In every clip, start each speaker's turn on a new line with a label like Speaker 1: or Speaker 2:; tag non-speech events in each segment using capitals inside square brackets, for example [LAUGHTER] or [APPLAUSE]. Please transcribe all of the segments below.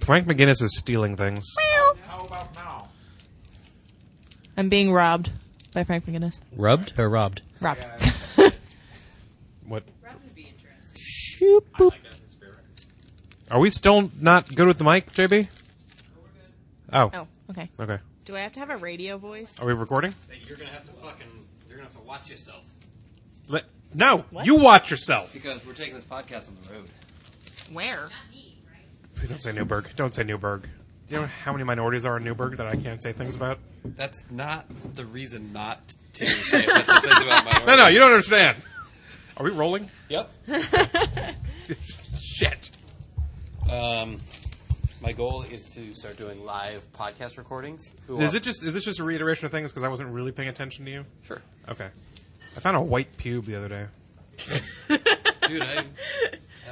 Speaker 1: Frank McGinnis is stealing things.
Speaker 2: How about now?
Speaker 3: I'm being robbed by Frank McGinnis.
Speaker 4: Rubbed or robbed?
Speaker 3: Robbed.
Speaker 1: What?
Speaker 3: Shoop, boop.
Speaker 1: Are we still not good with the mic, JB? Oh.
Speaker 3: [LAUGHS] Oh, okay.
Speaker 1: Okay.
Speaker 3: Do I have to have a radio voice?
Speaker 1: Are we recording?
Speaker 5: that you're gonna have to fucking you're gonna have to watch yourself
Speaker 1: Let- no.
Speaker 3: What?
Speaker 1: You watch yourself.
Speaker 5: because we're taking this podcast on the road.
Speaker 3: Where?
Speaker 1: Please don't say Newburgh. Don't say Newburgh. Do you know how many minorities there are in Newburgh that I can't say things about?
Speaker 5: That's not the reason not to say it. That's the thing about [LAUGHS] my
Speaker 1: No, no, you don't understand. Are we rolling?
Speaker 5: Yep.
Speaker 1: Shit.
Speaker 5: Um, my goal is to start doing live podcast recordings. Who
Speaker 1: Is
Speaker 5: are-
Speaker 1: it just is this just a reiteration of things because I wasn't really paying attention to you?
Speaker 5: Sure,
Speaker 1: Okay. I found a white pube the other day.
Speaker 5: dude. [LAUGHS] I had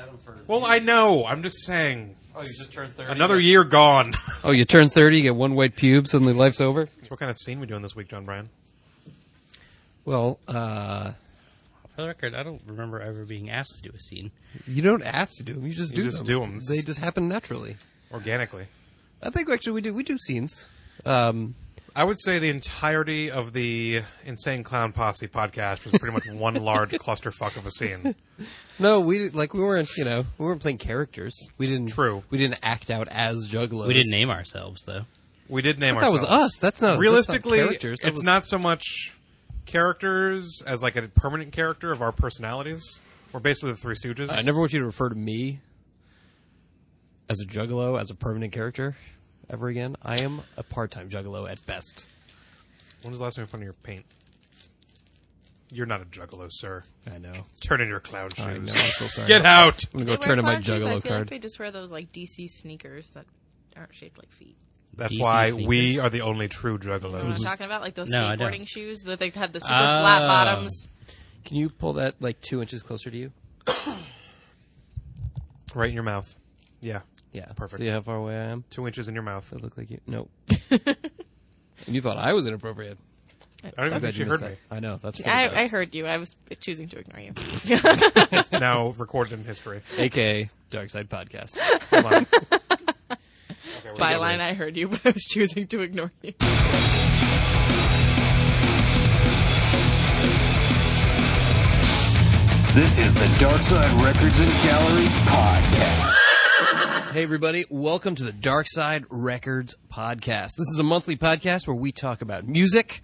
Speaker 5: him for.
Speaker 1: Well, I know. I'm just saying.
Speaker 5: oh, you just turned thirty.
Speaker 1: Another year gone.
Speaker 5: Oh, you turn thirty, you get one white pube, suddenly life's over.
Speaker 1: what kind of scene we doing this week, John Bryan?
Speaker 5: Well, uh,
Speaker 4: For the record, I don't remember ever being asked to do a scene.
Speaker 5: you don't ask to do them; you just
Speaker 1: You just do 'em.
Speaker 5: They just happen naturally.
Speaker 1: Organically.
Speaker 5: I think actually we do we do scenes. Um,
Speaker 1: I would say the entirety of the Insane Clown Posse podcast was pretty much [LAUGHS] one large clusterfuck of a scene.
Speaker 5: No, we like we weren't. You know, we weren't playing characters. We didn't.
Speaker 1: True.
Speaker 5: We didn't act out as jugglers.
Speaker 4: We didn't name ourselves though.
Speaker 1: We did name
Speaker 5: But that was
Speaker 1: ourselves.
Speaker 5: us. That's not- that's not
Speaker 1: realistically.
Speaker 5: characters. That
Speaker 1: it's
Speaker 5: was-
Speaker 1: not so much characters as like a permanent character of our personalities. We're basically the Three Stooges.
Speaker 5: I never want you to refer to me as a juggalo as a permanent character ever again. I am a part-time juggalo at best.
Speaker 1: When was the last time you put on your paint? You're not a juggalo, sir.
Speaker 5: I know.
Speaker 1: Turn in your clown shoes.
Speaker 5: I know. I'm so sorry.
Speaker 1: Get out.
Speaker 5: I'm gonna go turn in my juggalo
Speaker 3: I feel like
Speaker 5: card.
Speaker 3: they just wear those like DC sneakers that aren't shaped like feet.
Speaker 1: That's
Speaker 4: DC
Speaker 1: why
Speaker 4: sneakers.
Speaker 1: we are the only true
Speaker 3: You know what
Speaker 1: juggalos.
Speaker 3: I'm talking about? Like those
Speaker 4: Mm-hmm. No, I don't.
Speaker 3: skateboarding shoes that they've had the super flat
Speaker 4: Oh.
Speaker 3: bottoms.
Speaker 5: Can you pull that like two inches closer to you?
Speaker 1: Right in your mouth. Yeah.
Speaker 5: Yeah.
Speaker 1: Perfect.
Speaker 5: See how far away I am.
Speaker 1: Two inches in your mouth.
Speaker 5: I look like you.
Speaker 3: [LAUGHS]
Speaker 5: No. and you thought I was inappropriate.
Speaker 1: I don't even
Speaker 5: I'm glad
Speaker 1: think
Speaker 5: you
Speaker 1: you heard
Speaker 5: missed
Speaker 1: me.
Speaker 5: that. I know. That's. for the
Speaker 3: I,
Speaker 5: best.
Speaker 3: I heard you. I was choosing to ignore you.
Speaker 1: It's now recorded in history.
Speaker 5: aka Dark Side Podcast.
Speaker 1: Come on.
Speaker 3: Byline, I heard you, but I was choosing to ignore you.
Speaker 6: This is the Dark Side Records and Gallery podcast.
Speaker 5: hey, everybody, welcome to the Dark Side Records Podcast. This is a monthly podcast where we talk about music.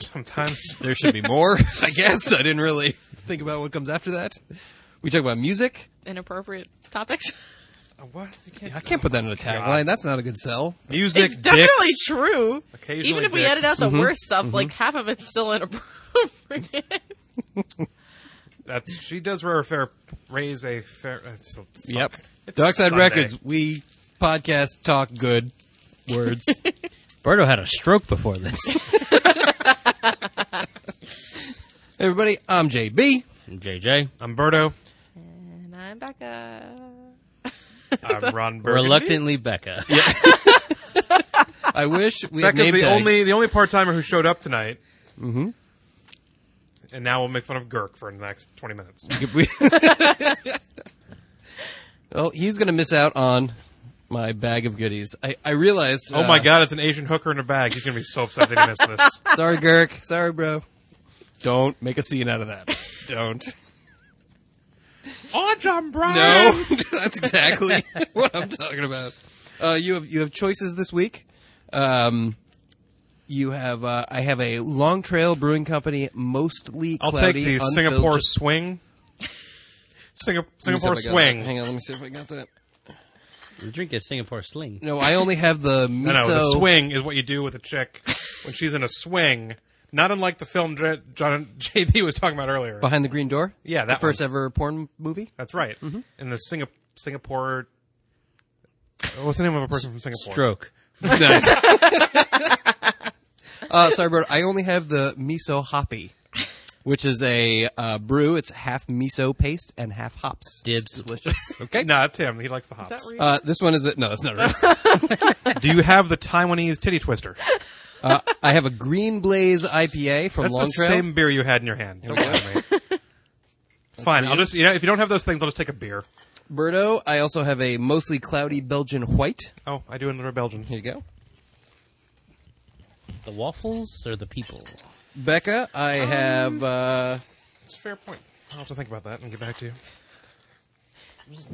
Speaker 1: Sometimes
Speaker 5: There should be more, [LAUGHS] I guess. I didn't really think about what comes after that. We talk about music.
Speaker 3: Inappropriate topics.
Speaker 1: what? You can't-
Speaker 5: I can't put that in a tagline. That's not a good sell.
Speaker 1: Music,
Speaker 3: it's definitely
Speaker 1: dicks.
Speaker 3: true.
Speaker 1: Occasionally
Speaker 3: Even if we
Speaker 1: dicks.
Speaker 3: edit out the worst stuff, like half of it's still [LAUGHS] inappropriate.
Speaker 1: That's she does rare fair raise a fair. That's a,
Speaker 5: Yep.
Speaker 1: It's
Speaker 5: Dark Side
Speaker 1: Sunday.
Speaker 5: Records. We podcast, talk good
Speaker 1: [LAUGHS]
Speaker 5: words.
Speaker 4: Berto had a stroke before [LAUGHS] this.
Speaker 5: everybody, I'm JB.
Speaker 4: JJ,
Speaker 1: Umberto.
Speaker 3: and I'm Becca.
Speaker 1: I'm Ron. Burgundy.
Speaker 4: reluctantly Becca.
Speaker 5: I wish we had
Speaker 1: Becca's
Speaker 5: name
Speaker 1: the
Speaker 5: tags.
Speaker 1: only the only part timer who showed up tonight. Mm-hmm. And now we'll make fun of Girk for the next twenty minutes.
Speaker 5: We- [LAUGHS] well, he's going to miss out on my bag of goodies. I, I realized.
Speaker 1: oh
Speaker 5: uh,
Speaker 1: my God! It's an Asian hooker in a bag. He's gonna be so upset that he missed this.
Speaker 5: Sorry, Girk. Sorry, bro. Don't make a scene out of that. Don't.
Speaker 1: Oh, John Brown.
Speaker 5: No, [LAUGHS] that's exactly [LAUGHS] what I'm talking about. Uh, you have you have choices this week. Um, you have uh, I have a Long Trail Brewing Company, mostly.
Speaker 1: I'll take
Speaker 5: cloudy,
Speaker 1: the Singapore
Speaker 5: unfiltered-
Speaker 1: swing. Singa-
Speaker 5: Let me see
Speaker 1: Singapore
Speaker 5: if I got that.
Speaker 1: swing.
Speaker 5: Hang on, let me see if I got that.
Speaker 4: the drink is Singapore Sling.
Speaker 5: No, I only
Speaker 1: [LAUGHS]
Speaker 5: have the miso.
Speaker 1: No, no, the swing is what you do with a chick when she's in a swing. Not unlike the film J- John [LAUGHS] JB was talking about earlier.
Speaker 5: Behind the Green Door?
Speaker 1: Yeah, that
Speaker 5: the first
Speaker 1: one.
Speaker 5: ever porn
Speaker 1: [LAUGHS]
Speaker 5: movie?
Speaker 1: That's right.
Speaker 5: Mm-hmm.
Speaker 1: In the Singa- Singapore. What's the name of a person from Singapore?
Speaker 4: Stroke.
Speaker 1: [LAUGHS]
Speaker 5: Nice. uh, sorry, bro. I only have the miso hoppy, which is a uh, brew. It's half miso paste and half hops.
Speaker 4: Dibs.
Speaker 5: It's delicious.
Speaker 1: Okay. No, that's him. He likes the hops.
Speaker 3: Is that real?
Speaker 5: Uh, this one is a, no, it's not real.
Speaker 1: do you have the Taiwanese titty twister?
Speaker 5: Uh, I have a Green Blaze IPA from
Speaker 1: That's
Speaker 5: Long
Speaker 1: the
Speaker 5: Trail. [LAUGHS]
Speaker 1: same beer you had in your hand. Don't lie to me. Fine. I'll just you know if you don't have those things, I'll just take a beer.
Speaker 5: Birdo, I also have a mostly cloudy Belgian white.
Speaker 1: Oh, I do another Belgian.
Speaker 5: Here you go.
Speaker 4: [LAUGHS] The waffles or the people?
Speaker 5: Becca, I have uh,
Speaker 1: It's a fair point. I'll have to think about that and get back to you.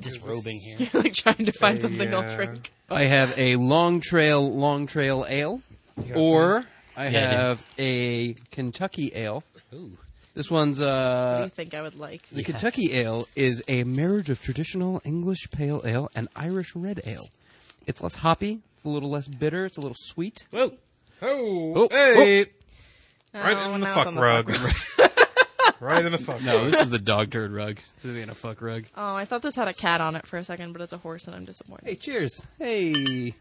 Speaker 4: Disrobing here.
Speaker 3: [LAUGHS] You're like trying to find something
Speaker 1: Yeah.
Speaker 3: I'll drink.
Speaker 5: I have a long trail long trail ale, or
Speaker 4: Yeah,
Speaker 5: I
Speaker 4: I do.
Speaker 5: have a Kentucky ale.
Speaker 4: Ooh.
Speaker 5: This one's
Speaker 3: What do
Speaker 5: uh,
Speaker 3: you think I would like?
Speaker 5: the Kentucky ale is a marriage of traditional English pale ale and Irish red ale. It's less hoppy, it's a little less bitter, it's a little sweet.
Speaker 4: Whoa.
Speaker 1: Oh,
Speaker 5: Oh,
Speaker 1: hey! Right
Speaker 3: Oh,
Speaker 1: in the
Speaker 3: now
Speaker 1: fuck
Speaker 3: it's on the
Speaker 1: rug.
Speaker 3: [LAUGHS]
Speaker 1: right in Oh, the fuck. rug.
Speaker 5: this is the dog turd rug. This isn't a fuck rug.
Speaker 3: Oh, I thought this had a cat on it for a second, but it's a horse, and I'm disappointed.
Speaker 5: Hey, cheers. Hey.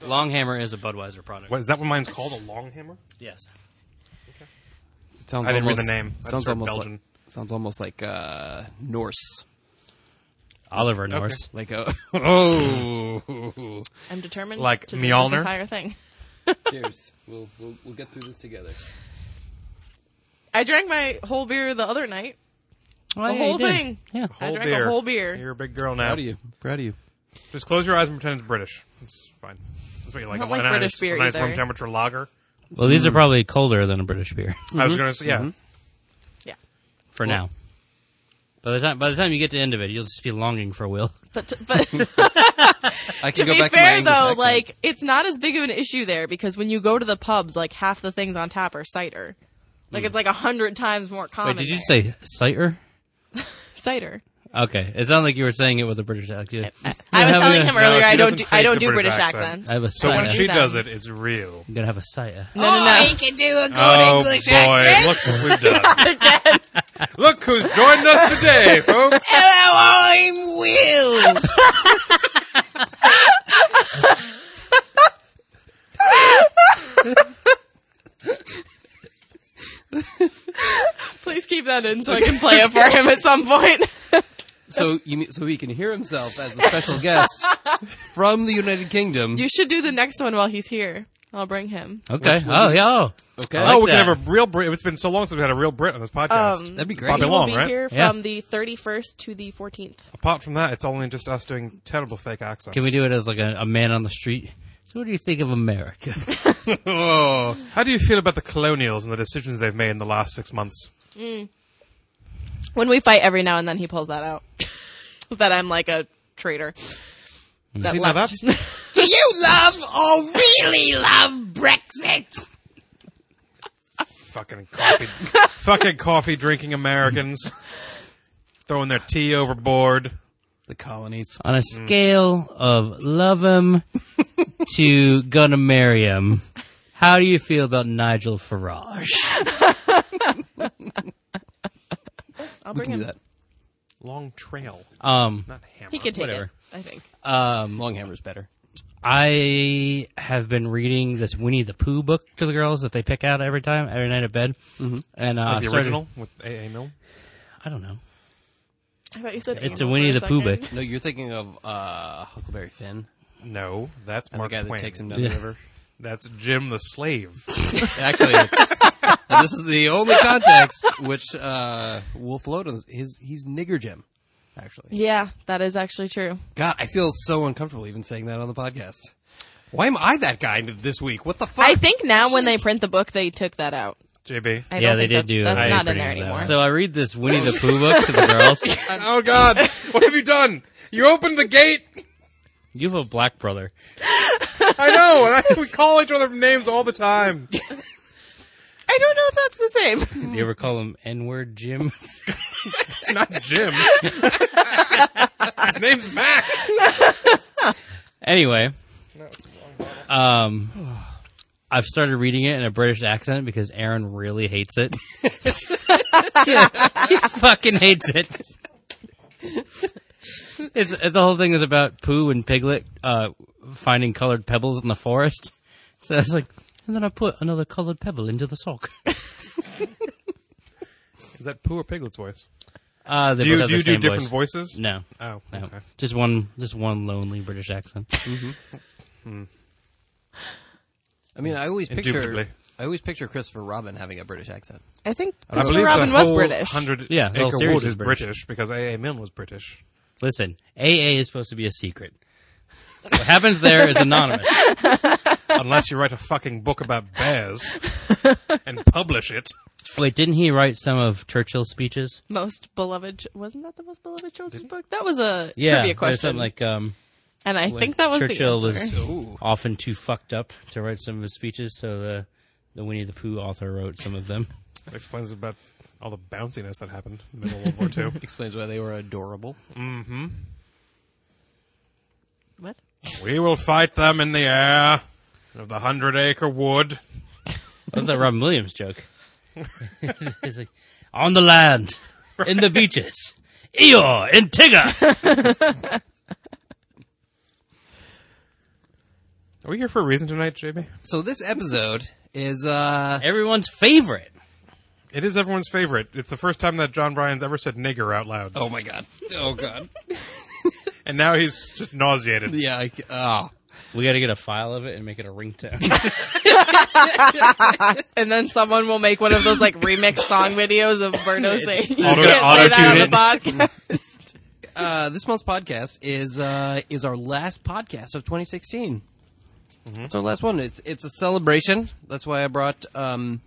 Speaker 4: Longhammer is a Budweiser product.
Speaker 1: What is that? What mine's called? A long hammer?
Speaker 4: Yes.
Speaker 5: It sounds
Speaker 1: I didn't read the name. I just
Speaker 5: Sounds
Speaker 1: read
Speaker 5: almost
Speaker 1: Belgian.
Speaker 5: like, sounds almost like uh, Norse.
Speaker 4: Oliver Norse.
Speaker 5: Like a oh.
Speaker 3: I'm determined
Speaker 1: Like
Speaker 3: to drink
Speaker 1: Mjolnir?
Speaker 3: this entire thing.
Speaker 5: [LAUGHS] Cheers. We'll, we'll we'll get through this together.
Speaker 3: I drank my whole beer the other night. the
Speaker 4: Oh, yeah, you
Speaker 3: whole
Speaker 4: did.
Speaker 3: thing.
Speaker 4: Yeah.
Speaker 3: I
Speaker 1: Whole
Speaker 3: drank
Speaker 1: beer.
Speaker 3: a whole beer.
Speaker 1: You're a big girl now.
Speaker 5: Proud of you. Proud of you.
Speaker 1: Just close your eyes and pretend it's British. It's fine. That's what you like.
Speaker 3: I don't like
Speaker 1: a, nice,
Speaker 3: British beer
Speaker 1: a nice room
Speaker 3: either.
Speaker 1: temperature lager.
Speaker 4: Well, these are probably colder than a British beer
Speaker 1: I was gonna say
Speaker 4: Mm-hmm.
Speaker 1: yeah.
Speaker 3: Yeah.
Speaker 4: for now. By the time by the time you get to the end of it, you'll just be longing for Will.
Speaker 3: But t- but
Speaker 5: I can
Speaker 3: to
Speaker 5: go
Speaker 3: be
Speaker 5: back
Speaker 3: fair
Speaker 5: to my
Speaker 3: though,
Speaker 5: English accent.
Speaker 3: like it's not as big of an issue there because when you go to the pubs, like half the things on tap are cider. Like it's like a hundred times more common.
Speaker 4: Wait, did you
Speaker 3: there.
Speaker 4: say cider?
Speaker 3: cider?
Speaker 4: Okay, it sounded like you were saying it with a British accent. I,
Speaker 3: I was telling him earlier
Speaker 1: she
Speaker 3: I don't
Speaker 1: doesn't
Speaker 3: do,
Speaker 1: fake
Speaker 3: I don't
Speaker 1: the
Speaker 3: do
Speaker 1: British
Speaker 3: British
Speaker 1: accent.
Speaker 3: accents.
Speaker 4: I have a
Speaker 1: So when
Speaker 4: cider.
Speaker 1: she
Speaker 3: Yeah.
Speaker 1: does it, it's real.
Speaker 4: I'm gonna have a cider.
Speaker 3: no, no, no.
Speaker 2: Oh, can do a good
Speaker 1: Oh boy! Look what we've done. Look who's joined us today,
Speaker 3: [LAUGHS]
Speaker 1: folks.
Speaker 2: Hello, I'm Will.
Speaker 3: [LAUGHS] Please keep that in so I can play it for him at some point.
Speaker 5: so you mean- so he can hear himself as a special [LAUGHS] guest from the United
Speaker 3: [LAUGHS]
Speaker 5: Kingdom.
Speaker 3: you should do the next one while he's here. I'll bring him.
Speaker 4: Okay. Oh yeah. Oh.
Speaker 5: okay.
Speaker 4: I
Speaker 1: Oh,
Speaker 4: like
Speaker 1: we can
Speaker 4: that.
Speaker 1: have a real Brit. It's been so long since we had a real Brit on this podcast.
Speaker 3: Um,
Speaker 5: That'd be great.
Speaker 1: Bobby
Speaker 3: he will
Speaker 1: Long,
Speaker 3: be
Speaker 1: right?
Speaker 3: here
Speaker 4: Yeah.
Speaker 3: from the 31st to the 14th.
Speaker 1: Apart from that, it's only just us doing terrible fake accents.
Speaker 4: Can we do it as like a, a man on the street? So, what do you think
Speaker 1: [LAUGHS]
Speaker 4: of America?
Speaker 1: How do you feel about the colonials and the decisions they've made in the last six months?
Speaker 3: When we fight every now and then, he pulls that out. [LAUGHS] that I'm like a traitor. That
Speaker 1: See, now
Speaker 3: left.
Speaker 1: that's-
Speaker 2: Do you love or really love Brexit?
Speaker 1: Fucking [LAUGHS] coffee, fucking coffee drinking Americans throwing their tea overboard.
Speaker 5: the colonies.
Speaker 4: [LAUGHS] on a scale of love
Speaker 3: [LAUGHS]
Speaker 4: him to gonna marry him, how do you feel about Nigel Farage?
Speaker 3: I'll
Speaker 5: We
Speaker 3: bring
Speaker 5: can
Speaker 3: him.
Speaker 5: do that.
Speaker 1: Long trail,
Speaker 4: Um,
Speaker 1: not hammer.
Speaker 3: He could take
Speaker 4: Whatever.
Speaker 3: it. I think.
Speaker 5: Um, Longhammer's better.
Speaker 4: I have been reading this Winnie the Pooh book to the girls that they pick out every time, every night at bed. Mm-hmm. And uh,
Speaker 1: the
Speaker 4: started-
Speaker 1: original with A. A. Mill.
Speaker 4: I don't know.
Speaker 3: I thought you said
Speaker 4: It's
Speaker 3: anal
Speaker 4: a
Speaker 3: for
Speaker 4: Winnie the Pooh
Speaker 3: second.
Speaker 4: book.
Speaker 5: No, you're thinking of uh, Huckleberry Finn,
Speaker 1: No, that's
Speaker 5: and
Speaker 1: Mark
Speaker 5: the guy
Speaker 1: Twain.
Speaker 5: that takes him down
Speaker 4: Yeah.
Speaker 5: the river.
Speaker 1: [LAUGHS] That's Jim the Slave.
Speaker 5: Actually, it's, [LAUGHS] and this is the only context which uh, Wolf Loden his he's nigger Jim. Actually,
Speaker 3: Yeah, that is actually true.
Speaker 5: God, I feel so uncomfortable even saying that on the podcast. Why am I that guy this week? What the fuck?
Speaker 3: I think now when they print the book, they took that out.
Speaker 1: JB.
Speaker 3: I
Speaker 4: yeah,
Speaker 3: don't
Speaker 4: they
Speaker 3: think
Speaker 4: did do.
Speaker 3: that- That's
Speaker 4: I
Speaker 3: not in
Speaker 4: agree
Speaker 3: there
Speaker 4: with that.
Speaker 3: anymore.
Speaker 4: So I read this Winnie the Pooh book
Speaker 3: [LAUGHS]
Speaker 4: to the girls.
Speaker 1: oh God! What have you done? You opened the gate.
Speaker 4: You have a black brother.
Speaker 1: I know. And I, we call each other names all the time.
Speaker 3: I don't know if that's the same.
Speaker 4: Do you ever call him N word Jim? [LAUGHS]
Speaker 1: Not Jim. [LAUGHS] His name's Max.
Speaker 4: Anyway, um, I've started reading it in a British accent because Erin really hates it. [LAUGHS] she, she fucking hates it. It's, the whole thing is about Pooh and Piglet uh, finding colored pebbles in the forest. [LAUGHS] So it's like, and then I put another colored pebble into the sock. [LAUGHS]
Speaker 1: Is that Pooh or Piglet's voice?
Speaker 4: Uh, they
Speaker 1: Do
Speaker 4: both
Speaker 1: you
Speaker 4: have
Speaker 1: do,
Speaker 4: the
Speaker 1: you do
Speaker 4: same
Speaker 1: different
Speaker 4: voice.
Speaker 1: voices?
Speaker 4: No,
Speaker 1: Oh,
Speaker 4: no,
Speaker 1: okay.
Speaker 4: just one, just one lonely British accent.
Speaker 5: I mean, I always picture
Speaker 1: Indubitably.
Speaker 5: I always picture Christopher Robin having a British accent.
Speaker 3: I think
Speaker 1: I
Speaker 3: Christopher
Speaker 1: believe
Speaker 3: Robin
Speaker 1: the
Speaker 3: was
Speaker 1: whole
Speaker 3: British.
Speaker 1: Hundred
Speaker 4: Yeah, the whole
Speaker 1: Acre
Speaker 4: series
Speaker 1: Wood
Speaker 4: is
Speaker 1: is
Speaker 4: British.
Speaker 1: British, because A.A. Milne
Speaker 3: [LAUGHS]
Speaker 1: was British.
Speaker 4: Listen, AA is supposed to be a secret. What happens there is
Speaker 3: [LAUGHS]
Speaker 4: anonymous.
Speaker 1: Unless you write a fucking book about
Speaker 3: [LAUGHS]
Speaker 1: bears and publish it.
Speaker 4: Wait, didn't he write some of Churchill's speeches?
Speaker 3: Most beloved, ch- wasn't that the most beloved children's book? That was a
Speaker 4: Yeah,
Speaker 3: trivia
Speaker 4: there's
Speaker 3: question.
Speaker 4: something like um,
Speaker 3: and I think that was
Speaker 4: Churchill
Speaker 3: the answer.
Speaker 4: was often too fucked up to write some of his speeches, so the the Winnie the Pooh author wrote some of them.
Speaker 1: It explains about all the bounciness that happened in the middle of
Speaker 3: [LAUGHS]
Speaker 1: World War II.
Speaker 5: Explains why they were adorable.
Speaker 3: what?
Speaker 1: we will fight them in the air of the Hundred Acre Wood.
Speaker 4: That was that Robin Williams joke. [LAUGHS] He's like, on the land, in the beaches, Eeyore and
Speaker 3: [LAUGHS]
Speaker 4: Tigger.
Speaker 1: Are we here for a reason tonight, JB?
Speaker 5: So this episode is uh
Speaker 4: Everyone's favorite.
Speaker 1: It is everyone's favorite. It's the first time that John Bryan's ever said nigger out loud.
Speaker 5: oh my god. Oh god.
Speaker 1: And now he's just
Speaker 4: [LAUGHS]
Speaker 1: nauseated.
Speaker 5: Yeah, I, oh.
Speaker 4: We got to get a file of it and make it a ringtone.
Speaker 3: And then someone will make one of those [LAUGHS] like remix song videos of Berno saying you
Speaker 1: Auto-
Speaker 3: can't say that on
Speaker 1: auto-tune
Speaker 3: the podcast.
Speaker 5: Uh, this month's podcast is uh, is our last podcast of 2016.
Speaker 1: Mm-hmm.
Speaker 5: It's our last one. It's it's a celebration. That's why I brought um,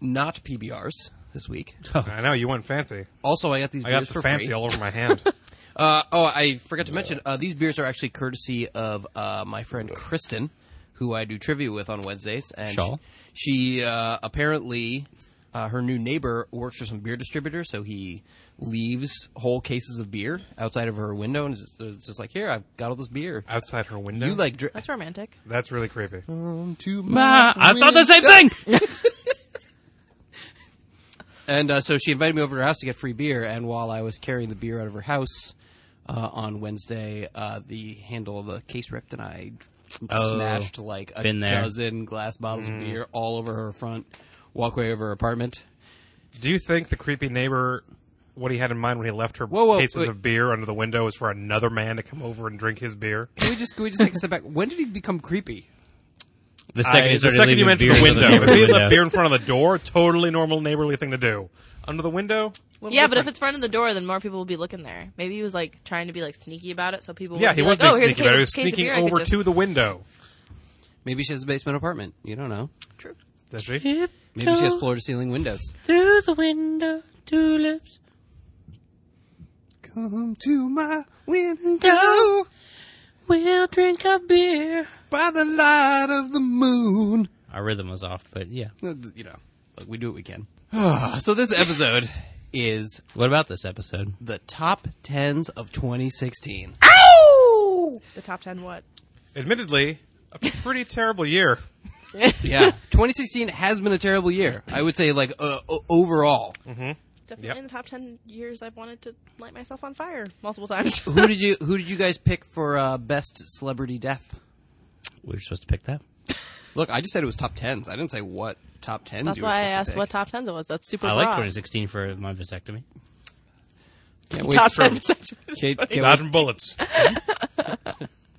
Speaker 5: not PBRs
Speaker 1: [LAUGHS]
Speaker 5: this week.
Speaker 1: I know, you went fancy.
Speaker 5: Also, I got these
Speaker 1: I got
Speaker 5: beers
Speaker 1: the
Speaker 5: for
Speaker 1: fancy
Speaker 5: free.
Speaker 1: all over my hand.
Speaker 4: [LAUGHS]
Speaker 5: Uh, oh, I forgot to mention uh, these beers are actually courtesy of uh, my friend Kristen, who I do trivia with on Wednesdays, and
Speaker 4: Shaw.
Speaker 5: she, she, uh, apparently uh, her new neighbor works for some beer distributor, so he leaves whole cases of beer outside of her window, and it's just, it's just like, here, I've got all this beer.
Speaker 1: Outside her window.
Speaker 5: You
Speaker 4: [LAUGHS]
Speaker 5: like dri-
Speaker 3: [LAUGHS] That's romantic.
Speaker 1: That's really creepy.
Speaker 5: to
Speaker 4: Ma, I thought the same thing.
Speaker 5: And uh, so she invited me over to her house to get free beer. And while I was carrying the beer out of her house uh, on Wednesday, uh, the handle of the case ripped, and I
Speaker 4: Oh,
Speaker 5: smashed like a
Speaker 4: been there.
Speaker 5: dozen glass bottles of beer all over her front walkway of her apartment.
Speaker 1: Do you think the creepy neighbor, what he had in mind when he left her
Speaker 5: Whoa, whoa,
Speaker 1: cases
Speaker 5: wait.
Speaker 1: of beer under the window, was for another man to come over and drink his beer?
Speaker 5: Can we just can we just take a step back? When did he become creepy?
Speaker 4: The second,
Speaker 1: I-
Speaker 4: he
Speaker 1: the
Speaker 4: started
Speaker 1: second you
Speaker 4: leaving
Speaker 1: mentioned the
Speaker 4: beers on
Speaker 1: window,
Speaker 4: neighbor's
Speaker 1: if he
Speaker 4: window.
Speaker 1: left beer in front of the door, totally normal neighborly thing to do. Under the window,
Speaker 3: Yeah, but if it's front of the door, then more people will be looking there. Maybe he was like trying to be like sneaky about it, so people.
Speaker 1: yeah,
Speaker 3: would
Speaker 1: he
Speaker 3: be
Speaker 1: was
Speaker 3: like,
Speaker 1: being
Speaker 3: oh, here's a
Speaker 1: sneaky, but he was
Speaker 3: case of
Speaker 1: sneaking
Speaker 3: beer, I could
Speaker 1: over
Speaker 3: just-
Speaker 1: to the window.
Speaker 5: Maybe she has a basement apartment. You don't know.
Speaker 3: True.
Speaker 1: Does she?
Speaker 5: Maybe she has floor to ceiling windows.
Speaker 4: Through the window, tulips.
Speaker 5: Come to my window
Speaker 4: We'll drink a beer.
Speaker 5: by the light of the moon.
Speaker 4: Our rhythm was off, but yeah.
Speaker 5: Uh, th- you know, look, we do what we can. [SIGHS] so this episode is
Speaker 4: What about this episode?
Speaker 5: the top tens of 2016.
Speaker 3: The top ten. What?
Speaker 1: Admittedly, a pretty terrible year.
Speaker 5: yeah, [LAUGHS] 2016 has been a terrible year. I would say, like uh, o- [LAUGHS] overall,
Speaker 3: Definitely
Speaker 1: Yep.
Speaker 3: in the top ten years, I've wanted to light myself on fire multiple times.
Speaker 5: who did you who did you guys pick for uh, best celebrity death?
Speaker 4: We were supposed to pick that.
Speaker 5: Look, I just said it was top tens. I didn't say what top tens.
Speaker 3: That's
Speaker 5: you were
Speaker 3: why I
Speaker 5: supposed to
Speaker 3: asked
Speaker 5: pick.
Speaker 3: what top tens it was. That's super.
Speaker 4: I like
Speaker 3: broad.
Speaker 4: 2016 for my vasectomy.
Speaker 5: Can't wait
Speaker 3: Top [LAUGHS]
Speaker 5: for-
Speaker 3: ten. percent-
Speaker 5: Can't- can't wait-
Speaker 1: Dodge and bullets.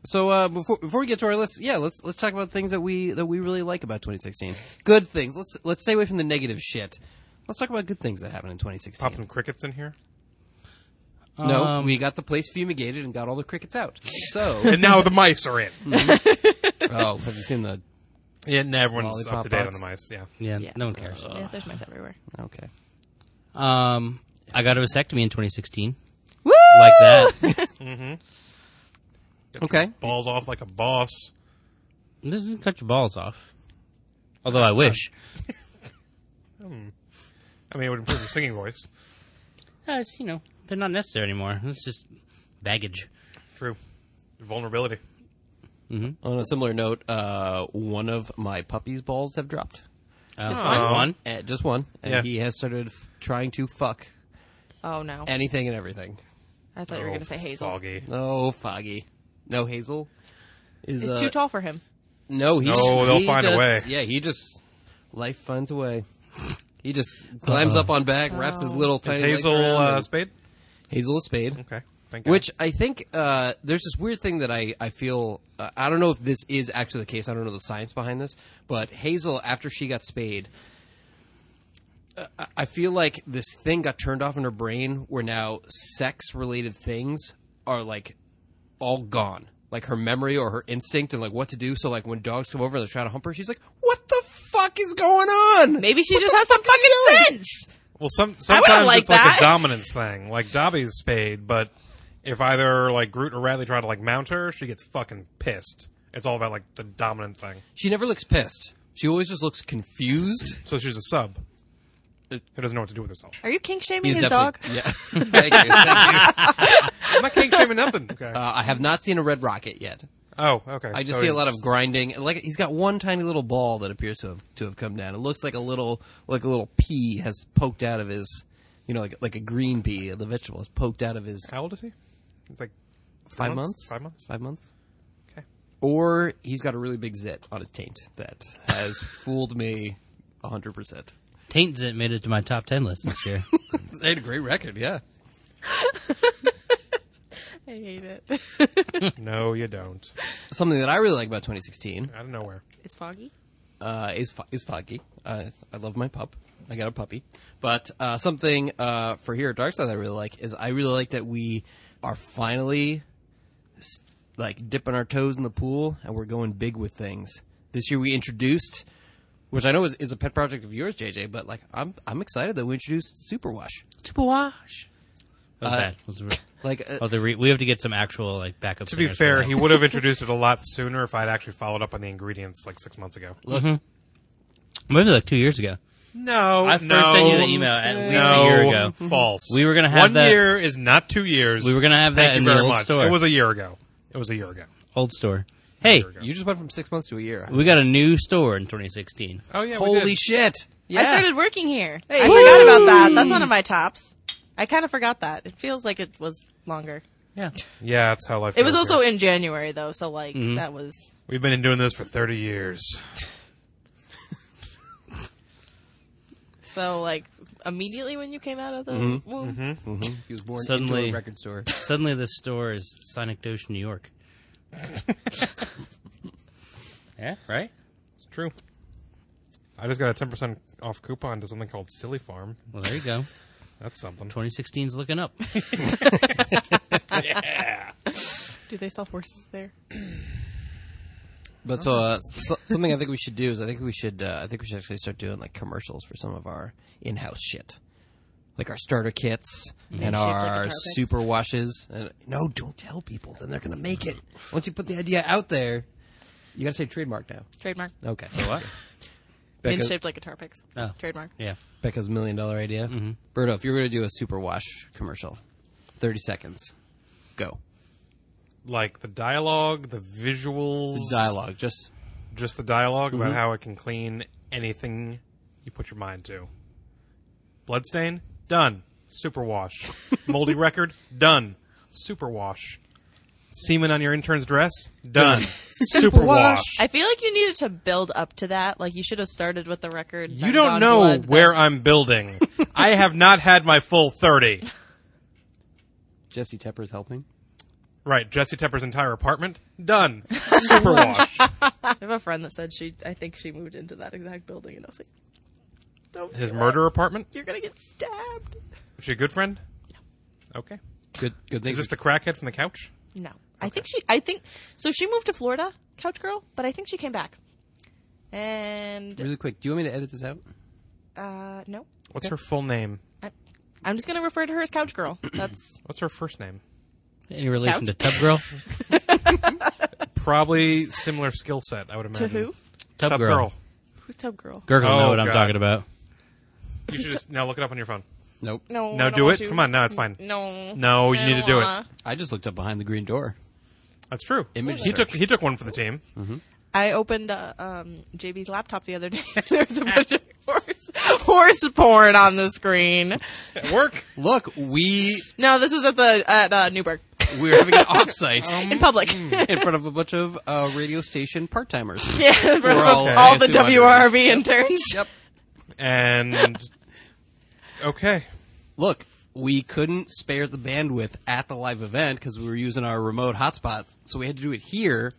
Speaker 5: So uh, before before we get to our list, yeah, let's let's talk about things that we that we really like about 2016. Good things. Let's let's stay away from the negative shit. Let's talk about good things that happened in 2016.
Speaker 1: Popping crickets in [LAUGHS] here.
Speaker 5: No,
Speaker 4: Um,
Speaker 5: we got the place fumigated and got all the crickets out. So,
Speaker 1: And now the mice are in.
Speaker 5: [LAUGHS] oh, have you seen the?
Speaker 1: Mm. Yeah, and everyone's up
Speaker 5: Lollipop
Speaker 1: to date on
Speaker 5: box.
Speaker 1: the mice. Yeah.
Speaker 4: Yeah,
Speaker 3: Yeah.
Speaker 4: no one cares.
Speaker 3: Yeah, there's mice everywhere.
Speaker 5: Okay,
Speaker 4: Um, I got a vasectomy in 2016.
Speaker 3: Woo!
Speaker 4: Like that.
Speaker 5: okay.
Speaker 1: Balls off like a boss.
Speaker 4: [LAUGHS] this doesn't cut your balls off. Although I wish.
Speaker 1: I mean, it would improve your singing voice.
Speaker 4: Uh, it's, you know, they're not necessary anymore. It's just baggage.
Speaker 1: True. Vulnerability.
Speaker 5: On a similar note, uh, one of my puppy's balls have dropped,
Speaker 4: Uh, just one.
Speaker 5: uh, just one, and
Speaker 1: Yeah.
Speaker 5: he has started f- trying to fuck
Speaker 3: Oh no!
Speaker 5: anything and everything.
Speaker 3: I thought you were
Speaker 1: Oh,
Speaker 3: gonna say Hazel.
Speaker 1: Foggy.
Speaker 5: Oh, Foggy. No, Hazel is
Speaker 3: He's
Speaker 5: uh,
Speaker 3: too tall for him.
Speaker 5: No, he's
Speaker 1: No, they'll
Speaker 5: he
Speaker 1: find a
Speaker 5: just-
Speaker 1: way.
Speaker 5: Yeah, he just life finds a way. He just climbs up on back, wraps his little
Speaker 1: Is
Speaker 5: tiny legs
Speaker 1: Hazel
Speaker 5: around,
Speaker 1: uh,
Speaker 5: and-
Speaker 1: Spade?
Speaker 5: Hazel a spade.
Speaker 1: Okay. Thank God.
Speaker 5: Which I think uh, there's this weird thing that I I feel uh, I don't know if this is actually the case. I don't know the science behind this, but Hazel after she got spayed, uh, I I feel like this thing got turned off in her brain where now sex related things are like all gone, like her memory or her instinct and like what to do. So like when dogs come over and they try to hump her, she's like, "What the fuck is going on?"
Speaker 3: Maybe she just has some fucking sense.
Speaker 1: Well, some
Speaker 3: I would've
Speaker 1: sometimes
Speaker 3: liked
Speaker 1: it's like
Speaker 3: that.
Speaker 1: a dominance thing. Like Dobby's spayed, but if either like Groot or Radley try to like mount her, she gets fucking pissed. It's all about like the dominant thing.
Speaker 5: She never looks pissed. She always just looks confused.
Speaker 1: So she's a sub who doesn't know what to do with herself.
Speaker 3: Are you kink shaming
Speaker 5: He's
Speaker 3: his dog?
Speaker 5: definitely- [LAUGHS] Yeah. Thank you. Thank you.
Speaker 1: I'm not king shaming
Speaker 5: [LAUGHS]
Speaker 1: nothing. Okay.
Speaker 5: Uh, I have not seen a red rocket yet.
Speaker 1: oh, okay.
Speaker 5: I just
Speaker 1: So
Speaker 5: see a
Speaker 1: he's-
Speaker 5: lot of grinding. Like he's got one tiny little ball that appears to have to have come down. It looks like a little like a little pea has poked out of his, you know, like like a green pea, the vegetable has poked out of his
Speaker 1: How old is he? It's like
Speaker 5: five
Speaker 1: months?
Speaker 5: months,
Speaker 1: Five months?
Speaker 5: five months.
Speaker 1: okay.
Speaker 5: Or he's got a really big zit on his taint that has [LAUGHS] fooled me hundred percent.
Speaker 4: Taint Zit made it to my top ten list this [LAUGHS] year.
Speaker 5: They had a great record, yeah.
Speaker 3: I hate it.
Speaker 1: No, you don't.
Speaker 5: Something that I really like about 2016
Speaker 1: Out of
Speaker 5: [LAUGHS]
Speaker 1: nowhere.
Speaker 3: [LAUGHS] It's foggy.
Speaker 5: uh, is fo- is Foggy. Uh, I love my pup. I got a puppy. But uh, something uh, for here at Dark Side that I really like is I really like that we are finally s- like dipping our toes in the pool and we're going big with things. This year we introduced, which I know is, is a pet project of yours, JJ. But like I'm I'm excited that we introduced Superwash.
Speaker 4: That
Speaker 1: Uh,
Speaker 4: was bad. That was re-
Speaker 5: Like uh,
Speaker 4: I'll have to Oh, re- we have to get some actual like backup.
Speaker 1: To be
Speaker 4: singers
Speaker 1: fair,
Speaker 4: for that.
Speaker 1: he would have introduced it a lot sooner if I'd actually followed up on the ingredients like six months ago.
Speaker 4: maybe like two years ago.
Speaker 1: No,
Speaker 4: I first
Speaker 1: no,
Speaker 4: sent you the email at least a
Speaker 1: no,
Speaker 4: year ago.
Speaker 1: [LAUGHS] False.
Speaker 4: We were gonna have
Speaker 1: one
Speaker 4: that-
Speaker 1: year is not two years.
Speaker 4: We were gonna have that
Speaker 1: Thank
Speaker 4: in
Speaker 1: you
Speaker 4: the
Speaker 1: very
Speaker 4: old
Speaker 1: much.
Speaker 4: store.
Speaker 1: It was a year ago. It was a year ago.
Speaker 4: Old store. Hey,
Speaker 1: ago.
Speaker 5: you just went from six months to a year.
Speaker 4: we got a new store in 2016.
Speaker 1: Oh yeah, we
Speaker 5: Holy
Speaker 1: did.
Speaker 5: shit! Yeah.
Speaker 3: I started working here. I forgot about that. That's one of my tops. I kind of forgot that. It feels like it was longer.
Speaker 4: Yeah,
Speaker 1: Yeah, that's how life.
Speaker 3: It was
Speaker 1: goes,
Speaker 3: also
Speaker 1: right?
Speaker 3: in January though, so like that was
Speaker 1: We've been doing this for thirty years.
Speaker 3: so like immediately when you came out of the womb.
Speaker 5: He was born
Speaker 4: Suddenly-
Speaker 5: into a record store.
Speaker 4: [LAUGHS] suddenly this store is Sonic Dosh,
Speaker 1: [LAUGHS]
Speaker 4: New York. yeah, right.
Speaker 1: It's true. I just got a ten percent off coupon to something called Silly Farm.
Speaker 4: Well, there you go.
Speaker 1: That's something.
Speaker 4: 2016's looking up.
Speaker 3: Do they sell horses there?
Speaker 5: But so, uh, so something I think we should do is I think we should uh, I think we should actually start doing like commercials for some of our in-house shit, like our starter kits and
Speaker 3: Shaped like a
Speaker 5: our
Speaker 3: tar pit.
Speaker 5: super washes. And no, don't tell people. Then they're gonna make it. Once you put the idea out there, you gotta say trademark now.
Speaker 3: Trademark.
Speaker 5: Okay,
Speaker 4: what?
Speaker 3: Been
Speaker 5: [LAUGHS] Becca,
Speaker 3: shaped like a tar picks.
Speaker 4: Oh.
Speaker 3: Trademark.
Speaker 4: Yeah.
Speaker 5: Becca's million dollar idea. Berto, if you were gonna do a super wash commercial, thirty seconds, go
Speaker 1: Like the dialogue, the visuals,
Speaker 5: dialogue. Just
Speaker 1: just the dialog about how it can clean anything you put your mind to. Bloodstain done. Superwash. [LAUGHS] Moldy record done. Superwash. Semen on your intern's dress
Speaker 3: [LAUGHS]
Speaker 1: done. Superwash.
Speaker 3: I feel like you needed to build up to that. Like you should have started with the record.
Speaker 1: You
Speaker 3: then
Speaker 1: don't
Speaker 3: gone
Speaker 1: know
Speaker 3: blood,
Speaker 1: where I'm
Speaker 3: [LAUGHS]
Speaker 1: building. I have not had my full thirty.
Speaker 5: Jesse Tepper's helping.
Speaker 1: Right, Jesse Tepper's entire apartment done.
Speaker 3: [LAUGHS]
Speaker 1: Superwash.
Speaker 3: I have a friend that said she. I think she moved into that exact building, and I was like, "Don't
Speaker 1: His
Speaker 3: do
Speaker 1: murder apartment.
Speaker 3: that. You're gonna get stabbed."
Speaker 1: Is she a good friend? Okay.
Speaker 5: Good, good thing.
Speaker 1: Is this the crackhead from the couch?
Speaker 3: No, I think she. I think so. She moved to Florida, couch girl, but I think she came back. And
Speaker 5: really quick. Do you want me to edit this out?
Speaker 3: uh, no,
Speaker 1: What's her full name?
Speaker 3: I, I'm just gonna refer to her as couch
Speaker 1: [COUGHS]
Speaker 3: girl. That's
Speaker 1: What's her first name?
Speaker 4: Any relation
Speaker 3: Couch? [LAUGHS]
Speaker 4: to Tub Girl?
Speaker 1: Probably similar skill set, I would
Speaker 3: to
Speaker 1: imagine.
Speaker 3: who?
Speaker 4: Tub,
Speaker 1: Top
Speaker 4: Girl.
Speaker 1: girl.
Speaker 3: [LAUGHS] Who's tub girl?
Speaker 4: Gurgle
Speaker 1: Oh,
Speaker 4: know what I'm
Speaker 1: God. [LAUGHS]
Speaker 4: talking about.
Speaker 1: You should just now look it up on your phone.
Speaker 5: Nope.
Speaker 3: No, Oh, I
Speaker 1: No,
Speaker 3: don't
Speaker 1: do
Speaker 3: want
Speaker 1: it.
Speaker 3: to. Mm.
Speaker 1: Come on, no, it's fine.
Speaker 3: No, Uh,
Speaker 1: No, you
Speaker 3: I
Speaker 1: need
Speaker 3: don't
Speaker 1: to do it.
Speaker 3: wanna.
Speaker 5: I just looked up behind the green door.
Speaker 1: That's true.
Speaker 5: Image
Speaker 1: he
Speaker 5: search.
Speaker 1: took he took one for the
Speaker 5: [LAUGHS]
Speaker 1: team.
Speaker 3: I opened uh, um, JB's laptop the other day. [LAUGHS] there was a bunch of horse, horse porn on the screen.
Speaker 1: At work.
Speaker 5: Look, we
Speaker 3: No, this was at the at uh, Newburgh
Speaker 5: we're
Speaker 3: [LAUGHS]
Speaker 5: having an offsite
Speaker 3: in public. [LAUGHS]
Speaker 5: in front of a bunch of uh, radio station part timers.
Speaker 3: yeah, in front of
Speaker 5: all-
Speaker 3: all the
Speaker 5: I assume
Speaker 3: WRB interns.
Speaker 5: Yep.
Speaker 1: And okay.
Speaker 5: Look, we couldn't spare the bandwidth at the live event because we were using our remote hotspot, so we had to do it here,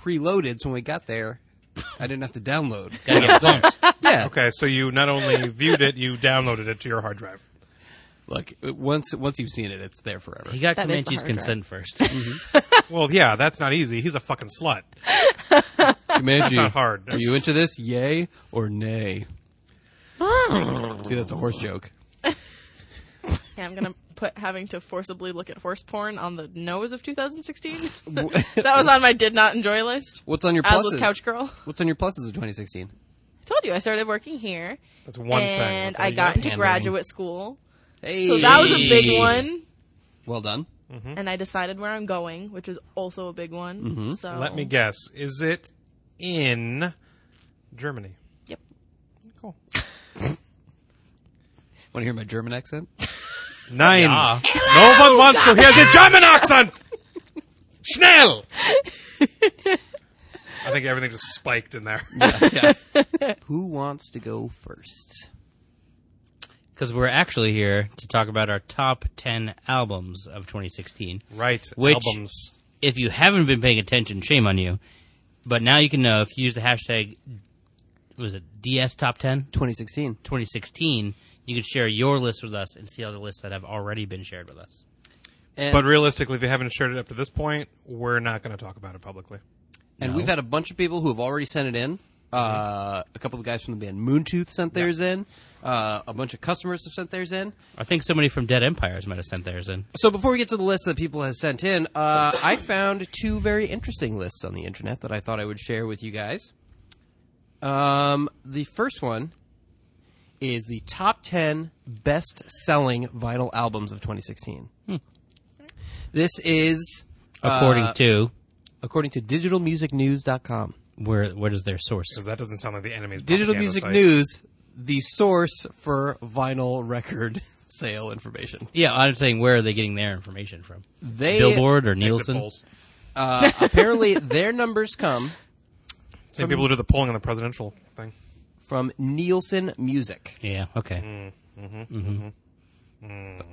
Speaker 5: preloaded. So when we got there, I didn't have to download.
Speaker 3: [LAUGHS]
Speaker 4: Gotta get pumped.
Speaker 5: yeah.
Speaker 1: Okay, so you not only viewed it, you downloaded it to your hard drive.
Speaker 5: Look, it- once once you've seen it, it's there forever.
Speaker 3: [LAUGHS]
Speaker 4: He got
Speaker 3: That is the
Speaker 4: Comanche's
Speaker 3: hard drive.
Speaker 4: consent first. [LAUGHS]
Speaker 1: Well, yeah, that's not easy. He's a fucking slut.
Speaker 5: Comanche,
Speaker 1: not hard.
Speaker 5: Are you into this? Yay or nay?
Speaker 3: Hmm.
Speaker 5: See, that's a horse joke.
Speaker 3: [LAUGHS] Yeah, I'm gonna put having to forcibly look at horse porn on the nose of 2016. [LAUGHS] that was on my did not enjoy list.
Speaker 5: [LAUGHS] What's on your
Speaker 3: As was
Speaker 5: pluses?
Speaker 3: Couch Girl.
Speaker 5: What's on your pluses of 2016?
Speaker 3: I told you I started working here,
Speaker 1: That's one thing.
Speaker 3: and
Speaker 1: That's all
Speaker 3: I
Speaker 1: you
Speaker 3: got into
Speaker 5: Pandering.
Speaker 3: graduate school,
Speaker 5: Hey,
Speaker 3: so that was a big one.
Speaker 5: Well done.
Speaker 4: Hmm?
Speaker 3: And I decided where I'm going, which is also a big one.
Speaker 4: Mm-hmm.
Speaker 3: So
Speaker 1: Let me guess. Is it in Germany?
Speaker 3: Yep.
Speaker 1: Cool.
Speaker 5: Want to hear my German accent?
Speaker 1: Nine. No one wants to hear the German accent. Schnell. I think everything just spiked in [LAUGHS] there.
Speaker 5: Who wants to go first?
Speaker 4: Because we're actually here to talk about our top 10 albums of 2016.
Speaker 1: Right.
Speaker 4: Which-
Speaker 1: Albums.
Speaker 4: If you haven't been paying attention, shame on you. But now you can know if you use the hashtag, what was it DS Top 10
Speaker 5: 2016.
Speaker 4: 2016, you can share your list with us and see all the lists that have already been shared with us.
Speaker 5: And,
Speaker 1: But realistically, if you haven't shared it up to this point, we're not going to talk about it publicly.
Speaker 5: and we've had a bunch of people who have already sent it in. Uh, a couple of guys from the band Moontooth sent theirs in. Uh, a bunch of customers have sent theirs in.
Speaker 4: I think somebody from Dead Empires might have sent theirs in.
Speaker 5: So before we get to the list that people have sent in, uh, I found two very interesting lists on the internet that I thought I would share with you guys. Um, the first one is the top ten best-selling vinyl albums of 2016. This is
Speaker 4: According
Speaker 5: uh,
Speaker 4: to,
Speaker 5: according to DigitalMusicNews.com.
Speaker 4: where where does their source?
Speaker 1: Because that doesn't sound like the enemy's
Speaker 5: Digital
Speaker 1: propaganda
Speaker 5: Music
Speaker 1: site.
Speaker 5: News, the source for vinyl record [LAUGHS] sale information.
Speaker 4: Yeah, I'm saying where are they getting their information from?
Speaker 5: They
Speaker 4: Billboard or
Speaker 1: Exit
Speaker 4: Nielsen?
Speaker 1: polls.
Speaker 5: uh, apparently their numbers come
Speaker 1: Same people who do the polling on the presidential thing.
Speaker 5: from Nielsen Music.
Speaker 4: Yeah, okay.
Speaker 1: Hmm.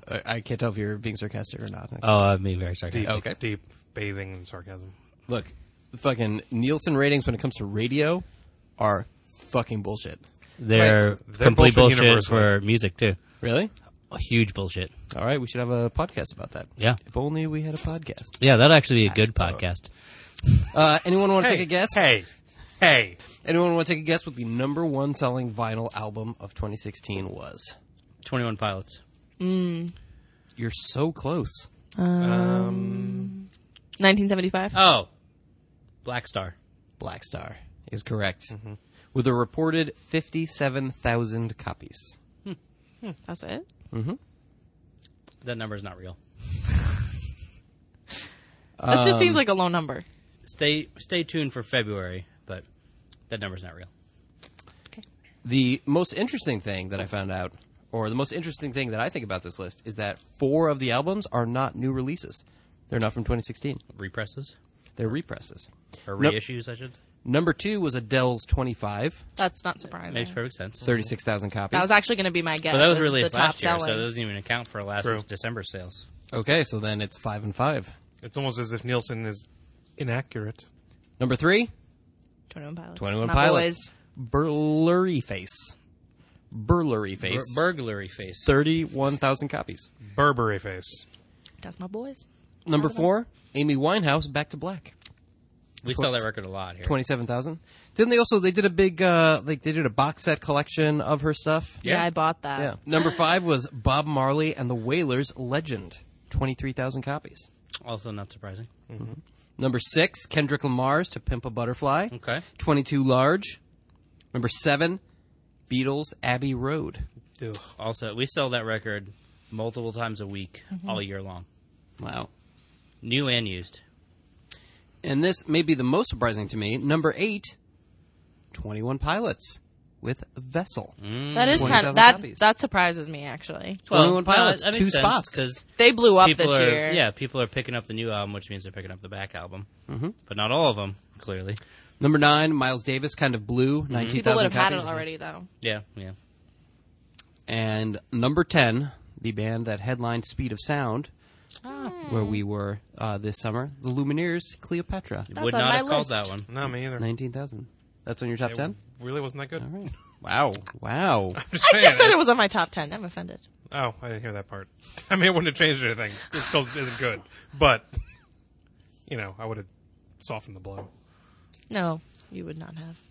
Speaker 5: I, I can't tell if you're being sarcastic or not.
Speaker 4: Oh, I'm being very sarcastic.
Speaker 1: Deep,
Speaker 5: Okay.
Speaker 1: Deep bathing in sarcasm.
Speaker 5: Look, the fucking Nielsen ratings when it comes to radio are fucking bullshit.
Speaker 4: They're
Speaker 1: They're
Speaker 4: complete
Speaker 1: bullshit
Speaker 4: bullshit,
Speaker 1: universally.
Speaker 4: for music too.
Speaker 5: Really?
Speaker 4: A huge bullshit.
Speaker 5: All right, we should have a podcast about that.
Speaker 4: Yeah.
Speaker 5: If only we had a podcast.
Speaker 4: Yeah, that'd actually be a good podcast.
Speaker 5: Uh, anyone want to take a guess?
Speaker 1: Hey, hey.
Speaker 5: Anyone want to take a guess what the number one selling vinyl album of 2016 was?
Speaker 4: Twenty One Pilots.
Speaker 5: You're so close.
Speaker 3: 1975.
Speaker 4: Oh, Black Star.
Speaker 5: Black Star is correct.
Speaker 1: Mm-hmm.
Speaker 5: With a reported 57,000 copies.
Speaker 3: That's it.
Speaker 4: That number's not real.
Speaker 3: That
Speaker 4: Um,
Speaker 3: just seems like a low number.
Speaker 4: Stay stay tuned for February, but that number's not real.
Speaker 5: The most interesting thing that I found out, or the most interesting thing that I think about this list, is that four of the albums are not new releases. They're not from 2016.
Speaker 4: Represses
Speaker 5: They're represses.
Speaker 4: or
Speaker 5: Nope.
Speaker 4: reissues, I should. say.
Speaker 5: Number two was Adele's 25,
Speaker 3: That's not surprising.
Speaker 4: Makes perfect sense.
Speaker 5: 36,000 copies.
Speaker 3: That was actually going to be my guess.
Speaker 4: But that was
Speaker 3: is
Speaker 4: released
Speaker 3: the top
Speaker 4: last year,
Speaker 3: selling.
Speaker 4: so that doesn't even account for last
Speaker 1: True.
Speaker 4: December sales.
Speaker 5: okay, so then it's five and five.
Speaker 1: It's almost as if Nielsen is inaccurate.
Speaker 5: Number three,
Speaker 3: 21 Pilots.
Speaker 5: 21
Speaker 3: My
Speaker 5: Pilots.
Speaker 3: boys.
Speaker 5: Burlery Face. Burlery Face.
Speaker 4: burglary face.
Speaker 5: 31,000 copies.
Speaker 1: Burberry face.
Speaker 3: That's my boys.
Speaker 5: Number four, Amy Winehouse, Back to Black.
Speaker 4: We sell that record a lot here.
Speaker 5: Twenty-seven thousand. Then they also they did a big uh like they did a box set collection of her stuff.
Speaker 3: Yeah, I bought that.
Speaker 5: Yeah. Number five was Bob Marley and the Wailers Legend, 23,000 copies.
Speaker 4: Also not surprising.
Speaker 5: Number six, Kendrick Lamar's To Pimp a Butterfly,
Speaker 4: Okay.
Speaker 5: 22 Large. Number seven, Beatles Abbey Road.
Speaker 1: Ugh.
Speaker 4: Also, we sell that record multiple times a week
Speaker 3: Mm-hmm.
Speaker 4: all year long,
Speaker 5: Wow.
Speaker 4: new and used.
Speaker 5: And this may be the most surprising to me. Number eight, 21 Pilots with Vessel.
Speaker 4: Mm.
Speaker 3: That is kind
Speaker 5: 20,000
Speaker 3: of that.
Speaker 5: copies.
Speaker 3: That surprises me actually.
Speaker 5: 21 Pilots, two spots.
Speaker 4: because
Speaker 3: They blew up
Speaker 4: people
Speaker 3: this
Speaker 4: are
Speaker 3: year.
Speaker 4: yeah people are picking up the new album, which means they're picking up the back album, mm-hmm. but not all of them clearly.
Speaker 5: Number nine, Miles Davis, Kind of Blue,
Speaker 3: People would
Speaker 5: 19,000
Speaker 3: have had it
Speaker 5: copies.
Speaker 3: already though.
Speaker 4: Yeah, yeah.
Speaker 5: And number 10, the band that headlined Speed of Sound, where we were uh, this summer. The Lumineers, Cleopatra,
Speaker 4: Would
Speaker 3: on
Speaker 4: not
Speaker 3: my
Speaker 4: have called
Speaker 3: list.
Speaker 4: that one.
Speaker 1: No, me either.
Speaker 5: 19,000. That's on your top
Speaker 1: It
Speaker 5: 10?
Speaker 1: really wasn't that good.
Speaker 5: Wow. Wow.
Speaker 1: Just
Speaker 3: I
Speaker 1: saying.
Speaker 3: just said it was on my top ten. I'm offended.
Speaker 1: Oh, I didn't hear that part. [LAUGHS] I mean, it wouldn't have changed anything. It still isn't good. But, you know, I would have softened the blow.
Speaker 3: No, you would not have.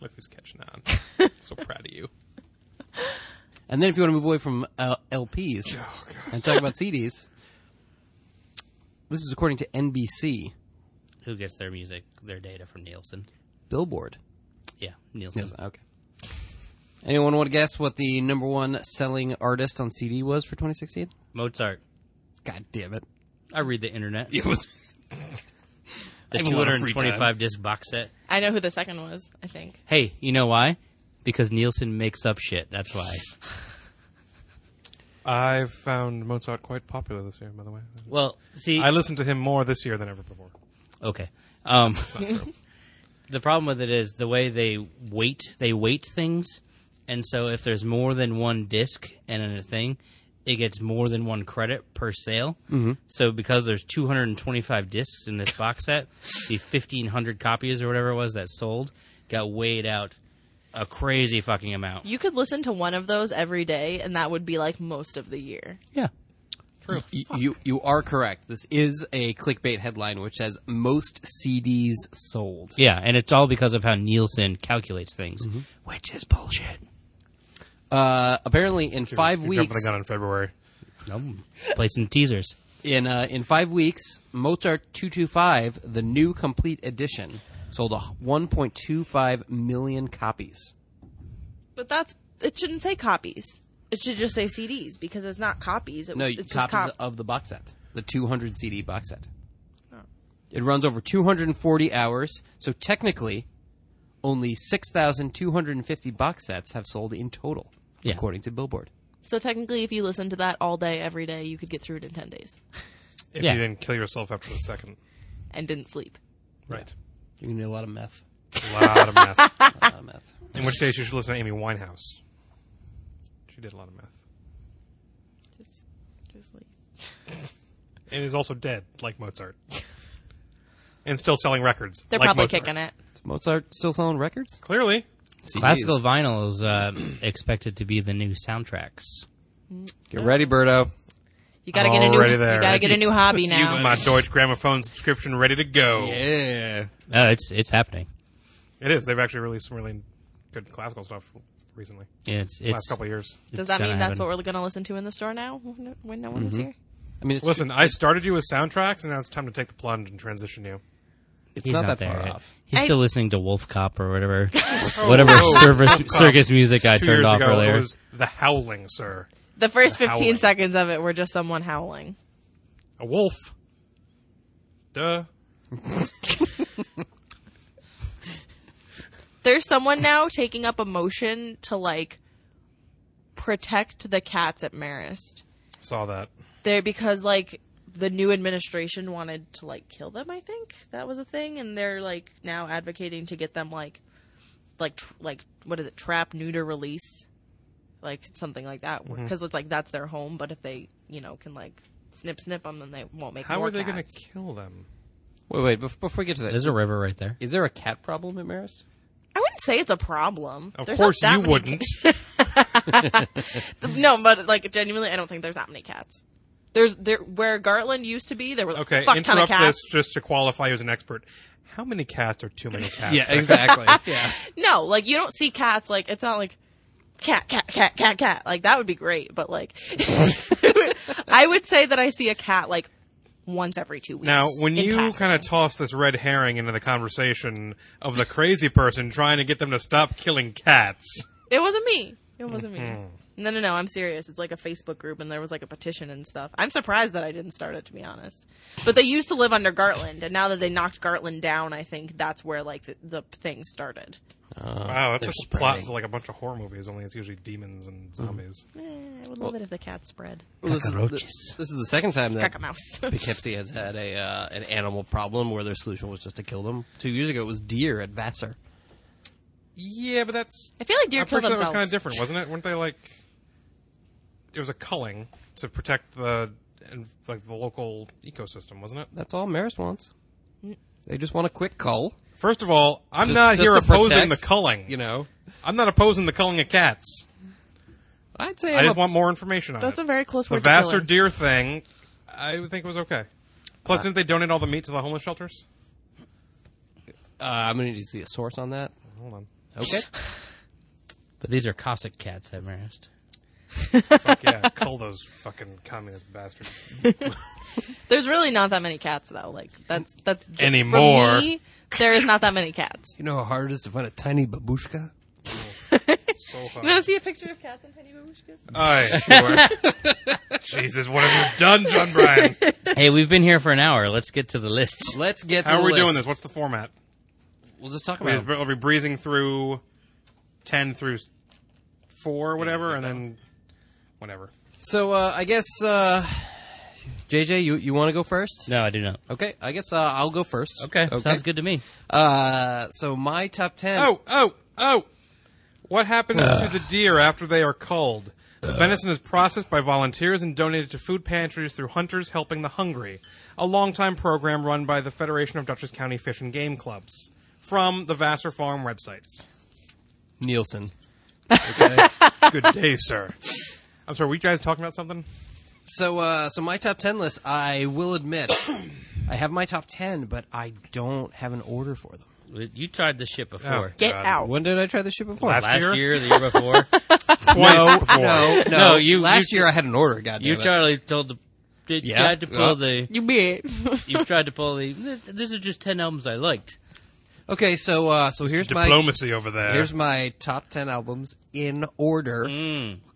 Speaker 1: Look who's catching on.
Speaker 3: [LAUGHS]
Speaker 1: so proud of you.
Speaker 5: and then if you want to move away from uh, LPs and talk about CDs, this is according to NBC,
Speaker 4: Who gets their music, their data from Nielsen?
Speaker 5: Billboard.
Speaker 4: Yeah, Nielsen.
Speaker 5: Yes, okay. Anyone want to guess what the number one selling artist on CD was for 2016?
Speaker 4: Mozart.
Speaker 5: God damn it.
Speaker 4: I read the internet.
Speaker 5: It was
Speaker 4: The
Speaker 5: have a lot of free
Speaker 4: 225 disc box set.
Speaker 3: I know who the second was. I think.
Speaker 4: Hey, you know why? Because Nielsen makes up shit. That's why.
Speaker 1: I've found Mozart quite popular this year, by the way.
Speaker 4: Well, see,
Speaker 1: I listened to him more this year than ever before.
Speaker 4: Okay. Um, [LAUGHS] the problem with it is the way they weight they weight things, and so if there's more than one disc and a thing, it gets more than one credit per sale. Mm-hmm. So because there's 225 discs in this box set, the 1500 copies or whatever it was that sold got weighed out a crazy fucking amount.
Speaker 3: You could listen to one of those every day, and that would be like most of the year.
Speaker 4: Yeah.
Speaker 5: You, you you are correct. This is a clickbait headline which says most CDs sold.
Speaker 4: Yeah, and it's all because of how Nielsen calculates things, which is bullshit.
Speaker 5: Uh, apparently, in five
Speaker 1: You're Jumping
Speaker 5: weeks,
Speaker 1: the gun in February.
Speaker 4: Placing teasers.
Speaker 5: in uh, in five weeks, Mozart two two five, the new complete edition, sold a one point two five million copies.
Speaker 3: But that's it. Shouldn't say copies. It should just say CDs because it's not copies. It,
Speaker 5: No,
Speaker 3: was- it's
Speaker 5: copies
Speaker 3: just cop-
Speaker 5: of the box set, the two hundred CD box set. It runs over two hundred and forty hours, so technically, only six thousand two hundred and fifty box sets have sold in total,
Speaker 4: Yeah.
Speaker 5: according to Billboard.
Speaker 3: So technically, if you listen to that all day, every day, you could get through it in ten days
Speaker 1: If
Speaker 4: Yeah.
Speaker 1: you didn't kill yourself after the second.
Speaker 3: and didn't sleep.
Speaker 1: Right.
Speaker 5: You're gonna need a lot of meth.
Speaker 1: A lot
Speaker 3: [LAUGHS]
Speaker 1: of math.
Speaker 5: A lot of meth.
Speaker 1: In which case, you should listen to Amy Winehouse. She did a lot of math.
Speaker 3: Just, just sleep.
Speaker 1: And is also dead, like
Speaker 3: [LAUGHS]
Speaker 1: Mozart. and still selling records.
Speaker 3: They're
Speaker 1: like
Speaker 3: probably
Speaker 1: Mozart.
Speaker 3: kicking it.
Speaker 5: Is Mozart still selling records?
Speaker 1: Clearly.
Speaker 4: Classical vinyl is uh, [CLEARS THROAT] expected to be the new soundtracks.
Speaker 5: Get ready, Birdo.
Speaker 3: You gotta get a new.
Speaker 1: Already there.
Speaker 3: You gotta
Speaker 1: That's
Speaker 3: get a new hobby
Speaker 1: You got
Speaker 3: now.
Speaker 1: my Deutsche Grammophon subscription ready to go.
Speaker 5: Yeah.
Speaker 4: No, it's it's happening.
Speaker 1: It is. They've actually released some really good classical stuff recently.
Speaker 4: It's
Speaker 1: last
Speaker 4: it's.
Speaker 1: couple of years.
Speaker 3: Does
Speaker 4: it's
Speaker 3: that mean
Speaker 4: gonna
Speaker 3: that's what
Speaker 4: happen.
Speaker 3: we're gonna listen to in the store now when no- when no one
Speaker 1: Mm-hmm.
Speaker 3: is here?
Speaker 5: I mean, it's,
Speaker 1: Listen, I started you with soundtracks, and now it's time to take the plunge and transition you.
Speaker 5: it's
Speaker 4: He's
Speaker 5: not,
Speaker 4: not,
Speaker 5: that
Speaker 4: there.
Speaker 5: far
Speaker 4: yet.
Speaker 5: off.
Speaker 4: He's
Speaker 3: I-
Speaker 4: still listening to Wolf Cop or [LAUGHS] whatever,
Speaker 1: Oh,
Speaker 4: whatever service,
Speaker 1: Cop.
Speaker 4: circus music I
Speaker 1: Two
Speaker 4: turned
Speaker 1: years
Speaker 4: off
Speaker 1: ago,
Speaker 4: earlier.
Speaker 1: it was The Howling, sir.
Speaker 3: The first 15
Speaker 1: The howling.
Speaker 3: seconds of it were just someone howling.
Speaker 1: A wolf. Duh.
Speaker 3: There's someone now taking up a motion to like protect the cats at Marist.
Speaker 1: Saw that.
Speaker 3: There because like the new administration wanted to like kill them, I think. That was a thing and they're like now advocating to get them like like tr- like what is it? Trap, neuter, release. Like something like that
Speaker 1: Mm-hmm.
Speaker 3: because it's like that's their home, but if they, you know, can like snip snip them then they won't make
Speaker 1: How
Speaker 3: more
Speaker 1: are they
Speaker 3: cats.
Speaker 1: going to kill them?
Speaker 5: Wait, wait. Before, before we get to that,
Speaker 4: There's a river right there.
Speaker 5: is there a cat problem at Marist?
Speaker 3: I wouldn't say it's a problem.
Speaker 1: Of
Speaker 3: There's not
Speaker 1: course
Speaker 3: that
Speaker 1: you
Speaker 3: many
Speaker 1: wouldn't.
Speaker 3: cats. No, but like genuinely, I don't think there's that many cats. There's there where Gartland used to be. There were a [LAUGHS]
Speaker 1: Okay,
Speaker 3: fuck ton of
Speaker 1: interrupt this
Speaker 3: cats.
Speaker 1: just to qualify you as an expert. How many cats are
Speaker 3: [LAUGHS]
Speaker 1: too many cats?
Speaker 5: [LAUGHS] exactly. yeah.
Speaker 3: No, like you don't see cats. Like it's not like cat, cat, cat, cat, cat. Like that would be great, but like [LAUGHS] I would say that I see a cat like once every two weeks.
Speaker 1: Now, when
Speaker 3: in
Speaker 1: you
Speaker 3: passing.
Speaker 1: kind of toss this red herring into the conversation of the crazy person trying to get them to stop killing cats,
Speaker 3: It wasn't me. It wasn't
Speaker 1: Mm-hmm.
Speaker 3: me. No, no, no. I'm serious. It's like a Facebook group, and there was like a petition and stuff. I'm surprised that I didn't start it, to be honest. But they used to live under Gartland, and now that they knocked Gartland down, I think that's where like the, the thing started.
Speaker 1: wow, that's just
Speaker 5: Oh, spreading. Mm-hmm.
Speaker 1: plot to like a bunch of horror movies. Only it's usually demons and zombies.
Speaker 3: Eh, I would love it if the cat spread.
Speaker 5: This is,
Speaker 4: Cockroaches.
Speaker 5: the, this is the second time that
Speaker 3: Caca mouse. [LAUGHS]
Speaker 5: Poughkeepsie has had a uh, an animal problem where their solution was just to kill them. Two years ago, it was deer at Vassar.
Speaker 1: Yeah, but that's
Speaker 3: I feel like deer
Speaker 1: I'm
Speaker 3: kill
Speaker 1: pretty sure that was
Speaker 3: themselves.
Speaker 1: kind of different, wasn't it? Weren't they like it was a culling to protect the and like the local ecosystem, wasn't it?
Speaker 5: That's all Maris wants. They just want a quick cull.
Speaker 1: First of all, I'm
Speaker 5: Just-
Speaker 1: not
Speaker 5: just
Speaker 1: here
Speaker 5: to
Speaker 1: opposing
Speaker 5: protect,
Speaker 1: the culling.
Speaker 5: You know,
Speaker 1: I'm not opposing the culling of cats.
Speaker 5: I'd say
Speaker 1: I
Speaker 5: I'm
Speaker 1: just
Speaker 5: a-
Speaker 1: want more information on it.
Speaker 3: That's a very close
Speaker 1: The
Speaker 3: word. to
Speaker 1: Vassar
Speaker 3: killing.
Speaker 1: deer thing, I would think was okay. Plus, didn't they donate all the meat to the homeless shelters?
Speaker 5: uh, I'm going to need to see a source on that.
Speaker 1: Hold on.
Speaker 5: Okay.
Speaker 4: But these are Cossack cats, I've [LAUGHS] noticed.
Speaker 1: Fuck yeah, cull those fucking communist bastards.
Speaker 3: There's really not that many cats though. Like that's that's for
Speaker 1: Anymore.
Speaker 3: me, there is not that many cats.
Speaker 5: you know how hard it is to find a tiny babushka?
Speaker 1: So
Speaker 3: [LAUGHS] You want
Speaker 1: hot.
Speaker 3: to see a picture of cats and tiny babushkas?
Speaker 1: Aye, sure. Jesus, what have you done, John Bryan?
Speaker 4: hey, we've been here for an hour. Let's get to the list.
Speaker 5: Let's get to
Speaker 1: How
Speaker 5: the
Speaker 1: are we
Speaker 5: list.
Speaker 1: doing this? What's the format?
Speaker 5: We'll just talk
Speaker 1: Are
Speaker 5: about
Speaker 1: we,
Speaker 5: it.
Speaker 1: are we breezing through ten through s- four, or whatever, and then whatever?
Speaker 5: So uh, I guess, uh, JJ, you, you want to go first?
Speaker 4: No, I do not.
Speaker 5: Okay, I guess uh, I'll go first.
Speaker 4: Okay, sounds good to me.
Speaker 5: Uh, so my top ten.
Speaker 1: Oh, oh, oh! What happens to the deer after they are culled? The venison is processed by volunteers and donated to food pantries through Hunters Helping the Hungry, a longtime program run by the Federation of Dutchess County Fish and Game Clubs from the Vassar Farm [LAUGHS] websites.
Speaker 5: Nielsen.
Speaker 1: Good day, sir. I'm sorry, were you guys talking about something?
Speaker 5: So, uh, so my top ten list. I will admit, [COUGHS] I have my top ten, but I don't have an order for them.
Speaker 4: You tried this shit before.
Speaker 1: Yeah.
Speaker 3: Get
Speaker 1: God.
Speaker 3: out.
Speaker 5: When did I try this shit before?
Speaker 1: Last
Speaker 4: Last
Speaker 1: year?
Speaker 4: year? the
Speaker 1: [LAUGHS]
Speaker 4: year before.
Speaker 1: Twice
Speaker 5: no,
Speaker 1: before.
Speaker 5: no, no,
Speaker 4: No, you-
Speaker 5: Last
Speaker 4: you-
Speaker 5: year I had an order. God damn
Speaker 4: you
Speaker 5: it.
Speaker 4: Charlie told the. You
Speaker 5: Yeah.
Speaker 4: tried to pull [LAUGHS]
Speaker 5: Yeah.
Speaker 4: the.
Speaker 3: You be
Speaker 4: You tried to pull the. These are just ten albums I liked.
Speaker 5: Okay, so uh, so here's my
Speaker 1: Diplomacy over there.
Speaker 5: here's my top ten albums in order.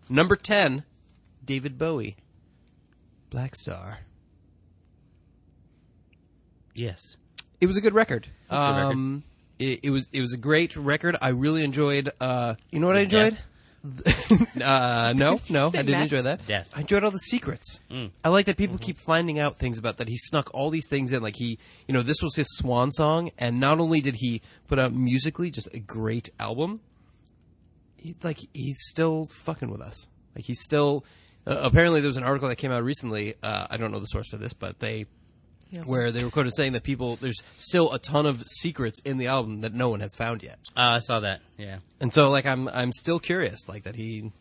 Speaker 5: Number ten, David Bowie, Black Star.
Speaker 4: Yes.
Speaker 5: It was a good record.
Speaker 4: a good record.
Speaker 5: Um, It, it was it was a great record. I really enjoyed. Uh, you know what I enjoyed? uh, no, no, I didn't
Speaker 3: Matt?
Speaker 5: enjoy that.
Speaker 4: Death.
Speaker 5: I enjoyed all the secrets. I like that people keep finding out things about that. He snuck all these things in. Like he, you know, this was his swan song, and not only did he put out musically just a great album, he, like he's still fucking with us. Like he's still. Uh, apparently, there was an article that came out recently. Uh, I don't know the source for this, but they where they were quoted saying that people there's still a ton of secrets in the album that no one has found yet.
Speaker 4: Uh, I saw that. Yeah.
Speaker 5: And so like I'm I'm still curious like that he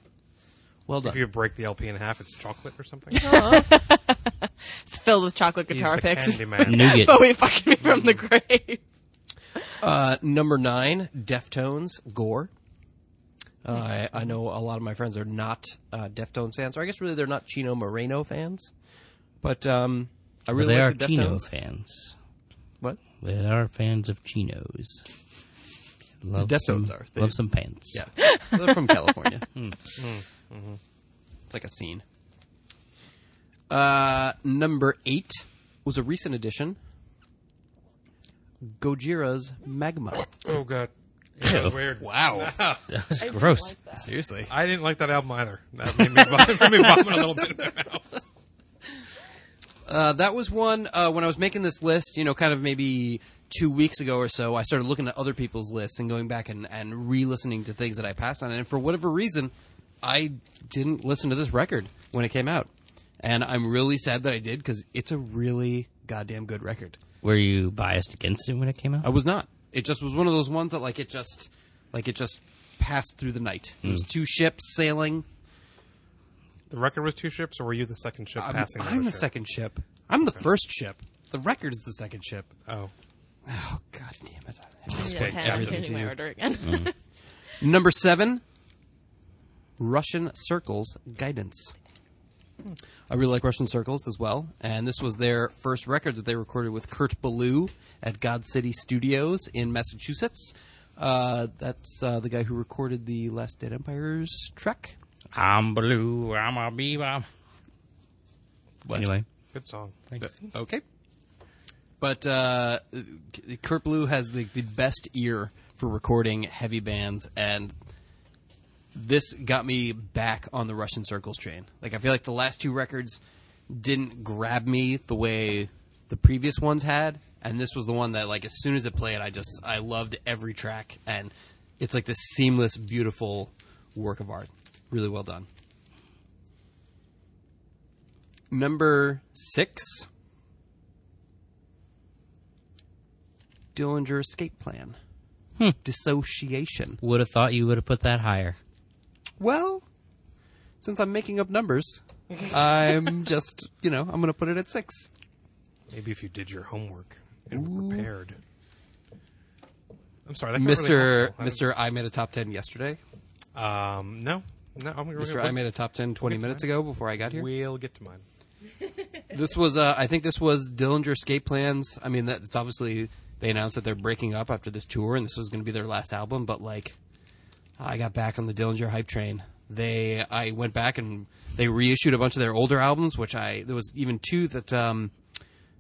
Speaker 5: well
Speaker 1: If
Speaker 5: done.
Speaker 1: you break the LP in half, it's chocolate or something.
Speaker 3: It's filled with chocolate
Speaker 1: He's
Speaker 3: guitar
Speaker 1: the
Speaker 3: picks.
Speaker 1: candy man.
Speaker 3: [LAUGHS]
Speaker 4: Nougat.
Speaker 3: But we fucking me from the
Speaker 5: [LAUGHS]
Speaker 3: grave.
Speaker 5: Uh, number 9, Deftones, Gore. Uh, I, I know a lot of my friends are not uh, Deftones fans, or I guess really they're not Chino Moreno fans. But um, I really
Speaker 4: they are
Speaker 5: like the
Speaker 4: Chino
Speaker 5: Deftones.
Speaker 4: fans.
Speaker 5: What?
Speaker 4: They are fans of chinos. Love
Speaker 5: Deftones
Speaker 4: some,
Speaker 5: are. They-
Speaker 4: love some pants.
Speaker 5: Yeah, they're from
Speaker 4: [LAUGHS]
Speaker 5: California.
Speaker 4: Hmm.
Speaker 5: It's like a scene. Uh, number eight was a recent addition. Gojira's magma.
Speaker 1: Oh god. Weird.
Speaker 4: [LAUGHS]
Speaker 5: Wow,
Speaker 4: That was gross.
Speaker 5: seriously.
Speaker 1: I didn't like that album either. That made me vomit, [LAUGHS] made me vomit a little bit. in my mouth.
Speaker 5: Uh, that was one uh, when I was making this list. You know, kind of maybe two weeks ago or so. I started looking at other people's lists and going back and, and re-listening to things that I passed on. And for whatever reason, I didn't listen to this record when it came out, and I'm really sad that I did because it's a really goddamn good record.
Speaker 4: Were you biased against it when it came out?
Speaker 5: I was not. It just was one of those ones that like it just like it just passed through the night. It was two ships sailing.
Speaker 1: The record was two ships, or were you the second ship
Speaker 5: I'm,
Speaker 1: passing?
Speaker 5: I'm
Speaker 1: other
Speaker 5: the
Speaker 1: ship?
Speaker 5: second ship. I'm the first ship. The record is the second ship.
Speaker 1: Oh,
Speaker 5: Oh god
Speaker 1: [LAUGHS]
Speaker 5: damn it.
Speaker 3: Yeah,
Speaker 1: Yeah,
Speaker 3: okay, I'm
Speaker 1: yeah,
Speaker 3: changing my order again.
Speaker 5: [LAUGHS] Number seven Russian Circles Guidance. I really like Russian Circles as well, and this was their first record that they recorded with Kurt Ballou at God City Studios in Massachusetts. Uh, that's uh, the guy who recorded the Last Dead Empire's track.
Speaker 4: I'm blue. I'm a bee. I'm... Anyway,
Speaker 1: good song.
Speaker 4: thanks.
Speaker 5: Uh, Okay. But uh, K- Kurt Blue has the, the best ear for recording heavy bands, and this got me back on the Russian Circles train. Like, I feel like the last two records didn't grab me the way the previous ones had, and this was the one that, like, as soon as it played, I just I loved every track, and it's like this seamless, beautiful work of art. Really well done. Number six Dillinger Escape Plan. Hmm. Dissociation.
Speaker 4: Would have thought you would have put that higher.
Speaker 5: Well, since I'm making up [LAUGHS] numbers, I'm just, you know, I'm going to put it at six.
Speaker 1: Maybe if you did your homework and were prepared. I'm sorry, that got really
Speaker 5: Mr.
Speaker 1: personal. I
Speaker 5: Mr. I made a top 10 yesterday.
Speaker 1: don't- Um, no, no, I'm gonna.
Speaker 5: Mr.
Speaker 1: we'll,
Speaker 5: I made a top 10 20 minutes ago before I got here.
Speaker 1: We'll get to mine.
Speaker 5: This was, uh, I think this was Dillinger Escape Plans. I mean, that's obviously, they announced that they're breaking up after this tour and this was going to be their last album, but like, I got back on the Dillinger hype train. They, I went back and they reissued a bunch of their older albums, which I, there was even two that, um,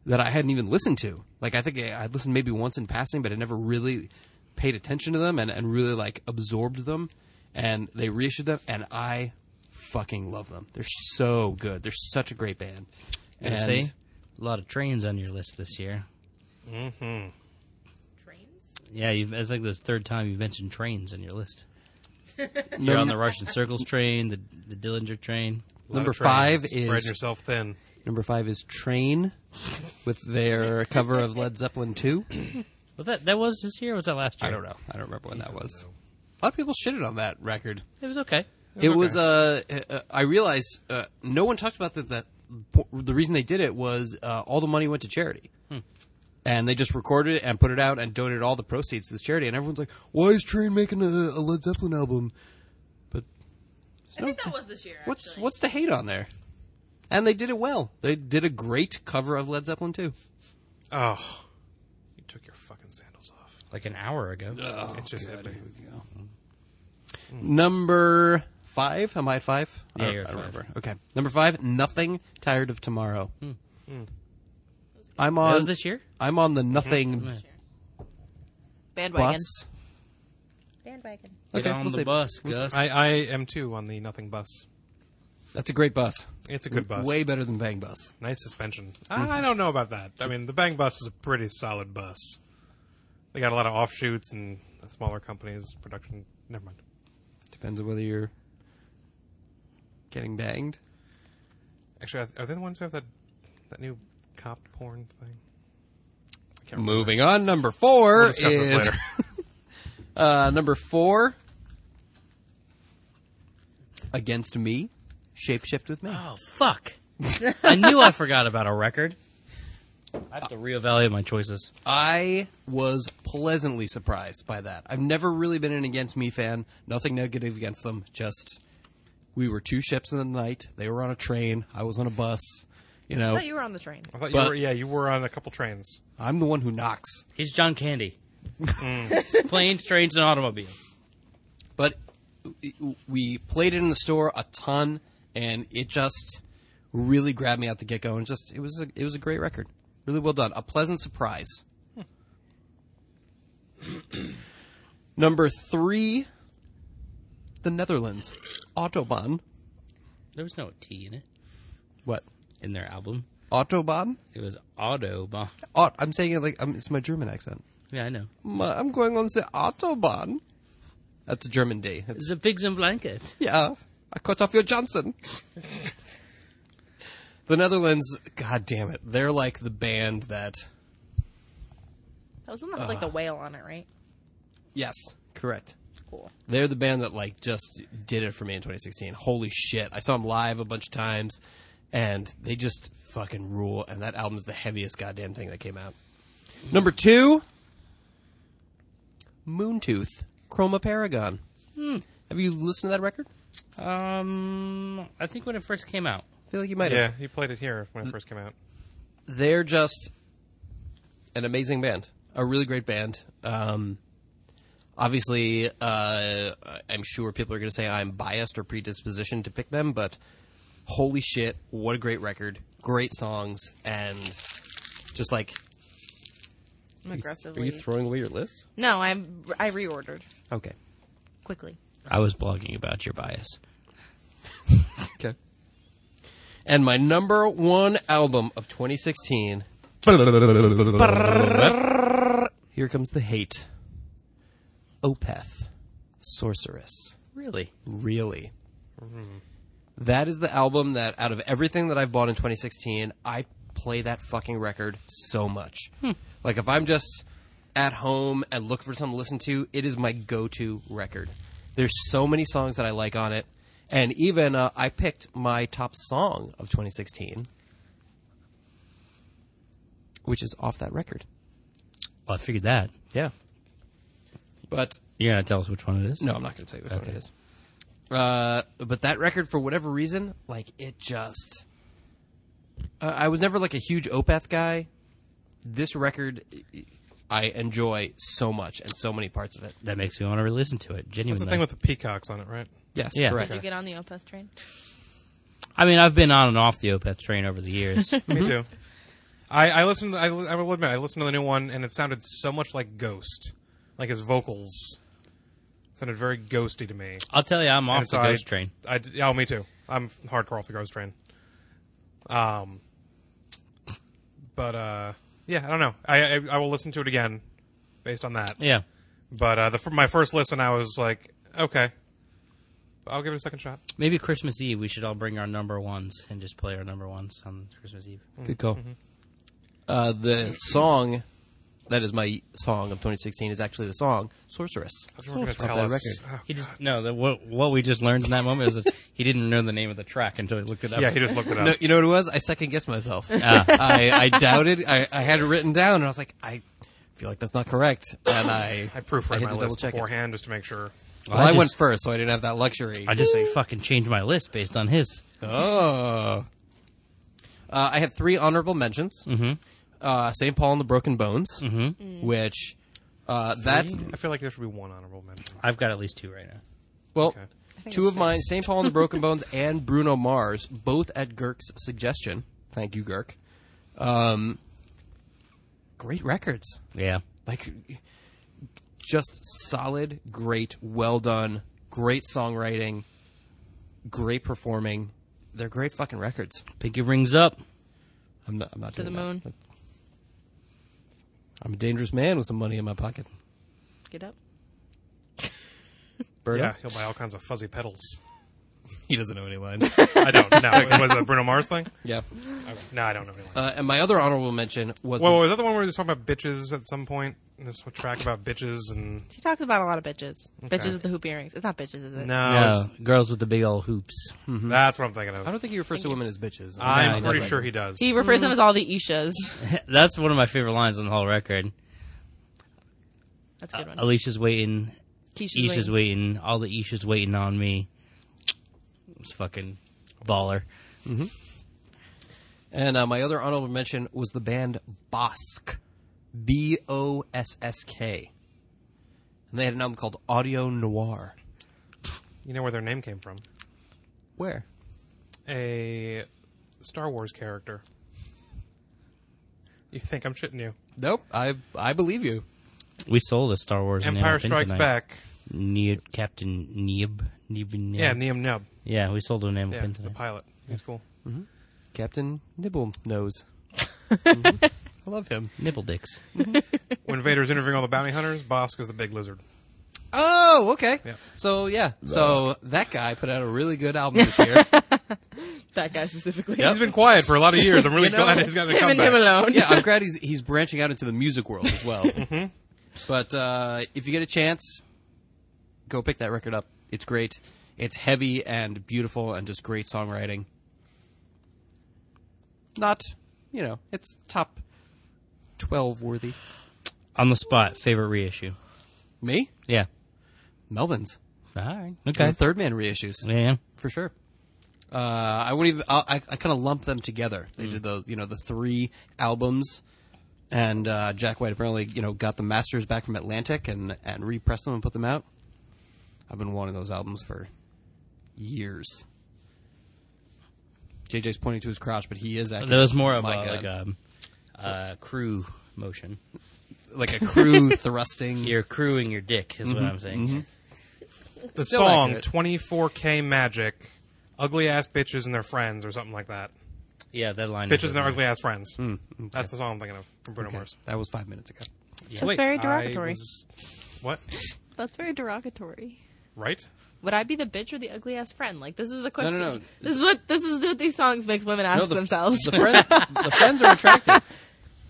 Speaker 5: that I hadn't even listened to. Like, I think I I listened maybe once in passing, but I never really paid attention to them and, and really like absorbed them. And they reissued them and I fucking love them. They're so good. They're such a great band.
Speaker 4: You
Speaker 5: And-
Speaker 4: see, a lot of trains on your list this year.
Speaker 3: Trains?
Speaker 4: Yeah, you've, it's like the third time you've mentioned trains on your list. You're on the Russian Circles train, the the Dillinger train.
Speaker 1: A lot
Speaker 5: Number
Speaker 1: of training,
Speaker 5: five
Speaker 1: spreading
Speaker 5: is-
Speaker 1: yourself thin.
Speaker 5: Number five is Train with their cover of Led Zeppelin 2.
Speaker 4: Was that that was this year? or Was that last year?
Speaker 5: I don't know. I don't remember when that was. A lot of people shitted on that record.
Speaker 4: It was okay.
Speaker 5: It was. Uh, uh, I realized uh, no one talked about that. That the reason they did it was uh, all the money went to charity, and they just recorded it and put it out and donated all the proceeds to this charity. And everyone's like, "Why is Train making a, a Led Zeppelin album?" But
Speaker 3: I think that was this year.
Speaker 5: what's
Speaker 3: actually.
Speaker 5: what's the hate on there? And they did it well. They did a great cover of Led Zeppelin too.
Speaker 1: Oh, you took your fucking sandals off.
Speaker 4: Like an hour ago.
Speaker 1: it's just epic.
Speaker 5: Number five. Am I at five?
Speaker 4: Yeah,
Speaker 5: I don't-
Speaker 4: you're at
Speaker 5: I don't
Speaker 4: five.
Speaker 5: remember. Okay. Number five. Nothing. Tired of tomorrow. I'm
Speaker 4: That
Speaker 5: on.
Speaker 4: was Oh, this year.
Speaker 5: I'm on the nothing
Speaker 3: bandwagon?
Speaker 5: bus.
Speaker 3: Bandwagon.
Speaker 4: Get
Speaker 5: Okay,
Speaker 4: on
Speaker 5: we'll
Speaker 4: the
Speaker 5: say-
Speaker 4: bus, Gus.
Speaker 1: I, I am too on the nothing bus.
Speaker 5: That's a great bus.
Speaker 1: It's a good bus.
Speaker 5: Way better than Bang Bus.
Speaker 1: nice suspension. I don't know about that. I mean, the Bang Bus is a pretty solid bus. They got a lot of offshoots and smaller companies, production. Never mind.
Speaker 5: Depends on whether you're getting banged.
Speaker 1: Actually, are- are they the ones who have that that new cop porn thing? I can't remember.
Speaker 5: Moving on. Number 4
Speaker 1: We'll discuss
Speaker 5: is
Speaker 1: this later.
Speaker 5: uh, number four. Against me, shapeshift with me.
Speaker 4: oh fuck! I knew I forgot about a record. I have to reevaluate my choices.
Speaker 5: I was pleasantly surprised by that. I've never really been an against me fan. Nothing negative against them. Just we were two ships in the night. They were on a train. I was on a bus. You know,
Speaker 3: Oh, you were on the train.
Speaker 1: I thought you
Speaker 5: But-
Speaker 1: were. Yeah, you were on a couple trains.
Speaker 5: I'm the one who knocks.
Speaker 4: He's John Candy. [LAUGHS] Planes, trains, and automobiles.
Speaker 5: But we played it in the store a ton, and it just really grabbed me out the get go. And just it was a, it was a great record. Really well done. A pleasant surprise. Number three, the Netherlands, Autobahn.
Speaker 4: There was no T in it
Speaker 5: What?
Speaker 4: in their album.
Speaker 5: Autobahn?
Speaker 4: It was Autobahn.
Speaker 5: Aut- I'm saying it like I'm, it's my German accent.
Speaker 4: Yeah, I know.
Speaker 5: Ma- I'm going on the Autobahn. That's a German D. That's-
Speaker 4: The pigs and blanket.
Speaker 5: yeah, I cut off your Johnson. the Netherlands, god damn it, they're like the band that.
Speaker 3: That was the one that had,
Speaker 5: Ah.
Speaker 3: like the whale on it, right?
Speaker 5: Yes, correct.
Speaker 3: Cool.
Speaker 5: They're the band that like just did it for me in 2016. Holy shit! I saw them live a bunch of times, and they just fucking rule. And that album is the heaviest goddamn thing that came out. Number two, Moontooth, Chroma Paragon. Have you listened to that record?
Speaker 4: Um, I think when it first came out,
Speaker 5: I feel like you might
Speaker 1: Yeah,
Speaker 5: have.
Speaker 1: you played it here
Speaker 5: Mm.
Speaker 1: when it first came out.
Speaker 5: they're just an amazing band, a really great band. Um, obviously, uh, I'm sure people are going to say I'm biased or predispositioned to pick them, but holy shit, what a great record, great songs, and just like,
Speaker 3: I'm
Speaker 5: are
Speaker 3: aggressively.
Speaker 5: you throwing away your list?
Speaker 3: no, I'm. I reordered
Speaker 5: Okay,
Speaker 3: quickly.
Speaker 4: I was blogging about your bias.
Speaker 5: okay. And my number one album of 2016, here comes the hate. Opeth, Sorceress.
Speaker 4: Really?
Speaker 5: Really. That is the album that, out of everything that I've bought in 2016, I play that fucking record so much. Like, if I'm just at home and look for something to listen to, it is my go to record. There's so many songs that I like on it. And even uh, I picked my top song of 2016, which is off that record.
Speaker 4: Well, I figured that.
Speaker 5: Yeah. But
Speaker 4: You're going to tell us which one it is?
Speaker 5: no, I'm not going to tell you which one
Speaker 4: Okay.
Speaker 5: it is. Uh, but that record, for whatever reason, like it just. Uh, I was never like a huge Opeth guy. This record, I enjoy so much and so many parts of it.
Speaker 4: That makes me want to listen to it. Genuinely.
Speaker 1: That's the thing with the peacocks on it, right?
Speaker 5: Yes,
Speaker 4: Yeah.
Speaker 5: correct.
Speaker 3: Did you get on the Opeth train?
Speaker 4: I mean, I've been on and off the Opeth train over the years.
Speaker 5: Mm-hmm.
Speaker 1: Me too. I, I listened. I, I will admit, I listened to the new one, and it sounded so much like Ghost. Like his vocals sounded very ghosty to me.
Speaker 4: I'll tell you, I'm
Speaker 1: And
Speaker 4: off
Speaker 1: it's-
Speaker 4: the
Speaker 1: I-
Speaker 4: ghost train.
Speaker 1: I, d- oh, me too. I'm hardcore off the ghost train. Um, but uh, yeah, I don't know. I, I I will listen to it again based on that.
Speaker 4: Yeah.
Speaker 1: But uh, the fir- my first listen, I was like, okay, I'll give it a second shot.
Speaker 4: Maybe Christmas Eve, we should all bring our number ones and just play our number ones on Christmas Eve.
Speaker 5: Good call.
Speaker 1: Mm-hmm.
Speaker 5: Uh, the song that is my song of 2016 is actually the song Sorceress.
Speaker 1: You were gonna
Speaker 5: Sorceress.
Speaker 1: tell
Speaker 5: Off that
Speaker 1: us-
Speaker 5: record.
Speaker 4: He just no. The, what what we just learned in that moment is that he didn't know the name of the track until he looked it
Speaker 1: oh, [LAUGHS]
Speaker 4: up.
Speaker 1: yeah, he just looked it up.
Speaker 5: No, you know what it was? I second guessed myself.
Speaker 4: Ah.
Speaker 5: I, I doubted. I, I had it written down, and I was like, I feel like that's not correct. And I,
Speaker 1: I
Speaker 5: I
Speaker 1: proofread
Speaker 5: had
Speaker 1: my
Speaker 5: to
Speaker 1: list
Speaker 5: double-check it.
Speaker 1: beforehand just to make sure.
Speaker 5: Well,
Speaker 4: I
Speaker 5: I,
Speaker 4: just-
Speaker 5: went first, so I didn't have that luxury.
Speaker 4: I just fucking changed my list based on his.
Speaker 5: oh. Uh, I have three honorable mentions. Mm-hmm. Uh, St. Paul and the Broken Bones,
Speaker 3: Mm.
Speaker 5: mm-hmm. which uh, that
Speaker 1: I feel like there should be one honorable mention.
Speaker 4: I've got at least two right now.
Speaker 5: well,
Speaker 3: think
Speaker 5: two
Speaker 3: it's
Speaker 5: of mine, St. Paul and
Speaker 3: [LAUGHS]
Speaker 5: the Broken Bones, and Bruno Mars, both at Girk's suggestion. Thank you, Girk. Um, great records.
Speaker 4: Yeah,
Speaker 5: like just solid, great, well done, great songwriting, great performing. They're great fucking records.
Speaker 4: Pinky rings up.
Speaker 5: I'm not. I'm not
Speaker 3: To
Speaker 5: doing
Speaker 3: the
Speaker 5: that.
Speaker 3: moon.
Speaker 5: I'm a dangerous man with some money in my pocket.
Speaker 3: Get up.
Speaker 5: Birdo,
Speaker 1: Yeah, [LAUGHS] he'll buy all kinds of fuzzy pedals.
Speaker 5: he doesn't know any lines.
Speaker 1: I don't. No, it was a Bruno Mars thing.
Speaker 5: [LAUGHS] yeah.
Speaker 1: Okay. No, I don't know. Any lines.
Speaker 5: Uh, and my other honorable mention was
Speaker 1: Whoa, was that the one where he was talking about bitches at some point? And This whole track about bitches and
Speaker 3: He talked about a lot of bitches. Bitches with the hoop earrings. It's not bitches, is it?
Speaker 1: no,
Speaker 4: No, girls with the big old hoops.
Speaker 1: it's- that's what I'm thinking
Speaker 5: I
Speaker 1: of.
Speaker 5: don't think he refers to women as bitches.
Speaker 4: No,
Speaker 1: I'm
Speaker 4: he
Speaker 1: pretty
Speaker 4: doesn't.
Speaker 1: sure he does.
Speaker 3: He refers to them as all the Ishas.
Speaker 4: That's one of my favorite lines on the whole record.
Speaker 3: That's a good one.
Speaker 4: Alicia's waiting.
Speaker 3: Keisha's
Speaker 4: Isha's
Speaker 3: waiting.
Speaker 4: waiting. All the Isha's waiting on me. It's fucking baller.
Speaker 5: And uh, my other honorable mention was the band Bosk, B O S S K, and they had an album called Audio Noir.
Speaker 1: you know where their name came from?
Speaker 5: Where?
Speaker 1: A Star Wars character. You think I'm shitting you?
Speaker 5: Nope. I I believe you.
Speaker 4: We sold a Star Wars. and
Speaker 1: Empire
Speaker 4: Neo thing
Speaker 1: Strikes
Speaker 4: tonight.
Speaker 1: Back.
Speaker 4: Neo, Captain Neeb. Neeb, Neeb.
Speaker 1: Yeah, Neum Nub.
Speaker 4: Yeah, we sold an name
Speaker 1: Yeah, the pilot. He's cool.
Speaker 5: Captain Nibble Nose. Mm-hmm. [LAUGHS] I love him.
Speaker 4: Nibble dicks.
Speaker 1: When Vader's interviewing all the bounty hunters, Bosk is the big lizard.
Speaker 5: Oh, okay.
Speaker 1: Yeah.
Speaker 5: So yeah, so that guy put out a really good album this [LAUGHS] year.
Speaker 3: That guy specifically. [LAUGHS]
Speaker 1: He's been quiet for a lot of years. I'm really
Speaker 5: You know,
Speaker 1: glad he's gotten a
Speaker 3: Him and him
Speaker 1: comeback.
Speaker 3: alone.
Speaker 5: yeah, I'm glad he's he's branching out into the music world as [LAUGHS] well. But uh, if you get a chance, go pick that record up. It's great. It's heavy and beautiful and just great songwriting. Not, you know, it's top twelve worthy.
Speaker 4: On the spot, favorite reissue.
Speaker 5: Me,
Speaker 4: Yeah.
Speaker 5: Melvin's,
Speaker 4: All right.
Speaker 5: and
Speaker 4: Okay.
Speaker 5: the Third Man reissues.
Speaker 4: Yeah.
Speaker 5: for sure. Uh, I wouldn't even. I, I, I kind of lumped them together. They did those, you know, the three albums, and uh, Jack White apparently, you know, got the masters back from Atlantic and and repressed them and put them out. I've been wanting those albums for years. JJ's pointing to his crotch, but he is acting.
Speaker 4: That was more of a,
Speaker 5: my God.
Speaker 4: like a uh, crew motion.
Speaker 5: like a crew thrusting.
Speaker 4: You're crewing your dick, is what I'm saying.
Speaker 1: the
Speaker 5: Still
Speaker 1: song
Speaker 5: accurate.
Speaker 1: 24K Magic, Ugly Ass Bitches and Their Friends, or something like that.
Speaker 4: Yeah, that line.
Speaker 1: Bitches and Their
Speaker 4: are
Speaker 1: Ugly Ass Friends. That's the song I'm thinking of from Bruno Mars.
Speaker 5: That was five minutes ago.
Speaker 3: That's very derogatory.
Speaker 1: was- what?
Speaker 7: That's very derogatory.
Speaker 1: Right?
Speaker 7: Would I be the bitch or the ugly ass friend? Like this is the
Speaker 5: no,
Speaker 7: question.
Speaker 5: no.
Speaker 7: This is what this is what these songs makes women ask
Speaker 5: No, the-
Speaker 7: themselves.
Speaker 5: The, friend, the friends are attractive.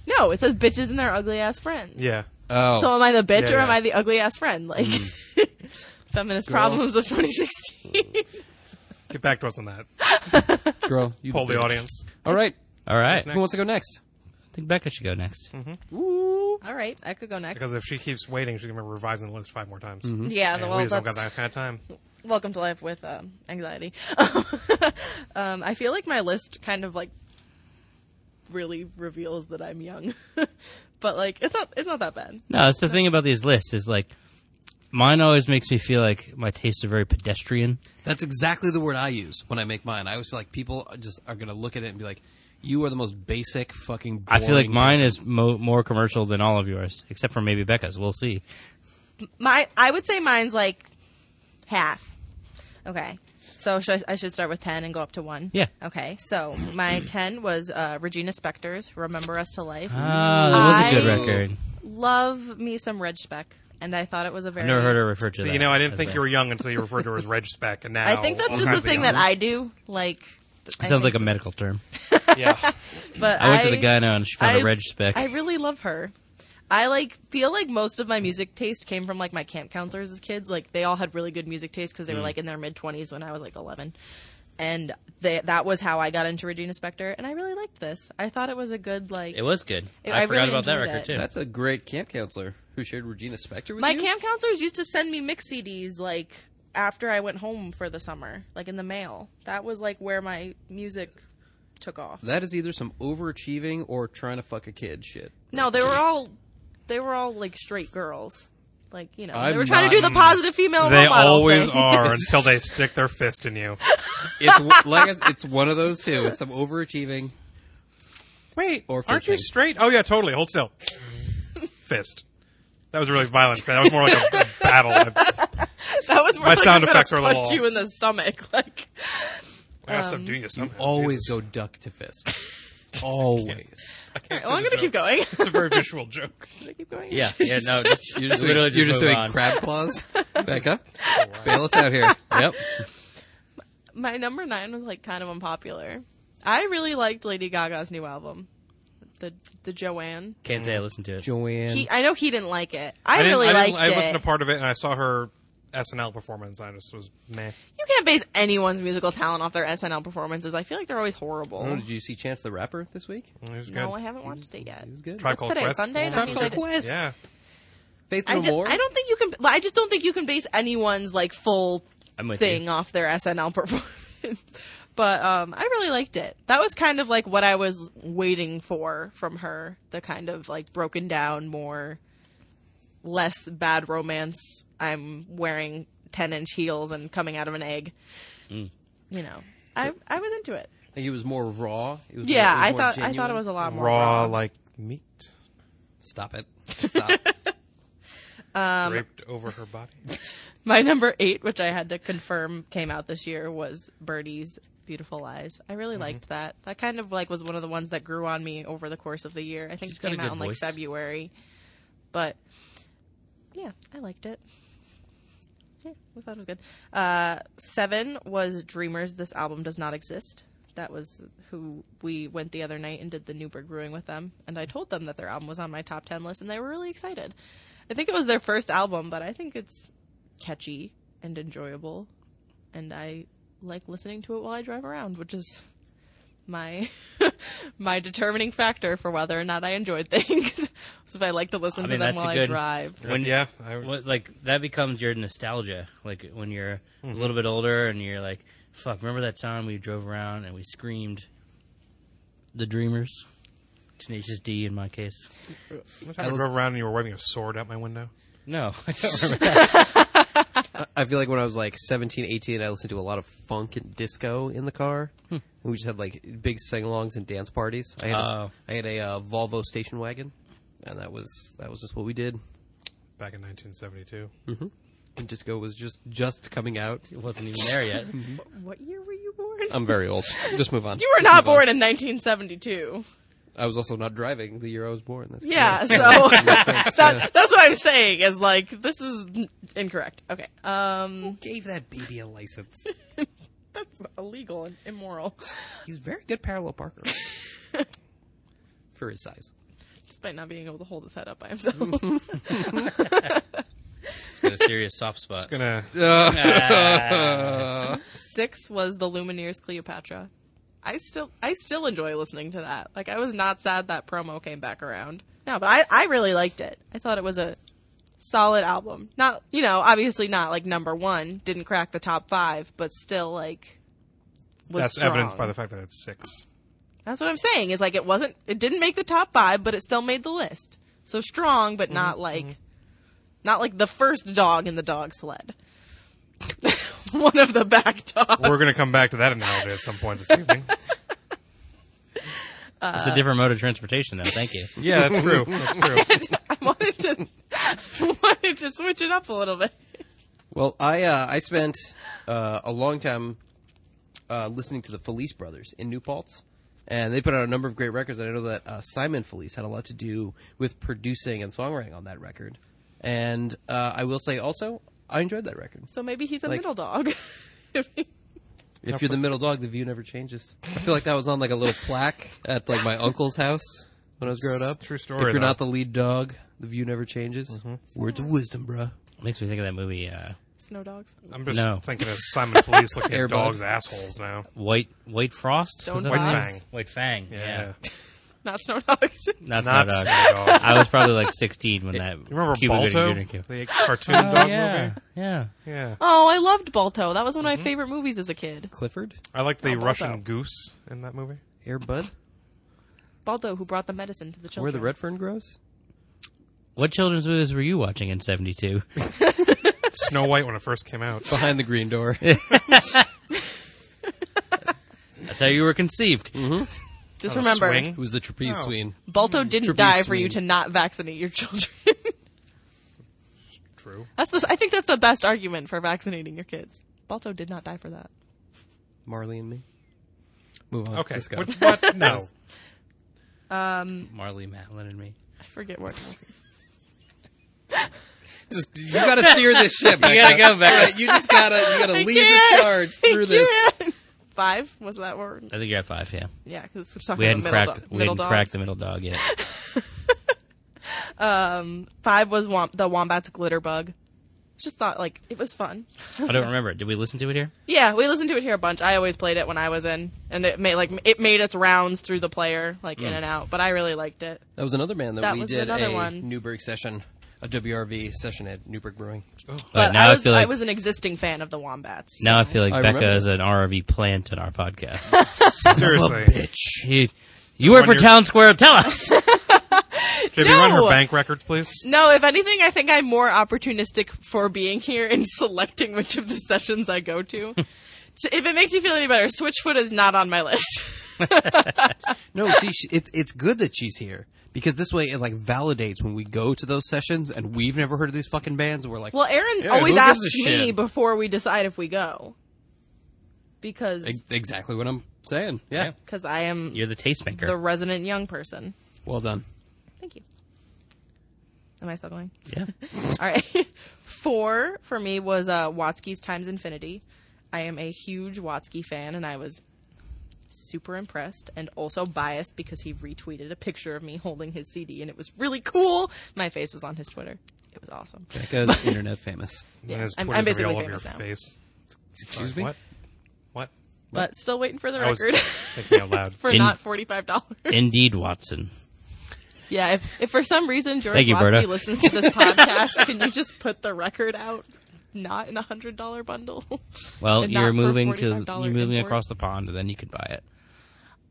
Speaker 7: no, it says bitches and their ugly ass friends.
Speaker 1: Yeah.
Speaker 5: [LAUGHS] Oh,
Speaker 7: So am I the bitch
Speaker 1: Yeah,
Speaker 7: or am
Speaker 1: yeah.
Speaker 7: I the ugly ass friend? Like [LAUGHS] feminist problems of 2016.
Speaker 1: Get back to us on that.
Speaker 5: girl, you
Speaker 1: Poll the
Speaker 5: bitch.
Speaker 1: audience.
Speaker 5: All right,
Speaker 4: All right.
Speaker 5: who wants to go next?
Speaker 4: I think Becca should go next.
Speaker 1: Hmm.
Speaker 3: All right, I could go next.
Speaker 1: Because if she keeps waiting, she's gonna be revising the list five more times.
Speaker 3: yeah,
Speaker 1: And
Speaker 3: the
Speaker 1: we
Speaker 3: well,
Speaker 1: just don't got
Speaker 3: that's
Speaker 1: that kind of time.
Speaker 3: welcome to life with um, anxiety. [LAUGHS] um, I feel like my list kind of like really reveals that I'm young, [LAUGHS] but like it's not it's not that bad.
Speaker 4: No, that's the thing about these lists is like mine always makes me feel like my tastes are very pedestrian.
Speaker 5: That's exactly the word I use when I make mine. I always feel like people are just are going to look at it and be like, "You are the most basic fucking."
Speaker 4: I feel like
Speaker 5: boring
Speaker 4: mine
Speaker 5: person."
Speaker 4: is mo- more commercial than all of yours, except for maybe Becca's. We'll see.
Speaker 3: My I would say mine's like half. Okay, so should I, I should start with ten and go up to one.
Speaker 4: Yeah.
Speaker 3: Okay, so
Speaker 4: [CLEARS THROAT]
Speaker 3: my ten was uh, Regina Spektor's "Remember Us to Life."
Speaker 4: Ah, that was a good
Speaker 3: I-
Speaker 4: record.
Speaker 3: Love me some Reg Speck, and I thought it was a very.
Speaker 4: I've never heard her referred to
Speaker 1: So
Speaker 4: that.
Speaker 1: you know, I didn't
Speaker 4: as
Speaker 1: think
Speaker 4: that.
Speaker 1: you were young until you referred to her as Reg Spec, and now
Speaker 3: I think that's
Speaker 1: all
Speaker 3: just
Speaker 1: kinds [LAUGHS]
Speaker 3: the
Speaker 1: of
Speaker 3: thing
Speaker 1: young-
Speaker 3: that I do. Like,
Speaker 4: It sounds like a medical term.
Speaker 3: [LAUGHS]
Speaker 1: Yeah.
Speaker 3: But
Speaker 4: I went to the gyno and she found
Speaker 3: I-
Speaker 4: a reg spec.
Speaker 3: I really love her. I like feel like most of my music taste came from like my camp counselors as kids. Like they all had really good music taste because they
Speaker 4: Mm.
Speaker 3: were like in their mid twenties when I was like eleven, and they, that was how I got into Regina Spektor. And I really liked this. I thought it was a good like.
Speaker 4: it was good.
Speaker 3: It-
Speaker 4: I,
Speaker 3: I
Speaker 4: forgot
Speaker 3: really
Speaker 4: about that
Speaker 3: enjoyed
Speaker 4: record
Speaker 3: it.
Speaker 4: too.
Speaker 5: That's a great camp counselor who shared Regina Spektor with
Speaker 3: my
Speaker 5: you.
Speaker 3: camp counselors used to send me mix CDs like after I went home for the summer, like in the mail. That was like where my music took off.
Speaker 5: that is either some overachieving or trying to fuck a kid shit.
Speaker 3: No, they were all they were all like straight girls. Like, you know,
Speaker 5: I'm
Speaker 3: they were trying to do
Speaker 5: not-
Speaker 3: the positive female
Speaker 1: They
Speaker 3: role model [LAUGHS]
Speaker 1: always
Speaker 3: thing.
Speaker 1: are until they stick their fist in you.
Speaker 5: It's w- like I s it's one of those two. It's some overachieving.
Speaker 1: Wait,
Speaker 5: Or
Speaker 1: aren't you
Speaker 5: fisting.
Speaker 1: straight? Oh yeah, totally.
Speaker 3: [LAUGHS]
Speaker 1: Hold still. Fist. That was a really violent. That was more like a [LAUGHS] battle. I,
Speaker 3: That was more
Speaker 1: My
Speaker 3: like
Speaker 1: sound
Speaker 3: I'm gonna
Speaker 1: effects are a
Speaker 3: punch
Speaker 1: little
Speaker 3: you in the stomach [LAUGHS] like
Speaker 1: I gotta
Speaker 3: Um,
Speaker 1: subdue you somehow.
Speaker 5: Always
Speaker 1: Jesus.
Speaker 5: go duck to [LAUGHS] fist. Always.
Speaker 3: well, I'm going to keep going. [LAUGHS] I'm
Speaker 1: It's a very visual joke.
Speaker 3: going to keep going.
Speaker 4: yeah, yeah, no, just,
Speaker 5: You're just
Speaker 4: literally
Speaker 5: doing, you're just
Speaker 4: move
Speaker 5: doing
Speaker 4: on.
Speaker 5: crab claws, Becca. Bail us out here.
Speaker 4: Yep.
Speaker 3: [LAUGHS] My number 9 was like kind of unpopular. I really liked Lady Gaga's new album. The the Joanne.
Speaker 4: Can't say I listened to it.
Speaker 5: Joanne.
Speaker 3: He, I know he didn't like it. [LAUGHS] I,
Speaker 1: didn't-
Speaker 3: really
Speaker 1: I didn't-
Speaker 3: liked
Speaker 1: I listened
Speaker 3: it.
Speaker 1: to part of it and I saw her SNL performance. I just was meh.
Speaker 3: you can't base anyone's musical talent off their SNL performances. I feel like they're always horrible.
Speaker 5: Oh, did you see Chance the Rapper this week?
Speaker 1: It was
Speaker 3: no,
Speaker 1: Mm, good.
Speaker 3: I haven't watched it yet.
Speaker 5: It was good.
Speaker 1: Tribe
Speaker 3: What's
Speaker 1: Called
Speaker 3: today?
Speaker 1: Quest.
Speaker 3: Sunday? That
Speaker 5: Tribe
Speaker 3: means
Speaker 5: Called
Speaker 3: I-
Speaker 5: Quest.
Speaker 1: Yeah.
Speaker 5: Faith
Speaker 3: I,
Speaker 5: No
Speaker 3: ju-
Speaker 5: More.
Speaker 3: I don't think you can. well, I just don't think you can base anyone's like full
Speaker 4: I'm with
Speaker 3: thing
Speaker 4: you.
Speaker 3: off their SNL [LAUGHS] performance. but um, I really liked it. That was kind of like what I was waiting for from her. The kind of like broken down, more less bad romance. I'm wearing ten inch heels and coming out of an egg.
Speaker 5: Mm.
Speaker 3: You know, I I was into it.
Speaker 5: I think it was more raw. It was
Speaker 3: Yeah,
Speaker 5: more-
Speaker 3: I
Speaker 5: it was more
Speaker 3: thought I thought
Speaker 5: genuine.
Speaker 3: it was a lot more
Speaker 1: Raw like meat
Speaker 5: Stop it.
Speaker 3: [LAUGHS]
Speaker 5: Stop.
Speaker 3: Um,
Speaker 1: draped over her body.
Speaker 3: [LAUGHS] My number eight, which I had to confirm came out this year, was Birdie's Beautiful Eyes. I
Speaker 4: Mm-hmm.
Speaker 3: really liked that. That kind of like was one of the ones that grew on me over the course of the year. I think
Speaker 4: She's
Speaker 3: it
Speaker 4: got a
Speaker 3: came
Speaker 4: good
Speaker 3: out in like
Speaker 4: voice.
Speaker 3: February. But yeah, I liked it. Yeah, I thought it was good. Uh, seven was Dreamers. This album does not exist. That was who we went the other night and did the Newberg Brewing with them. And I told them that their album was on my top 10 list, and they were really excited. I think it was their first album, but I think it's catchy and enjoyable. And I like listening to it while I drive around, which is my [LAUGHS] my determining factor for whether or not I enjoyed things. [LAUGHS] so if I like to listen
Speaker 4: I
Speaker 3: to
Speaker 4: mean,
Speaker 3: them
Speaker 4: that's
Speaker 3: while I
Speaker 4: a good.
Speaker 3: drive.
Speaker 4: When,
Speaker 1: yeah, I,
Speaker 4: What, like that becomes your nostalgia. Like when you're a
Speaker 1: Mm-hmm.
Speaker 4: little bit older and you're like, "Fuck, remember that time we drove around and we screamed, the Dreamers, Tenacious D in my case."
Speaker 1: one time I drove around and you were waving a sword out my window.
Speaker 4: No, [LAUGHS] I don't remember.
Speaker 5: I feel like when I was like 17, 18, I listened to a lot of funk and disco in the car.
Speaker 3: Hmm.
Speaker 5: And we just had like big sing-alongs and dance parties. I had
Speaker 4: Oh.
Speaker 5: a, I had a uh, Volvo station wagon, and that was that was just what we did.
Speaker 1: Back in 1972,
Speaker 5: And disco was just just coming out.
Speaker 4: It wasn't even there yet. Oh,
Speaker 3: What year were you born?
Speaker 5: [LAUGHS] I'm very old. Just move on.
Speaker 3: You were not born in 1972.
Speaker 5: I was also not driving the year I was born. That's
Speaker 3: Yeah, so [LAUGHS]
Speaker 4: [LAUGHS]
Speaker 5: sense, yeah.
Speaker 3: that, that's what I'm saying is like this is n- incorrect. Okay, um,
Speaker 5: Gave that baby a license.
Speaker 3: that's illegal and immoral, [LAUGHS]
Speaker 5: He's a very good parallel parker [LAUGHS] for his size.
Speaker 3: despite not being able to hold his head up by himself.
Speaker 4: It's got a serious soft spot.
Speaker 1: Gonna
Speaker 3: Six was the Lumineers Cleopatra. I still I still enjoy listening to that. Like I was not sad that promo came back around. No, but I, I really liked it. I thought it was a solid album. Not you know, obviously not like number one, didn't crack the top five, but still like was
Speaker 1: that's
Speaker 3: strong.
Speaker 1: evidenced by the fact that it's six.
Speaker 3: That's what I'm saying, is like it wasn't it didn't make the top five, but it still made the list. So strong, but
Speaker 1: Mm-hmm.
Speaker 3: not like not like the first dog in the dog sled. [LAUGHS] one of the back dogs.
Speaker 1: We're gonna come back to that analogy at some point this
Speaker 3: [LAUGHS]
Speaker 1: evening.
Speaker 4: It's a different mode of transportation, though. Thank you.
Speaker 1: Yeah, that's true. That's true.
Speaker 3: [LAUGHS] wanted to wanted to switch it up a little bit.
Speaker 5: [LAUGHS] Well, I uh, I spent uh, a long time uh, listening to the Felice brothers in New Paltz, and they put out a number of great records. And I know that uh, Simon Felice had a lot to do with producing and songwriting on that record. And uh, I will say also, I enjoyed that record.
Speaker 3: So maybe he's a
Speaker 5: Like-
Speaker 3: middle dog. [LAUGHS]
Speaker 5: If you're the middle dog, the view never changes. I feel like that was on like a little plaque at like my uncle's house when I was growing up.
Speaker 1: True story,
Speaker 5: If you're
Speaker 1: though.
Speaker 5: not the lead dog, the view never changes. Words of wisdom, bruh.
Speaker 4: Makes me think of that movie, uh,
Speaker 3: Snow dogs.
Speaker 1: I'm just
Speaker 4: No.
Speaker 1: thinking of Simon Felice looking at
Speaker 5: Airbud.
Speaker 1: dogs' assholes now.
Speaker 4: White White Frost.
Speaker 3: Stone
Speaker 4: Was that
Speaker 3: White
Speaker 4: what it was?
Speaker 1: Fang.
Speaker 4: White Fang. Yeah,
Speaker 1: Yeah.
Speaker 3: Not snow dogs. [LAUGHS]
Speaker 4: not Snow
Speaker 1: Not Snow
Speaker 4: Dog.
Speaker 1: Dog.
Speaker 4: I was probably like 16 when that.
Speaker 1: You remember
Speaker 4: Cuba Gooding
Speaker 1: Balto,
Speaker 4: Jr. came.
Speaker 1: the cartoon dog
Speaker 4: yeah,
Speaker 1: movie?
Speaker 4: yeah.
Speaker 1: Yeah,
Speaker 3: oh, I loved Balto. That was one of my favorite movies as a kid.
Speaker 5: Clifford,
Speaker 1: I like the
Speaker 3: Balto.
Speaker 1: Russian goose in that movie.
Speaker 5: Air Bud,
Speaker 3: Balto who brought the medicine to the
Speaker 5: where
Speaker 3: children.
Speaker 5: the red fern grows.
Speaker 4: What children's movies were you watching in '72?
Speaker 1: Snow White when it first came out.
Speaker 5: Behind the green door.
Speaker 4: That's how you were conceived.
Speaker 3: Just
Speaker 1: On a
Speaker 3: remember,
Speaker 1: swing?
Speaker 5: Who's the trapeze
Speaker 1: Oh.
Speaker 5: queen?
Speaker 3: Balto didn't
Speaker 5: Triple
Speaker 3: die for you to
Speaker 5: swing.
Speaker 3: not vaccinate your [LAUGHS] children.
Speaker 1: True.
Speaker 3: that's the, I think that's the best argument for vaccinating your kids. Balto did not die for that.
Speaker 5: Marley and me. Move on.
Speaker 1: Okay.
Speaker 5: Just
Speaker 1: What,
Speaker 5: got it.
Speaker 1: what? No.
Speaker 4: Marley Matlin and me.
Speaker 3: I forget [LAUGHS] what.
Speaker 5: Just- you gotta steer this ship.
Speaker 4: You gotta go back.
Speaker 5: You just gotta you gotta lead the
Speaker 3: can't.
Speaker 5: charge through this.
Speaker 3: [LAUGHS] Five was that word?
Speaker 4: I think you're at five. Yeah,
Speaker 3: Yeah, because we're talking
Speaker 4: we hadn't
Speaker 3: about middle,
Speaker 4: cracked.
Speaker 3: do-
Speaker 4: we
Speaker 3: middle
Speaker 4: hadn't
Speaker 3: dogs.
Speaker 4: cracked the middle dog yet.
Speaker 3: Five was wom- the Wombat's Glitter Bug. Just thought like it was fun.
Speaker 4: I don't remember. Did we listen to it here?
Speaker 3: Yeah, we listened to it here a bunch. I always played it when I was in, and it made like it made its rounds through the player, like in and out. But I really liked it.
Speaker 5: That was another man that,
Speaker 3: That
Speaker 5: we
Speaker 3: was
Speaker 5: did
Speaker 3: another
Speaker 5: a
Speaker 3: one.
Speaker 5: Newberg session, a WRV session at Newberg Brewing.
Speaker 3: But
Speaker 4: now
Speaker 3: I was
Speaker 4: feel like
Speaker 3: I was an existing fan of the Wombats.
Speaker 4: now I feel like
Speaker 5: I
Speaker 4: Becca
Speaker 5: remember.
Speaker 4: is an RV plant in our podcast.
Speaker 1: Seriously.
Speaker 5: Bitch.
Speaker 4: you, you work for
Speaker 1: Wonder-
Speaker 4: Town Square. Tell us.
Speaker 1: JB, run her
Speaker 3: No.
Speaker 1: bank records, please.
Speaker 3: No, if anything, I think I'm more opportunistic for being here and [LAUGHS] selecting which of the sessions I go to. So if it makes you feel any better, Switchfoot is not on my list. [LAUGHS]
Speaker 5: No, see, she, it's it's good that she's here because this way it like validates when we go to those sessions and we've never heard of these fucking bands. We're like,
Speaker 3: Well, Aaron
Speaker 5: Yeah,
Speaker 3: always
Speaker 5: who gives a
Speaker 3: asks me
Speaker 5: shit?
Speaker 3: before we decide if we go because
Speaker 5: e- exactly what I'm saying. Yeah.
Speaker 4: Yeah.
Speaker 3: because I am
Speaker 4: You're the tastemaker.
Speaker 3: the resident young person.
Speaker 5: Well done.
Speaker 3: Thank you. Am I still going?
Speaker 4: yeah.
Speaker 3: All right. [LAUGHS] Four for me was uh, Watsky's Times Infinity. I am a huge Watsky fan, and I was super impressed and also biased because he retweeted a picture of me holding his CD, and it was really cool. My face was on his Twitter. It was awesome.
Speaker 5: Because [LAUGHS] internet famous.
Speaker 1: And his
Speaker 3: I'm- I'm
Speaker 1: Twitter's gonna be
Speaker 3: basically
Speaker 1: all over your
Speaker 3: famous now.
Speaker 1: face.
Speaker 5: Excuse me.
Speaker 1: What? What?
Speaker 3: But still waiting for the
Speaker 1: I was
Speaker 3: record [LAUGHS]
Speaker 1: thinking out loud.
Speaker 3: for
Speaker 4: In-
Speaker 3: not forty five dollars.
Speaker 4: Indeed, Watson.
Speaker 3: Yeah, if, if for some reason George
Speaker 4: Thank you, Berta.
Speaker 3: Watsky listens to
Speaker 1: [LAUGHS]
Speaker 3: this podcast, can you just put the record out? Not in a hundred dollar bundle. [LAUGHS]
Speaker 4: Well,
Speaker 3: And
Speaker 4: you're
Speaker 3: not for
Speaker 4: moving to
Speaker 3: $45
Speaker 4: you're moving
Speaker 3: import.
Speaker 4: across the pond, and then you could buy it.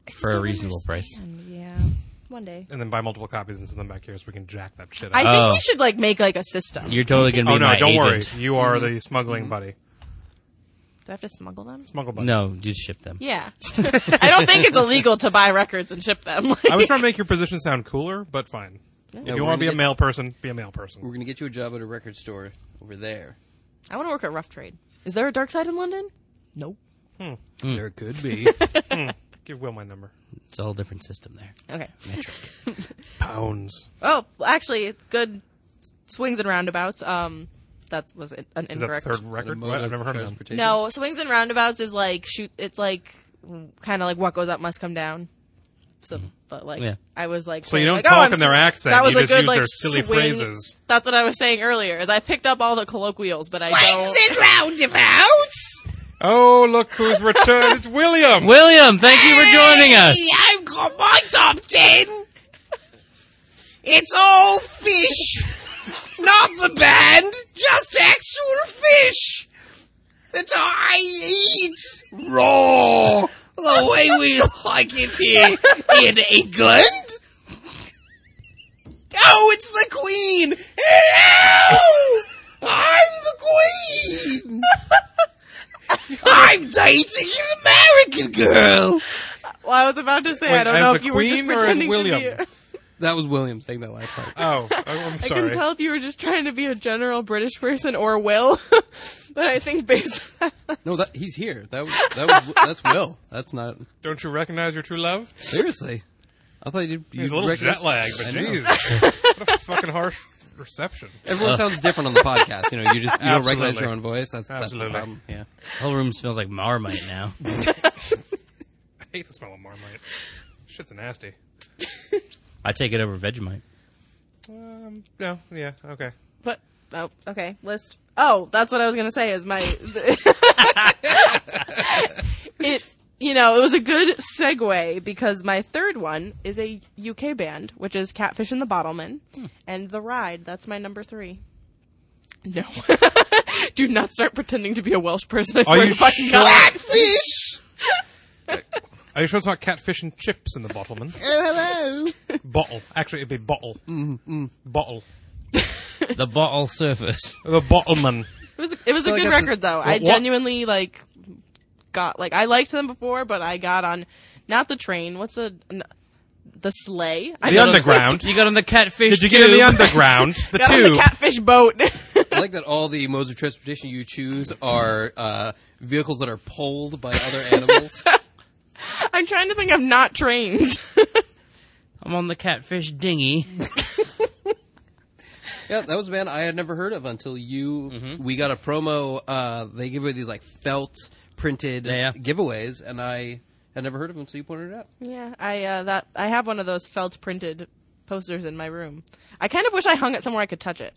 Speaker 3: I just
Speaker 4: For a
Speaker 3: don't
Speaker 4: reasonable price.
Speaker 3: understand. Yeah, one day.
Speaker 1: And then buy multiple copies and send them back here so we can jack that shit up.
Speaker 3: I think
Speaker 4: Oh.
Speaker 3: we should like make like a system.
Speaker 4: You're totally gonna be
Speaker 1: oh no,
Speaker 4: my
Speaker 1: don't
Speaker 4: agent.
Speaker 1: worry. You are the smuggling buddy.
Speaker 3: Do I have to smuggle them?
Speaker 1: Smuggle buddy.
Speaker 4: No, just ship them.
Speaker 1: [LAUGHS]
Speaker 3: Yeah. [LAUGHS] I don't think it's illegal to buy records and ship them. Like,
Speaker 1: I was trying to make your position sound cooler, but fine. If you
Speaker 5: we're
Speaker 1: want to be
Speaker 5: gonna
Speaker 1: a
Speaker 5: get-
Speaker 1: male person, be a male person.
Speaker 5: We're gonna get you a job at a record store over there.
Speaker 3: I want to work at
Speaker 5: Hmm.
Speaker 3: Rough Trade. Is there a dark side in London? Nope.
Speaker 5: There could be.
Speaker 1: Give Will my number.
Speaker 4: It's a whole different system there.
Speaker 3: Okay.
Speaker 1: Pounds.
Speaker 3: Oh, actually, good s- swings and roundabouts. Um, that was an an
Speaker 1: Is that the
Speaker 3: incorrect.
Speaker 1: third [LAUGHS] record? What? I've never heard of him.
Speaker 3: No, swings and roundabouts is like shoot. It's like kind of like what goes up must come down. So, but like
Speaker 4: Yeah.
Speaker 3: I was like,
Speaker 1: So you
Speaker 3: saying,
Speaker 1: don't
Speaker 3: like, "Oh,
Speaker 1: talk
Speaker 3: I'm
Speaker 1: in their
Speaker 3: s-
Speaker 1: accent,
Speaker 3: That was
Speaker 1: you
Speaker 3: a
Speaker 1: just
Speaker 3: good
Speaker 1: use
Speaker 3: like
Speaker 1: their silly
Speaker 3: swing-
Speaker 1: phrases.
Speaker 3: That's what I was saying earlier. Is I picked up all the colloquials, but I
Speaker 2: Swings
Speaker 3: don't.
Speaker 2: and roundabouts.
Speaker 1: Oh, look who's returned. It's
Speaker 5: [LAUGHS]
Speaker 1: William.
Speaker 4: William, thank you for joining us.
Speaker 2: Hey, I've got my top ten. It's all fish, not the band, just actual fish that I eat raw the way we like it here in England. Oh, it's the Queen! Hello! I'm the Queen! I'm dating an American girl!
Speaker 3: Well, I was about to say I don't
Speaker 1: as
Speaker 3: know
Speaker 1: the
Speaker 3: if you
Speaker 1: Queen
Speaker 3: were
Speaker 1: or as
Speaker 3: just pretending
Speaker 1: William?
Speaker 3: to be. A,
Speaker 5: That was William saying that last
Speaker 1: [LAUGHS]
Speaker 5: part.
Speaker 1: Oh, I- I'm
Speaker 3: I
Speaker 1: sorry.
Speaker 3: couldn't tell if you were just trying to be a general British person or Will, [LAUGHS] but I think based on that,
Speaker 5: No, that, he's here. That was, that was that's Will. That's not
Speaker 1: Don't you recognize your true love?
Speaker 5: seriously. I thought you. you
Speaker 1: He's a little
Speaker 5: recognize-
Speaker 1: jet lagged, but
Speaker 5: I know.
Speaker 1: jeez.
Speaker 5: [LAUGHS]
Speaker 1: what a fucking harsh reception.
Speaker 5: Everyone sounds different on the podcast. You know, you just you don't recognize
Speaker 1: Absolutely.
Speaker 5: your own voice. That's that's
Speaker 1: Absolutely.
Speaker 5: the problem. Yeah.
Speaker 4: whole room smells like Marmite now.
Speaker 1: I hate the smell of Marmite. Shit's nasty.
Speaker 4: I take it over Vegemite.
Speaker 1: Um, no, yeah, okay.
Speaker 3: but oh, okay, list. Oh, that's what I was gonna say. Is [LAUGHS] my it? You know, it was a good segue because my third one is a UK band, which is Catfish and the Bottlemen, and The Ride. That's my number three. No, [LAUGHS] do not start pretending to be a Welsh person. I swear
Speaker 1: you
Speaker 3: to fucking
Speaker 1: sure?
Speaker 3: God.
Speaker 2: Catfish!
Speaker 1: Are you sure it's not catfish and chips in the bottleman?
Speaker 5: [LAUGHS]
Speaker 2: Oh, hello.
Speaker 1: bottle. Actually, it'd be bottle. Mm-hmm.
Speaker 5: Mm,
Speaker 1: Bottle.
Speaker 4: The bottle surface.
Speaker 1: The bottleman.
Speaker 3: It was it was a
Speaker 5: like
Speaker 3: good
Speaker 5: that's a-
Speaker 3: record though. I
Speaker 1: what-
Speaker 3: genuinely like got like I liked them before, but I got on not the train. What's a n- the sleigh? I
Speaker 1: The
Speaker 3: got
Speaker 5: [LAUGHS]
Speaker 1: underground.
Speaker 4: You got on the catfish.
Speaker 1: Did you get in the
Speaker 4: tube.
Speaker 1: underground? The
Speaker 3: on the
Speaker 1: tube.
Speaker 3: catfish boat. [LAUGHS]
Speaker 5: I like that all the modes of transportation you choose are uh, vehicles that are pulled by other animals.
Speaker 3: I'm trying to think of not [LAUGHS] trains.
Speaker 4: I'm on the catfish dinghy.
Speaker 5: yeah, that was a band I had never heard of until you. We got a promo. Uh, they give away these like felt printed
Speaker 4: Yeah, yeah.
Speaker 5: giveaways, and I had never heard of them until you pointed it out.
Speaker 3: yeah, I uh, that I have one of those felt printed posters in my room. I kind of wish I hung it somewhere I could touch it,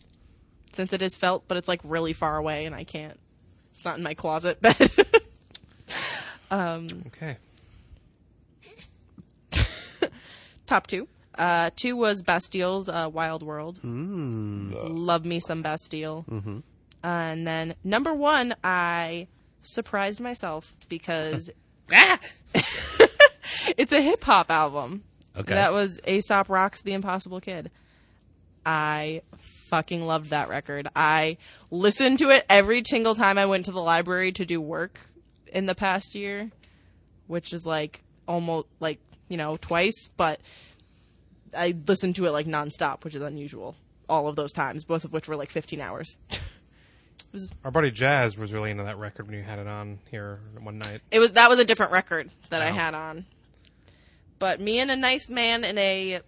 Speaker 3: since it is felt, but it's like really far away and I can't. It's not in my closet [LAUGHS] bed.
Speaker 1: Okay.
Speaker 3: top two. Uh, two was Bastille's uh, Wild World. Love me some Bastille. Mm-hmm. and then number one, I surprised myself because
Speaker 4: Ah!
Speaker 3: it's a hip hop album.
Speaker 4: Okay.
Speaker 3: That was Aesop Rocks The Impossible Kid. I fucking loved that record. I listened to it every single time I went to the library to do work in the past year, which is like almost like, you know, twice, but I listened to it like nonstop, which is unusual. All of those times, both of which were like 15 hours.
Speaker 1: Our buddy Jazz was really into that record when you had it on here one night.
Speaker 3: It was that was a different record that I had on. But me and a nice man in a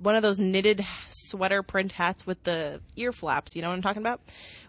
Speaker 3: one of those knitted sweater print hats with the ear flaps, you know what I'm talking about?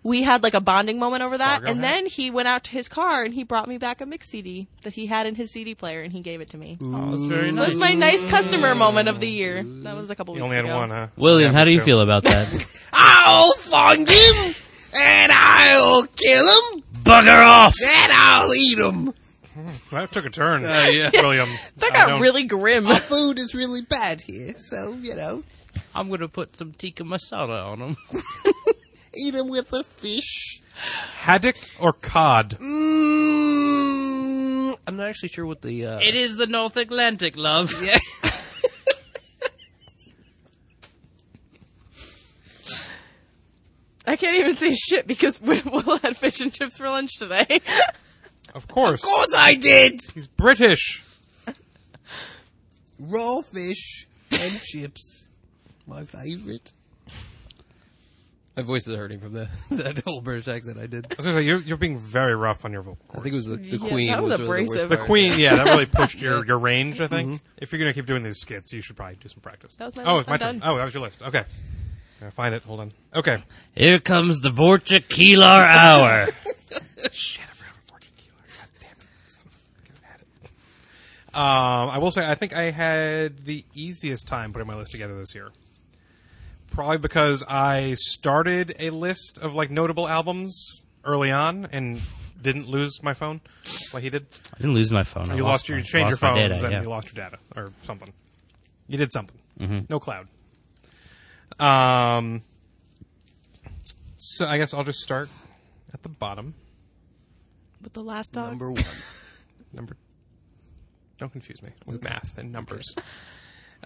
Speaker 3: We had like a bonding moment over that
Speaker 1: Fargo
Speaker 3: and
Speaker 1: hat?
Speaker 3: then he went out to his car and he brought me back a mix CD that he had in his CD player and he gave it to me.
Speaker 1: Oh, that's very
Speaker 3: That was my nice customer moment of the year. That was a couple
Speaker 1: You
Speaker 3: weeks
Speaker 1: only had
Speaker 3: ago.
Speaker 1: one, huh?
Speaker 4: William,
Speaker 1: Yeah,
Speaker 4: how
Speaker 1: me
Speaker 4: do you
Speaker 1: too.
Speaker 4: feel about that?
Speaker 2: I'll find him, and I'll kill him,
Speaker 4: Bugger off!
Speaker 2: and I'll eat him.
Speaker 1: Well, that took a turn,
Speaker 5: yeah.
Speaker 1: William.
Speaker 3: That
Speaker 1: I
Speaker 3: got
Speaker 1: don't-
Speaker 3: really grim. [LAUGHS]
Speaker 2: Food is really bad here, so, you know,
Speaker 4: [LAUGHS] I'm gonna put some tikka masala on him.
Speaker 2: eat him with a fish.
Speaker 1: Haddock or cod?
Speaker 2: Mm,
Speaker 5: I'm not actually sure what the. Uh,
Speaker 4: It is the North Atlantic, love.
Speaker 3: I can't even say shit because [LAUGHS] Will had fish and chips for lunch today. [LAUGHS]
Speaker 1: Of course.
Speaker 2: of course I did!
Speaker 1: He's British.
Speaker 2: Raw fish and chips. My favorite.
Speaker 5: My voice is hurting from the, [LAUGHS] that whole British accent I did.
Speaker 1: was gonna say, you're, you're being very rough on your vocal
Speaker 5: I
Speaker 1: cords.
Speaker 5: think it was the, the
Speaker 7: Yeah,
Speaker 5: Queen.
Speaker 7: that was
Speaker 5: really the, worst
Speaker 7: abrasive.
Speaker 1: the
Speaker 5: part.
Speaker 1: Queen, yeah, that really pushed your, your range, I think. Mm-hmm. If you're going to keep doing these skits, you should probably do some practice.
Speaker 7: That was my
Speaker 1: oh,
Speaker 7: list.
Speaker 1: it's my
Speaker 7: I'm
Speaker 1: turn.
Speaker 7: done.
Speaker 1: Oh, that was your list. Okay. Gotta find it. Hold on. Okay.
Speaker 4: Here comes the Vorta Keelar
Speaker 1: [LAUGHS]
Speaker 4: Hour.
Speaker 1: Shit, I forgot about Fortune Keeler. God damn it. Son of a- get at it. [LAUGHS] Um, I will say, I think I had the easiest time putting my list together this year. Probably because I started a list of like notable albums early on and didn't lose my phone like he did.
Speaker 4: I didn't lose my phone. I
Speaker 1: you lost, your you
Speaker 4: my-
Speaker 1: changed your
Speaker 4: lost my
Speaker 1: phones
Speaker 4: data,
Speaker 1: and
Speaker 4: yeah. Mm-hmm.
Speaker 1: you lost your data or something. You did something. No cloud. Um. So I guess I'll just start at the bottom.
Speaker 7: With the last dog.
Speaker 5: Number one.
Speaker 1: Number. Don't confuse me with math and numbers. [LAUGHS]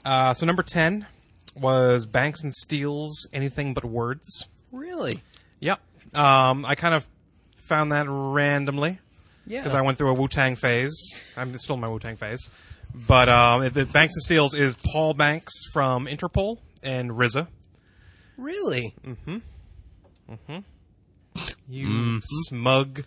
Speaker 1: Uh, so number ten was Banks and Steele's "Anything But Words."
Speaker 5: really?
Speaker 1: Yep. Um, I kind of found that randomly.
Speaker 5: Yeah.
Speaker 1: because I went through a Wu Tang phase. I'm still in my Wu Tang phase, but um, it- the Banks and Steals is Paul Banks from Interpol and RZA.
Speaker 5: really?
Speaker 1: You smug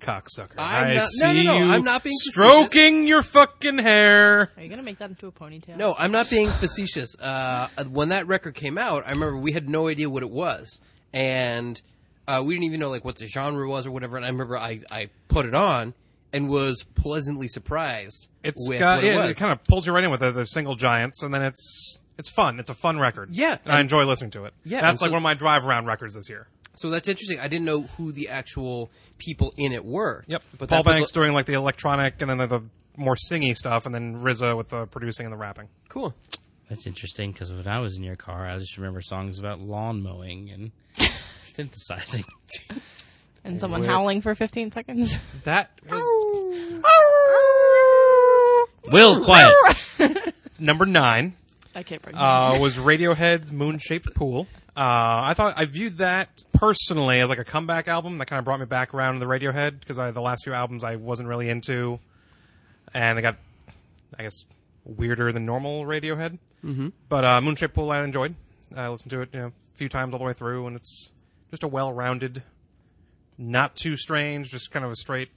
Speaker 1: cocksucker!
Speaker 5: Mm-hmm. I'm
Speaker 1: I
Speaker 5: not- no, no,
Speaker 1: see
Speaker 5: no,
Speaker 1: you
Speaker 5: I'm not being
Speaker 1: stroking your fucking hair.
Speaker 7: Are you gonna make that into a ponytail?
Speaker 5: No, I'm not being facetious. Uh, when that record came out, I remember we had no idea what it was, and uh, we didn't even know like what the genre was or whatever. And I remember I, I put it on and was pleasantly surprised.
Speaker 1: It's
Speaker 5: with
Speaker 1: got
Speaker 5: what
Speaker 1: yeah,
Speaker 5: it,
Speaker 1: it,
Speaker 5: was.
Speaker 1: kind of pulls you right in with the, the single giants, and then it's it's fun. It's a fun record.
Speaker 5: Yeah,
Speaker 1: and, I
Speaker 5: and-
Speaker 1: enjoy listening to it.
Speaker 5: Yeah, and
Speaker 1: that's
Speaker 5: so-
Speaker 1: like one of my drive around records this year.
Speaker 5: So that's interesting. I didn't know who the actual people in it were.
Speaker 1: Yep.
Speaker 5: But
Speaker 1: Paul
Speaker 5: that puts
Speaker 1: Banks
Speaker 5: a-
Speaker 1: doing like the electronic, and then the, the more singy stuff, and then RZA with the producing and the rapping.
Speaker 5: cool.
Speaker 4: That's interesting because when I was in your car, I just remember songs about lawn mowing and [LAUGHS] synthesizing.
Speaker 7: And someone howling for 15
Speaker 4: [LAUGHS]
Speaker 7: seconds.
Speaker 1: That was
Speaker 4: Will, quiet.
Speaker 1: number nine.
Speaker 7: I can't break.
Speaker 1: uh, was Radiohead's Moon Shaped Pool. Uh, I thought I viewed that personally as like a comeback album that kind of brought me back around to the Radiohead because I the last few albums I wasn't really into, and they got, I guess, weirder than normal Radiohead. Mm-hmm. But uh, Moon Shaped Pool I enjoyed. I listened to it you know, a few times all the way through, and it's just a well-rounded, not too strange, just kind of a straight,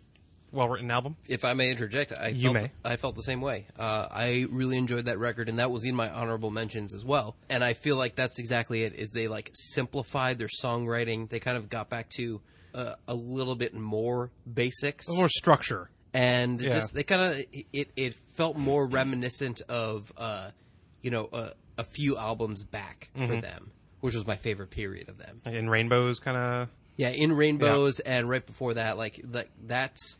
Speaker 1: well-written album.
Speaker 5: If I may interject, I
Speaker 1: You
Speaker 5: felt,
Speaker 1: may.
Speaker 5: I felt the same way. Uh, I really enjoyed that record, and that was in my honorable mentions as well. And I feel like that's exactly it. Is they like simplified their songwriting. They kind of got back to uh, a little bit more basics,
Speaker 1: More structure.
Speaker 5: and
Speaker 1: Yeah.
Speaker 5: just they kind of it. It felt more reminiscent of uh, you know a, a few albums back
Speaker 1: Mm-hmm.
Speaker 5: for them, which was my favorite period of them.
Speaker 1: And rainbows kind of
Speaker 5: Yeah, in Rainbows and right before that, like like that's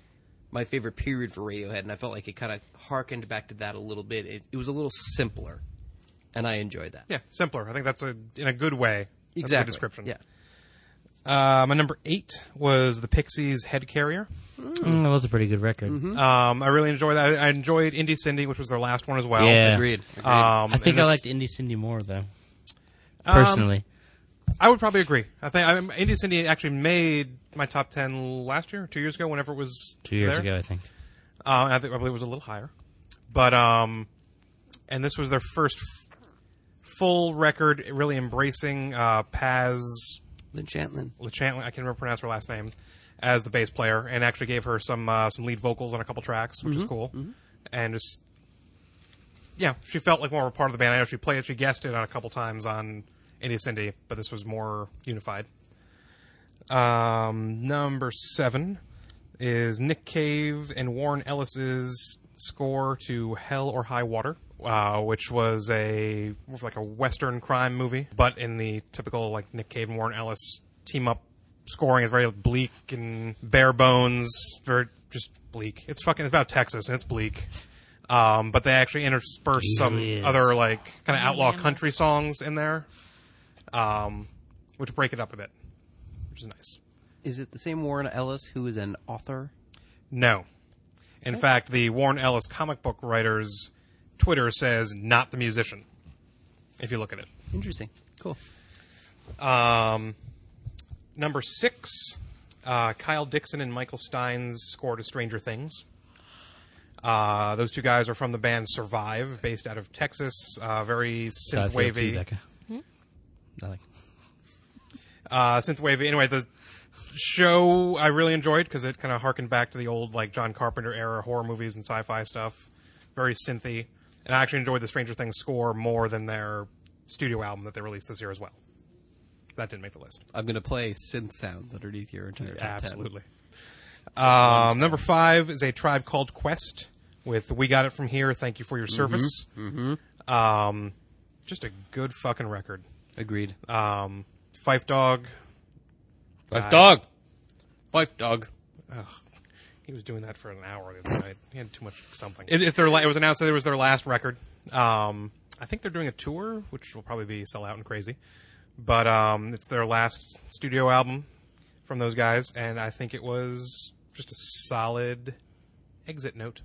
Speaker 5: my favorite period for Radiohead, and I felt like it kind of harkened back to that a little bit. It, it was a little simpler, and I enjoyed that.
Speaker 1: yeah simpler. I think that's a in a good way. That's a good
Speaker 5: exactly.
Speaker 1: description.
Speaker 5: Yeah,
Speaker 1: Uh, my number eight was the Pixies' Head Carrier.
Speaker 4: Mm, that was a pretty good record.
Speaker 1: Um, I really enjoyed that. I I enjoyed Indie Cindy, which was their last one as well.
Speaker 4: Yeah.
Speaker 5: agreed. agreed.
Speaker 1: Um,
Speaker 4: I think
Speaker 1: and
Speaker 4: I
Speaker 1: this-
Speaker 4: liked Indie Cindy more though.
Speaker 1: Um,
Speaker 4: Personally,
Speaker 1: I would probably agree. I think I, Indie Cindy actually made my top ten last year, two years ago, whenever it was
Speaker 4: two years
Speaker 1: there.
Speaker 4: ago, I think.
Speaker 1: Uh, I think I believe it was a little higher, but um, and this was their first f- full record, really embracing uh, Paz
Speaker 5: Lynn Chantlin.
Speaker 1: LeChantlin, I can never pronounce her last name, as the bass player, and actually gave her some uh, some lead vocals on a couple tracks, which is cool. And just yeah, she felt like more of a part of the band. I know she played, she guessed it on a couple times on Indie Cindy, but this was more unified. Um, number seven is Nick Cave and Warren Ellis's score to Hell or High Water, uh, which was a like a Western crime movie, but in the typical like Nick Cave and Warren Ellis team up scoring is very bleak and bare bones, very just bleak. It's fucking it's about Texas and it's bleak. Um, but they actually intersperse some
Speaker 4: really is.
Speaker 1: other like kind of outlaw
Speaker 7: yeah.
Speaker 1: country songs in there, um, which break it up a bit, which is nice.
Speaker 5: Is it the same Warren Ellis who is an author?
Speaker 1: No. In fact, the Warren Ellis comic book writer's Twitter says not the musician, if you look at it.
Speaker 5: Interesting. Cool.
Speaker 1: Number six, uh, Kyle Dixon and Michael Stein's score to Stranger Things. Uh, those two guys are from the band Survive, based out of Texas. Uh, very synth
Speaker 4: Southfield too,
Speaker 1: wavy.
Speaker 4: Becca. I like-
Speaker 1: uh, synthwave. Anyway, the show I really enjoyed because it kind of harkened back to the old like John Carpenter era horror movies and sci-fi stuff. Very synthy, and I actually enjoyed the Stranger Things score more than their studio album that they released this year as well. That didn't make the list.
Speaker 5: I'm going to play synth sounds underneath your entire top
Speaker 1: Absolutely. Um, number five is a tribe called Quest with "We Got It From Here." Thank you for your service. Mm-hmm. Um, just a good fucking record.
Speaker 5: 10. Agreed.
Speaker 1: Um, Fife Dog.
Speaker 4: Left dog.
Speaker 5: Five dog.
Speaker 1: He was doing that for an hour the other night. He had too much something. It, it's their. la- It was announced that it was their last record. Um, I think they're doing a tour, which will probably be sell out and crazy. But um, it's their last studio album from those guys, and I think it was just a solid exit note.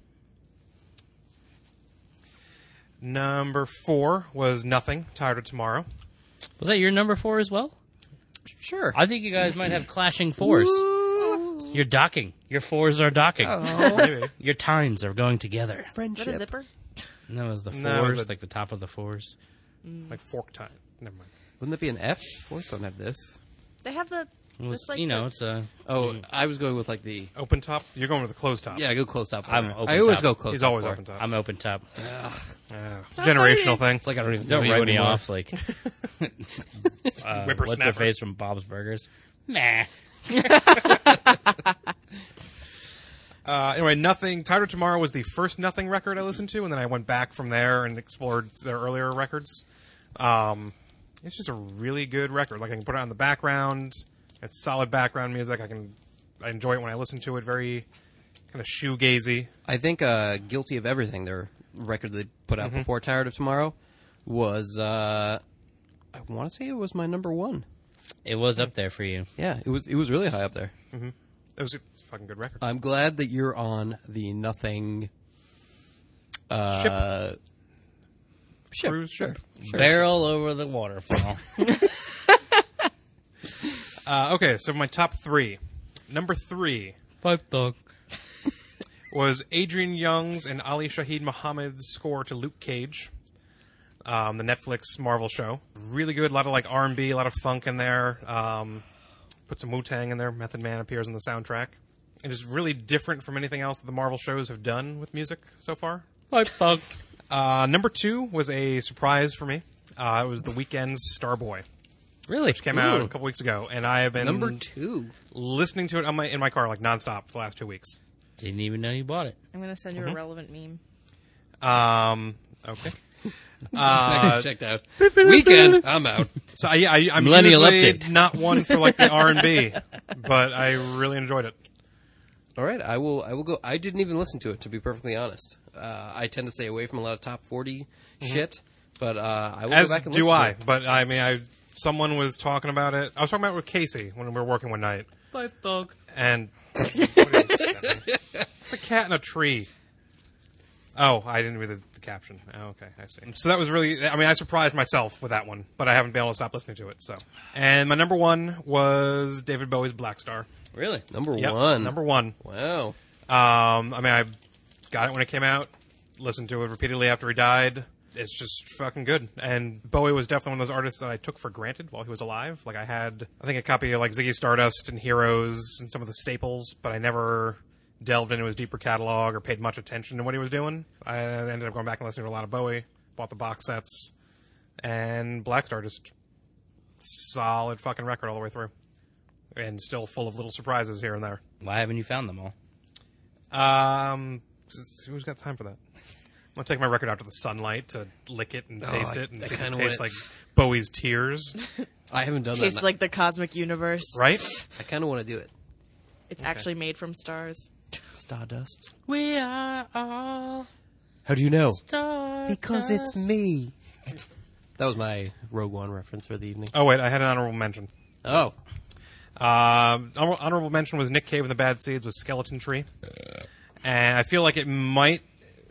Speaker 1: Number four was nothing. Tired of [LAUGHS] tomorrow.
Speaker 4: Was that your number four as well?
Speaker 5: Sure.
Speaker 4: I think you guys might have clashing fours. You're docking. Your fours are docking.
Speaker 1: Oh.
Speaker 2: Oh,
Speaker 1: Maybe.
Speaker 4: Your times are going together.
Speaker 3: Is that a zipper?
Speaker 4: And that was the fours,
Speaker 1: No, it was a-
Speaker 4: like the top of the fours.
Speaker 1: like fork time. Never mind.
Speaker 5: Wouldn't that be an F? Force don't have this.
Speaker 3: They have the.
Speaker 4: It was,
Speaker 3: it's like
Speaker 4: you know,
Speaker 3: the-
Speaker 4: it's a.
Speaker 5: Oh,
Speaker 1: Hmm.
Speaker 5: I was going with like the.
Speaker 1: Open top. You're going with the closed top.
Speaker 5: Yeah, I go close top.
Speaker 4: I'm
Speaker 5: four.
Speaker 4: open
Speaker 5: I always
Speaker 4: top.
Speaker 5: go close.
Speaker 1: He's
Speaker 5: top
Speaker 1: always
Speaker 5: four.
Speaker 1: open top.
Speaker 4: I'm open top.
Speaker 1: Ugh. generational thing.
Speaker 5: It's like I don't even
Speaker 4: Don't
Speaker 5: know you
Speaker 4: write me
Speaker 5: anymore.
Speaker 4: off [LAUGHS] like uh, what's
Speaker 1: Whippersnapper.
Speaker 4: her face from Bob's Burgers. Nah.
Speaker 1: Uh, anyway, nothing. Tired of Tomorrow was the first Nothing record I listened to, and then I went back from there and explored their earlier records. Um, it's just a really good record. Like I can put it on the background. It's solid background music. I can I enjoy it when I listen to it. Very kind of shoegazy.
Speaker 5: I think uh, "Guilty of Everything," their record they put
Speaker 1: Mm-hmm.
Speaker 5: out before "Tired of Tomorrow," was uh, I want to say it was my number one.
Speaker 4: It was up there
Speaker 3: [LAUGHS]
Speaker 4: for you.
Speaker 5: Yeah, it was. It was really high up there.
Speaker 1: It was a fucking good record.
Speaker 5: I'm glad that you're on the nothing Uh,
Speaker 1: Ship
Speaker 5: ship.
Speaker 1: Cruise
Speaker 5: sure,
Speaker 1: ship.
Speaker 5: sure.
Speaker 4: Barrel over the [LAUGHS] waterfall.
Speaker 1: Uh, okay, so my top three. Number three
Speaker 4: Five dog.
Speaker 1: was Adrian Young's and Ali Shaheed Mohammed's score to Luke Cage, um, the Netflix Marvel show. Really good. A lot of like R and B, a lot of funk in there. Um, put some Wu Tang in there. Method Man appears on the soundtrack. And just really different from anything else that the Marvel shows have done with music so far.
Speaker 4: Five dog.
Speaker 1: Uh, number two was a surprise for me. Uh, it was The Weeknd's Starboy.
Speaker 4: Really?
Speaker 1: Which came out a couple Mm. weeks ago, and I have been
Speaker 5: Number two. [LAUGHS]
Speaker 1: listening to it on my, in my car like nonstop for the last two weeks.
Speaker 4: Didn't even know you bought it.
Speaker 3: I'm gonna send you
Speaker 4: mm-hmm.
Speaker 3: a relevant meme.
Speaker 1: Um, okay. Uh,
Speaker 5: I
Speaker 1: [LAUGHS]
Speaker 5: checked out. Weekend. I'm out. [LAUGHS]
Speaker 1: So I, I, I'm
Speaker 4: Millennial
Speaker 1: usually
Speaker 4: update.
Speaker 1: not one for like the R and B, but I really enjoyed it.
Speaker 5: All right, I will. I will go. I didn't even listen to it, to be perfectly honest. Uh, I tend to stay away from a lot of top 40 shit, but uh, I will
Speaker 1: Mm-hmm. As
Speaker 5: go back and
Speaker 1: do
Speaker 5: listen
Speaker 1: I.
Speaker 5: to it.
Speaker 1: But I mean, I someone was talking about it. I was talking about it with Casey when we were working one night,
Speaker 4: Five dog.
Speaker 5: [LAUGHS]
Speaker 1: and it's a cat in a tree. Oh, I didn't read the, the caption. Oh, okay, I see. So that was really. I mean, I surprised myself with that one, but I haven't been able to stop listening to it. So, and my number one was David Bowie's Black Star.
Speaker 4: Really?
Speaker 5: Number
Speaker 1: Yep,
Speaker 5: one.
Speaker 1: Number one.
Speaker 5: Wow.
Speaker 1: Um, I mean, I got it when it came out, listened to it repeatedly after he died. It's just fucking good. And Bowie was definitely one of those artists that I took for granted while he was alive. Like I had, I think a copy of like Ziggy Stardust and Heroes and some of the staples, but I never delved into his deeper catalog or paid much attention to what he was doing. I ended up going back and listening to a lot of Bowie, bought the box sets, and Black Star just solid fucking record all the way through. And still full of little surprises here and there.
Speaker 4: Why haven't you found them all?
Speaker 1: Um, s- who's got time for that? I'm gonna take my record out to the sunlight to lick it and taste
Speaker 5: I-
Speaker 1: it and
Speaker 5: I
Speaker 1: see if it
Speaker 5: kinda
Speaker 1: tastes
Speaker 5: wanna-
Speaker 1: like Bowie's tears,
Speaker 5: I haven't done
Speaker 3: Tastes
Speaker 5: that.
Speaker 3: like the cosmic universe.
Speaker 1: right?
Speaker 5: I kind of want to do it.
Speaker 3: It's actually made from stars.
Speaker 5: Stardust.
Speaker 4: We are all
Speaker 5: How do you know?
Speaker 4: dog.
Speaker 5: me. That was my Rogue One reference for the evening.
Speaker 1: Oh wait, I had an honorable mention.
Speaker 5: Oh,
Speaker 1: Um, honor- honorable mention was Nick Cave and the Bad Seeds with Skeleton Tree, and I feel like it might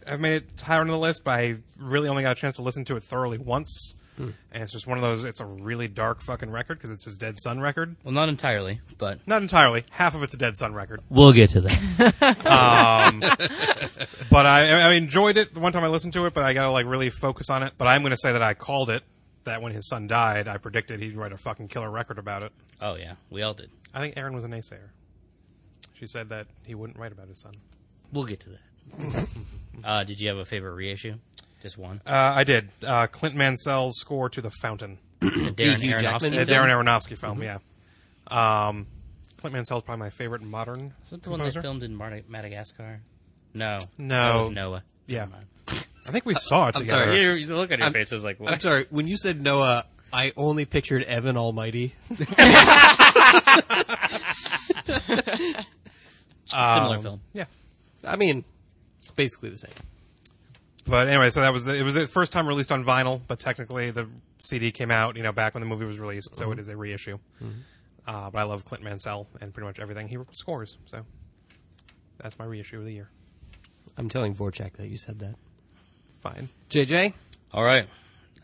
Speaker 1: have made it higher on the list, but I really only got a chance to listen to it thoroughly once. And it's just one of those. It's a really dark fucking record because it's his Dead Sun record.
Speaker 4: Well, not entirely, but
Speaker 1: Not entirely. Half of it's a Dead Sun record.
Speaker 4: [LAUGHS] we'll get to that.
Speaker 1: but I, I enjoyed it the one time I listened to it, but I gotta like really focus on it. But I'm gonna say that I called it that when his son died, I predicted he'd write a fucking killer record about it.
Speaker 4: [LAUGHS] Oh yeah, we all did.
Speaker 1: I think Aaron was a naysayer. She said that he wouldn't write about his son.
Speaker 4: We'll get to that. [LAUGHS] uh, did you have a favorite reissue? Just one.
Speaker 1: Uh, I did. Uh, Clint Mansell's score to The Fountain.
Speaker 4: The Darren
Speaker 5: Hugh Jackman
Speaker 4: Aronofsky
Speaker 1: The
Speaker 5: film?
Speaker 1: Darren Aronofsky film,
Speaker 4: Mm-hmm.
Speaker 1: yeah. Um, Clint Mansell's probably my favorite modern.
Speaker 4: Is that the one they filmed in Mar- Madagascar? No.
Speaker 1: No.
Speaker 4: That was Noah.
Speaker 1: Yeah.
Speaker 4: Never mind.
Speaker 1: I think we saw it together.
Speaker 5: sorry.
Speaker 4: You, you look at your
Speaker 5: I'm-
Speaker 4: face. I was like,
Speaker 5: I'm
Speaker 4: what?
Speaker 5: sorry. When you said Noah, I only pictured Evan Almighty. [LAUGHS]
Speaker 4: Similar film.
Speaker 1: Yeah.
Speaker 5: I mean, it's basically the same.
Speaker 1: But anyway, so that was the, it was the first time released on vinyl, but technically the CD came out, you know, back when the movie was released, so it is a reissue. Uh, but I love Clint Mansell and pretty much everything he scores, so that's my reissue of the year.
Speaker 5: I'm telling Vorchak that you said that.
Speaker 1: Fine.
Speaker 5: JJ,
Speaker 4: All right.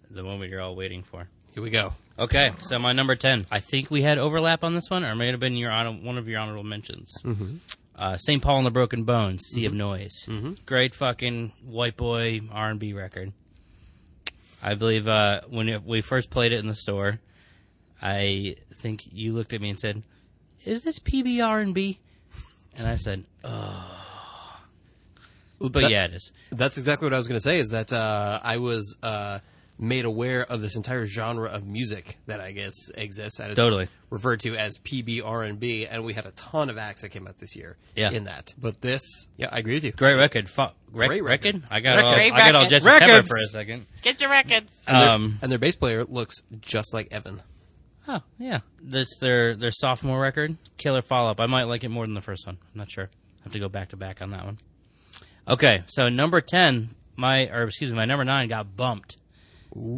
Speaker 4: The moment you're all waiting for.
Speaker 5: here we go.
Speaker 4: Okay, so my number ten. I think we had overlap on this one, or it may have been your honor, one of your honorable mentions. Mm-hmm. Uh, St. Paul and the Broken Bones, Sea of Noise. Mm-hmm. Great fucking white boy R and B record. I believe uh, when it- we first played it in the store, I think you looked at me and said, "Is this PBR and B?" And I said, "Oh, but
Speaker 5: that-
Speaker 4: yeah, it is."
Speaker 5: That's exactly what I was going to say. Is that uh, I was uh, made aware of this entire genre of music that I guess exists and is
Speaker 4: Totally.
Speaker 5: referred to as PBR and B, and we had a ton of acts that came out this year.
Speaker 4: Yeah.
Speaker 5: in that. But this, yeah, I agree with you.
Speaker 4: Great record. Fu- rec-
Speaker 5: Great record.
Speaker 4: record. I got all.
Speaker 3: Great
Speaker 4: I got all
Speaker 3: record.
Speaker 4: Jesse Pepper
Speaker 1: Records.
Speaker 4: for a second.
Speaker 3: Get your records.
Speaker 4: Um,
Speaker 5: And their bass player looks just like Evan.
Speaker 4: Oh yeah, this their their sophomore record, killer follow up. I might like it more than the first one. I'm not sure. I have to go back to back on that one. Okay, so number ten, my or excuse me, my number nine got bumped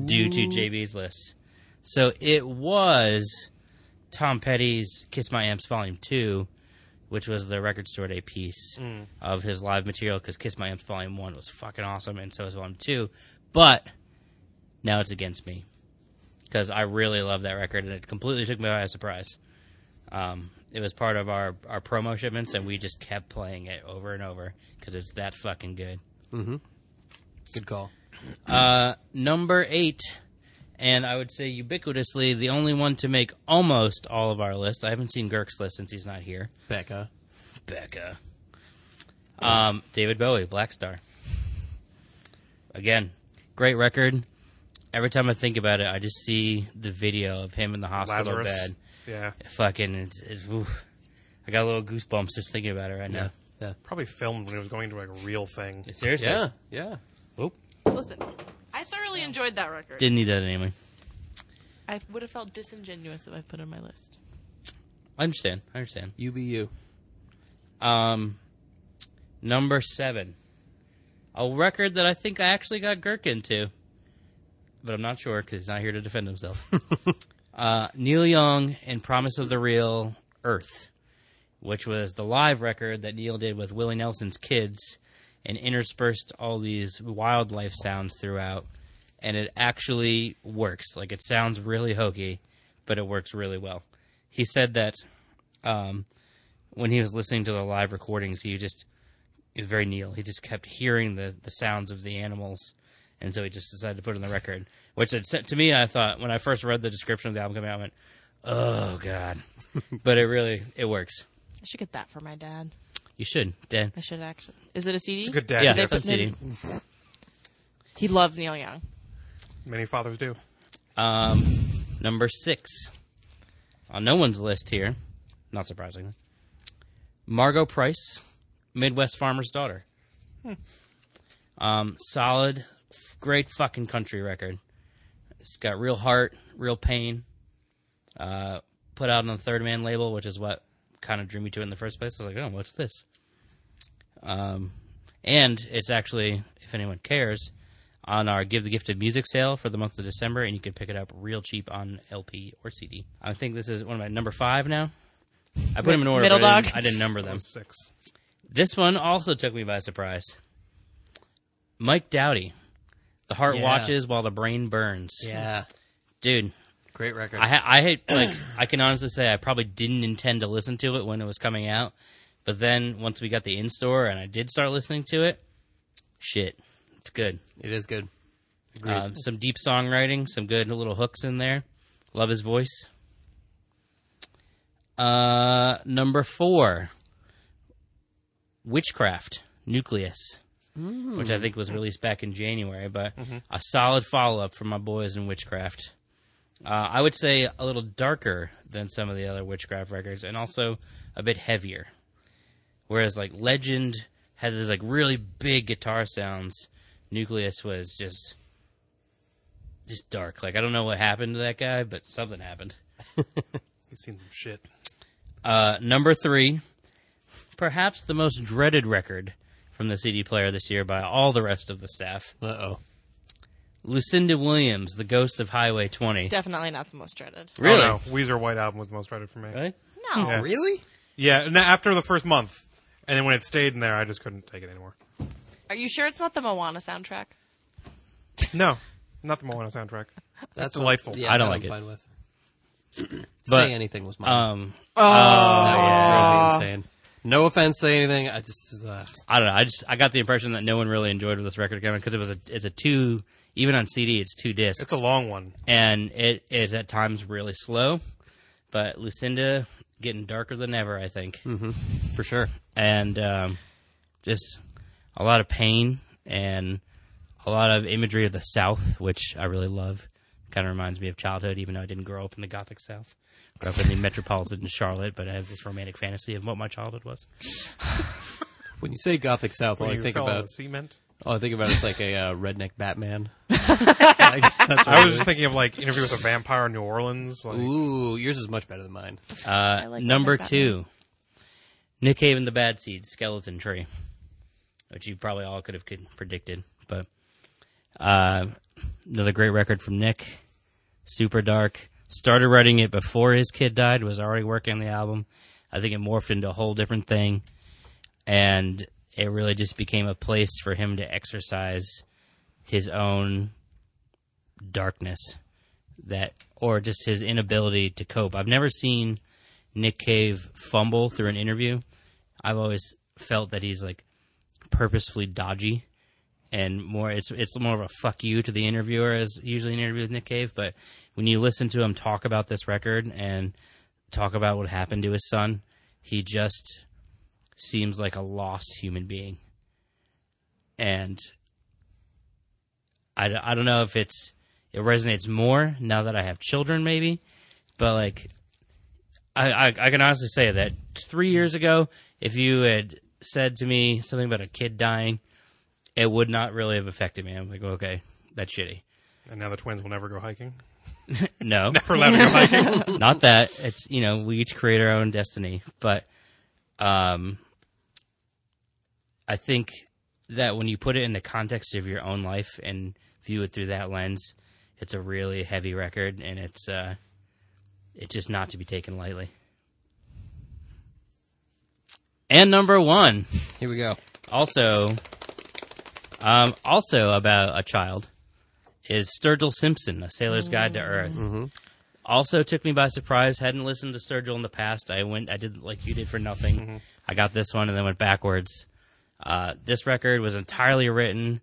Speaker 4: due to JB's list. So it was Tom Petty's "Kiss My Amps" Volume Two, which was the record store day piece of his live material. Because "Kiss My Amps" Volume One was fucking awesome, and so is Volume Two. But now it's against me because I really love that record, and it completely took me by surprise. Um, it was part of our, our promo shipments, and we just kept playing it over and over because it's that fucking good.
Speaker 5: Good call.
Speaker 4: Number eight, and I would say ubiquitously the only one to make almost all of our list. I haven't seen Girk's list since he's not here.
Speaker 5: Becca.
Speaker 4: Becca. Um, David Bowie, Black Star. Again, great record. Every time I think about it, I just see the video of him in the hospital
Speaker 1: Lazarus.
Speaker 4: bed.
Speaker 1: Yeah.
Speaker 4: fucking it's, it's, oof. I got a little goosebumps just thinking about it right now.
Speaker 5: Yeah.
Speaker 1: Probably filmed when it was going to like a real thing.
Speaker 4: Seriously,
Speaker 5: Yeah. Yeah.
Speaker 3: Listen, I thoroughly enjoyed that record.
Speaker 4: didn't need that anyway.
Speaker 7: I would have felt disingenuous if I put it on my list.
Speaker 4: I understand. I understand.
Speaker 5: UBU.
Speaker 4: Um, number seven, a record that I think I actually got Girk into, but I'm not sure because he's not here to defend himself. uh, Neil Young and "Promise of the Real Earth," which was the live record that Neil did with Willie Nelson's kids, and interspersed all these wildlife sounds throughout, and it actually works. Like it sounds really hokey, but it works really well. He said that. Um, when he was listening to the live recordings, he just it was very Neil. He just kept hearing the the sounds of the animals, and so he just decided to put it on the record. Which it, said- to me, I thought when I first read the description of the album coming out, I went, "Oh God!" but it really it works.
Speaker 7: I should get that for my dad.
Speaker 4: You should, Dan.
Speaker 7: I should actually. Is it a CD?
Speaker 1: Good dad.
Speaker 4: Yeah,
Speaker 1: gift.
Speaker 4: it's on CD.
Speaker 7: He loved Neil Young.
Speaker 1: Many fathers do.
Speaker 4: Number six on no one's list here, not surprisingly. Margot Price, Midwest Farmer's Daughter.
Speaker 7: Hmm.
Speaker 4: Um, solid, f- great fucking country record. It's got real heart, real pain. Uh, put out on the Third Man label, which is what kind of drew me to it in the first place. I was like, oh, what's this? Um, and it's actually, if anyone cares, on our Give the Gift of Music sale for the month of December, and you can pick it up real cheap on LP or CD. I think this is one of my number five now. I put them in order.
Speaker 7: Middle
Speaker 4: but I
Speaker 7: dog.
Speaker 4: didn't, I didn't number them.
Speaker 1: Six.
Speaker 4: This one also took me by surprise. Mike Dowdy. The heart
Speaker 5: Yeah.
Speaker 4: watches while the brain burns.
Speaker 5: Yeah.
Speaker 4: Dude,
Speaker 5: Great record.
Speaker 4: I ha- I had like [CLEARS THROAT] I can honestly say I probably didn't intend to listen to it when it was coming out, but then once we got the in store and I did start listening to it, shit, it's good.
Speaker 5: it is good.
Speaker 4: Um, some deep songwriting, some good little hooks in there. Love his voice. Uh, number four, Witchcraft Nucleus, which I think was released back in January, but a solid follow up for my boys in Witchcraft. Uh, I would say a little darker than some of the other Witchcraft records, and also a bit heavier. Whereas like Legend has this like really big guitar sounds, Nucleus was just just dark. Like I don't know what happened to that guy, but something happened.
Speaker 1: He's seen some shit.
Speaker 4: Uh, number three, perhaps the most dreaded record from the CD player this year by all the rest of the staff.
Speaker 5: Uh oh.
Speaker 4: Lucinda Williams, The Ghost of Highway 20.
Speaker 7: Definitely not the most dreaded.
Speaker 1: Oh, no. Weezer White Album was the most rated for me.
Speaker 4: Really?
Speaker 7: No.
Speaker 1: Yeah.
Speaker 5: Really?
Speaker 1: Yeah, and after the first month. And then when it stayed in there, I just couldn't take it anymore.
Speaker 7: Are you sure it's not the Moana soundtrack?
Speaker 1: No, not the Moana soundtrack.
Speaker 5: That's
Speaker 1: delightful.
Speaker 4: I don't
Speaker 5: that
Speaker 4: like
Speaker 5: I'm
Speaker 4: it.
Speaker 5: Fine [CLEARS THROAT] with.
Speaker 4: But-
Speaker 5: say anything was mine. Oh,
Speaker 4: Um,
Speaker 5: That would drive me insane. No offense, say anything. I just uh,
Speaker 4: I don't know. I just I got the impression that no one really enjoyed this record coming because it was a it's a two even on CD it's two discs.
Speaker 1: It's a long one.
Speaker 4: and it is at times really slow. But Lucinda getting darker than ever, I think,
Speaker 5: for sure.
Speaker 4: and um, just a lot of pain and a lot of imagery of the South, which I really love. Kind of reminds me of childhood, even though I didn't grow up in the Gothic South. Grew up in the [LAUGHS] metropolitan Charlotte, but I have this romantic fantasy of what my childhood was.
Speaker 5: When you say Gothic South, all I
Speaker 1: You
Speaker 5: think
Speaker 1: fell on
Speaker 5: about
Speaker 1: cement.
Speaker 5: all I think about is like a uh, redneck Batman.
Speaker 1: [LAUGHS]
Speaker 5: [LAUGHS] Like, that's what
Speaker 1: I
Speaker 5: it
Speaker 1: was just
Speaker 5: is.
Speaker 1: thinking of like Interview with a Vampire in New Orleans. Like,
Speaker 5: Ooh, yours is much better than mine.
Speaker 4: Uh, number two, Nick Haven, the Bad Seed, Skeleton Tree, which you probably all could have could- predicted, but uh, another great record from Nick. Super dark. Started writing it before his kid died. Was already working on the album. I think it morphed into a whole different thing, and it really just became a place for him to exercise his own darkness that or just his inability to cope. I've never seen Nick Cave fumble through an interview. I've always felt that he's like purposefully dodgy and more it's it's more of a fuck you to the interviewer as usually an interview with Nick Cave, but when you listen to him talk about this record and talk about what happened to his son, he just seems like a lost human being. And I, I don't know if it's it resonates more now that I have children, maybe, but like I, I I can honestly say that three years ago, if you had said to me something about a kid dying, it would not really have affected me. I'm like, okay, that's shitty.
Speaker 1: and now the twins will never go hiking.
Speaker 4: No,
Speaker 1: Never allowed to go hiking.
Speaker 4: not that. It's you know we each create our own destiny, but um, I think that when you put it in the context of your own life and view it through that lens, it's a really heavy record, and it's uh, it's just not to be taken lightly. And number one,
Speaker 5: Here we go.
Speaker 4: also, um, also about a child is Sturgill Simpson, A Sailor's Guide to Earth. Also took me by surprise. Hadn't listened to Sturgill in the past. I went, I did like you did for nothing. I got this one and then went backwards. Uh, this record was entirely written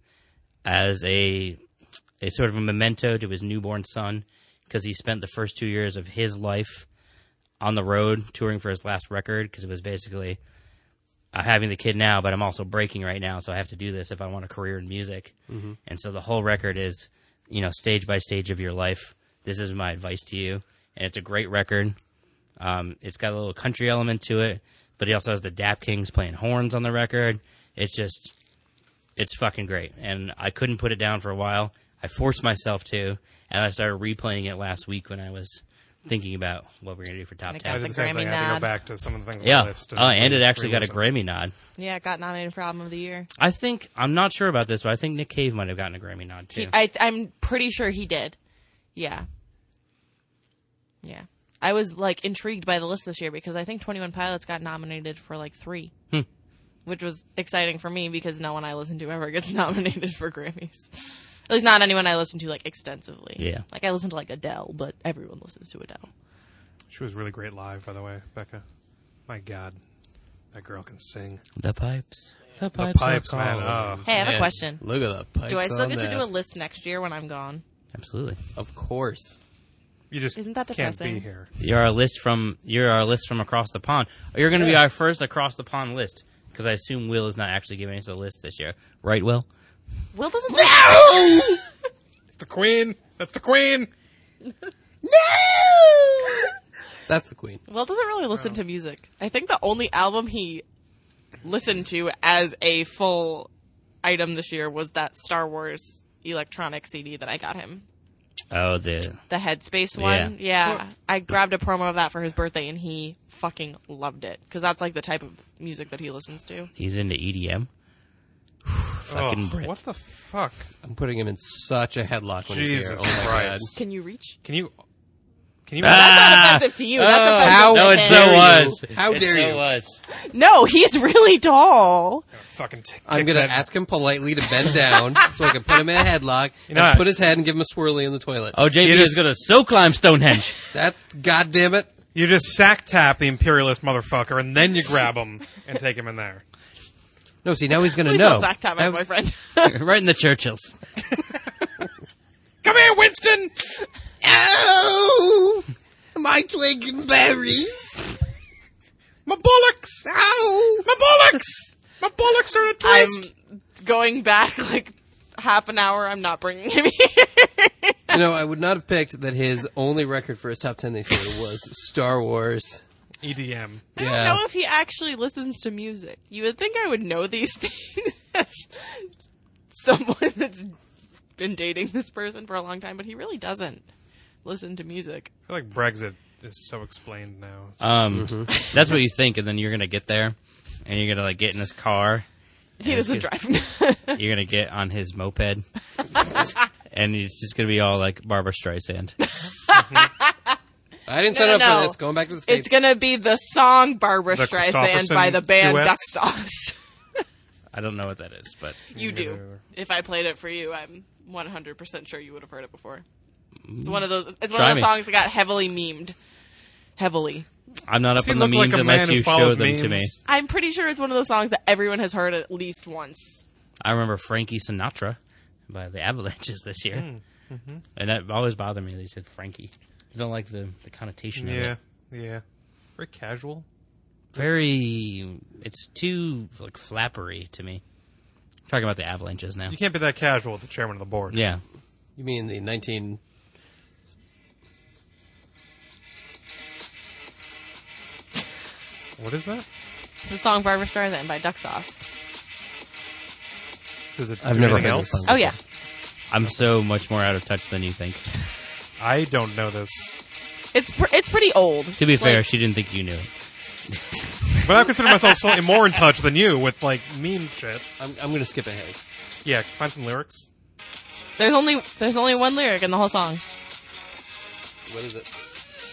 Speaker 4: as a a sort of a memento to his newborn son because he spent the first two years of his life on the road touring for his last record because it was basically I'm having the kid now, but I'm also breaking right now, so I have to do this if I want a career in music.
Speaker 1: Mm-hmm.
Speaker 4: And so the whole record is, you know, stage by stage of your life. This is my advice to you, and it's a great record. Um, it's got a little country element to it, but he also has the Dap Kings playing horns on the record. It's just, it's fucking great, and I couldn't put it down for a while. I forced myself to, and I started replaying it last week when I was thinking about what we're gonna do for top
Speaker 7: I
Speaker 4: ten.
Speaker 1: I
Speaker 7: The
Speaker 1: did the same thing.
Speaker 7: Grammy
Speaker 1: I had to go
Speaker 7: nod.
Speaker 1: back to some of the things on
Speaker 4: Yeah,
Speaker 1: the list.
Speaker 4: oh, and it actually got a
Speaker 1: re-listen.
Speaker 4: Grammy nod.
Speaker 7: Yeah, it got nominated for album of the year.
Speaker 4: I think I'm not sure about this, but I think Nick Cave might have gotten a Grammy nod too.
Speaker 7: He, I, I'm pretty sure he did. Yeah. Yeah. I was like intrigued by the list this year because I think 21 Pilots got nominated for like three,
Speaker 3: Hmm.
Speaker 7: which was exciting for me because no one I listen to ever gets [LAUGHS] nominated for Grammys. At least not anyone I listen to like extensively.
Speaker 4: Yeah.
Speaker 7: Like I listen to like Adele, but everyone listens to Adele.
Speaker 1: She was really great live, by the way, Becca. My God. That girl can sing.
Speaker 4: The pipes. The
Speaker 1: The
Speaker 4: pipes, uh,
Speaker 1: pipes,
Speaker 4: are
Speaker 1: man.
Speaker 4: calling.
Speaker 1: Oh.
Speaker 3: Hey, I have
Speaker 5: Man,
Speaker 3: a question.
Speaker 5: Look at the pipes.
Speaker 3: Do I still
Speaker 5: on
Speaker 3: get to
Speaker 5: that.
Speaker 3: do a list next year when I'm gone?
Speaker 4: Absolutely.
Speaker 5: Of course.
Speaker 1: You just
Speaker 3: Isn't that
Speaker 1: can't be
Speaker 3: depressing?
Speaker 1: here.
Speaker 4: You're our list from you're our list from across the pond. You're going to be our first across the pond list because I assume Will is not actually giving us a list this year, right? Will
Speaker 3: Will doesn't. No.
Speaker 1: The queen. That's the queen.
Speaker 5: That's the queen.
Speaker 3: Will doesn't really listen to music. I think the only album he listened to as a full item this year was that Star Wars electronic CD that I got him.
Speaker 4: oh the
Speaker 3: The Headspace one. Yeah. I grabbed a promo of that for his birthday and he fucking loved it cuz that's like the type of music that he listens to.
Speaker 4: he's into E EDM. Fucking
Speaker 1: Oh,
Speaker 4: Brit.
Speaker 1: what the fuck?
Speaker 5: I'm putting him in such a headlock when he's
Speaker 1: Jesus
Speaker 5: here. Oh my
Speaker 1: Christ.
Speaker 3: Can you reach?
Speaker 1: Can you? Can you?
Speaker 4: Ah!
Speaker 3: That's not offensive to you. That's offensive
Speaker 5: how
Speaker 3: to
Speaker 4: no, Oh, it
Speaker 3: him.
Speaker 4: so was.
Speaker 5: How
Speaker 4: it
Speaker 5: dare
Speaker 4: so
Speaker 5: you.
Speaker 4: was.
Speaker 3: No, he's really tall.
Speaker 1: fucking. T-
Speaker 5: I'm
Speaker 1: kick
Speaker 5: gonna
Speaker 1: that-
Speaker 5: ask him politely to bend down so I can put him in a
Speaker 1: [LAUGHS]
Speaker 5: headlock
Speaker 1: know
Speaker 5: and
Speaker 1: what?
Speaker 5: put his head and give him a swirly in the toilet.
Speaker 4: Oh, JP
Speaker 1: You
Speaker 4: is
Speaker 1: just-
Speaker 4: going to so climb [LAUGHS] Stonehenge.
Speaker 5: That goddamn it!
Speaker 1: You just sack tap the imperialist motherfucker, and then you grab him and take him in there.
Speaker 5: No, see now [LAUGHS] he's gonna
Speaker 3: Please don't
Speaker 5: know.
Speaker 3: back my
Speaker 5: That was-
Speaker 3: boyfriend.
Speaker 4: right in the Churchills.
Speaker 1: Come here, Winston.
Speaker 8: Ow! My twig and berries.
Speaker 1: My bullocks. Ow. My bullocks. My bullocks are in a
Speaker 3: [LAUGHS] I'm
Speaker 1: twist.
Speaker 3: going back like half an hour. I'm not bringing him here.
Speaker 5: you know, I would not have picked that his only record for his top ten this year was Star Wars.
Speaker 1: E EDM.
Speaker 3: I
Speaker 5: Yeah.
Speaker 3: don't know if he actually listens to music. You would think I would know these [LAUGHS] things as someone that's been dating this person for a long time, but he really doesn't listen to music.
Speaker 1: I feel like Brexit is so explained now.
Speaker 4: Um, that's what you think, and then you're going to get there, and you're going to like get in his car.
Speaker 3: He doesn't drive. [LAUGHS]
Speaker 4: You're going to get on his
Speaker 1: [LAUGHS]
Speaker 4: moped, and it's just going to be all like Barbara Streisand.
Speaker 5: I didn't
Speaker 3: No,
Speaker 5: sign
Speaker 3: no,
Speaker 5: up
Speaker 3: no.
Speaker 5: for this. Going back to the
Speaker 3: it's
Speaker 5: states.
Speaker 3: gonna be the song Barbara
Speaker 1: The
Speaker 3: Streisand by the band
Speaker 1: Christofferson
Speaker 3: Duck Sauce. [LAUGHS]
Speaker 4: I don't know what that is, but
Speaker 3: You do. If I played it for you, I'm 100% sure you would have heard it before. It's one of those. It's one
Speaker 4: Try
Speaker 3: of
Speaker 4: me.
Speaker 3: those songs that got heavily memed. Heavily.
Speaker 4: I'm not
Speaker 1: Does
Speaker 4: up
Speaker 1: he
Speaker 4: on the
Speaker 1: look like
Speaker 4: memes
Speaker 1: a man
Speaker 4: unless
Speaker 1: who
Speaker 4: you show
Speaker 1: follows
Speaker 4: them to me.
Speaker 1: memes?
Speaker 3: I'm pretty sure it's one of those songs that everyone has heard at least once.
Speaker 4: I remember Frankie Sinatra by the Avalanches this year,
Speaker 1: Hmm, mm-hmm.
Speaker 4: and that always bothered me. They said Frankie. I don't like the, the connotation of
Speaker 1: Yeah.
Speaker 4: it.
Speaker 1: Yeah. Very casual.
Speaker 4: Very, it's too like flappery to me. talking about the Avalanches now.
Speaker 1: You can't be that casual with the chairman of the board.
Speaker 4: Yeah,
Speaker 5: You mean the 19?
Speaker 1: What is that?
Speaker 3: It's the song Barbara Streisand by Duck Sauce.
Speaker 1: Does it?
Speaker 5: I've
Speaker 1: do
Speaker 5: never
Speaker 1: anything
Speaker 5: heard
Speaker 1: else?
Speaker 5: this song.
Speaker 3: Oh, yeah.
Speaker 4: I'm so much more out of touch than you think.
Speaker 1: I don't know this,
Speaker 3: It's pr- it's pretty old.
Speaker 4: To be fair,
Speaker 3: Like,
Speaker 4: she didn't think you knew. it.
Speaker 1: but I consider myself slightly more in touch than you with like meme shit.
Speaker 5: I'm, I'm gonna skip ahead.
Speaker 1: Yeah, find some lyrics.
Speaker 3: there's only there's only one lyric in the whole song.
Speaker 5: What is it?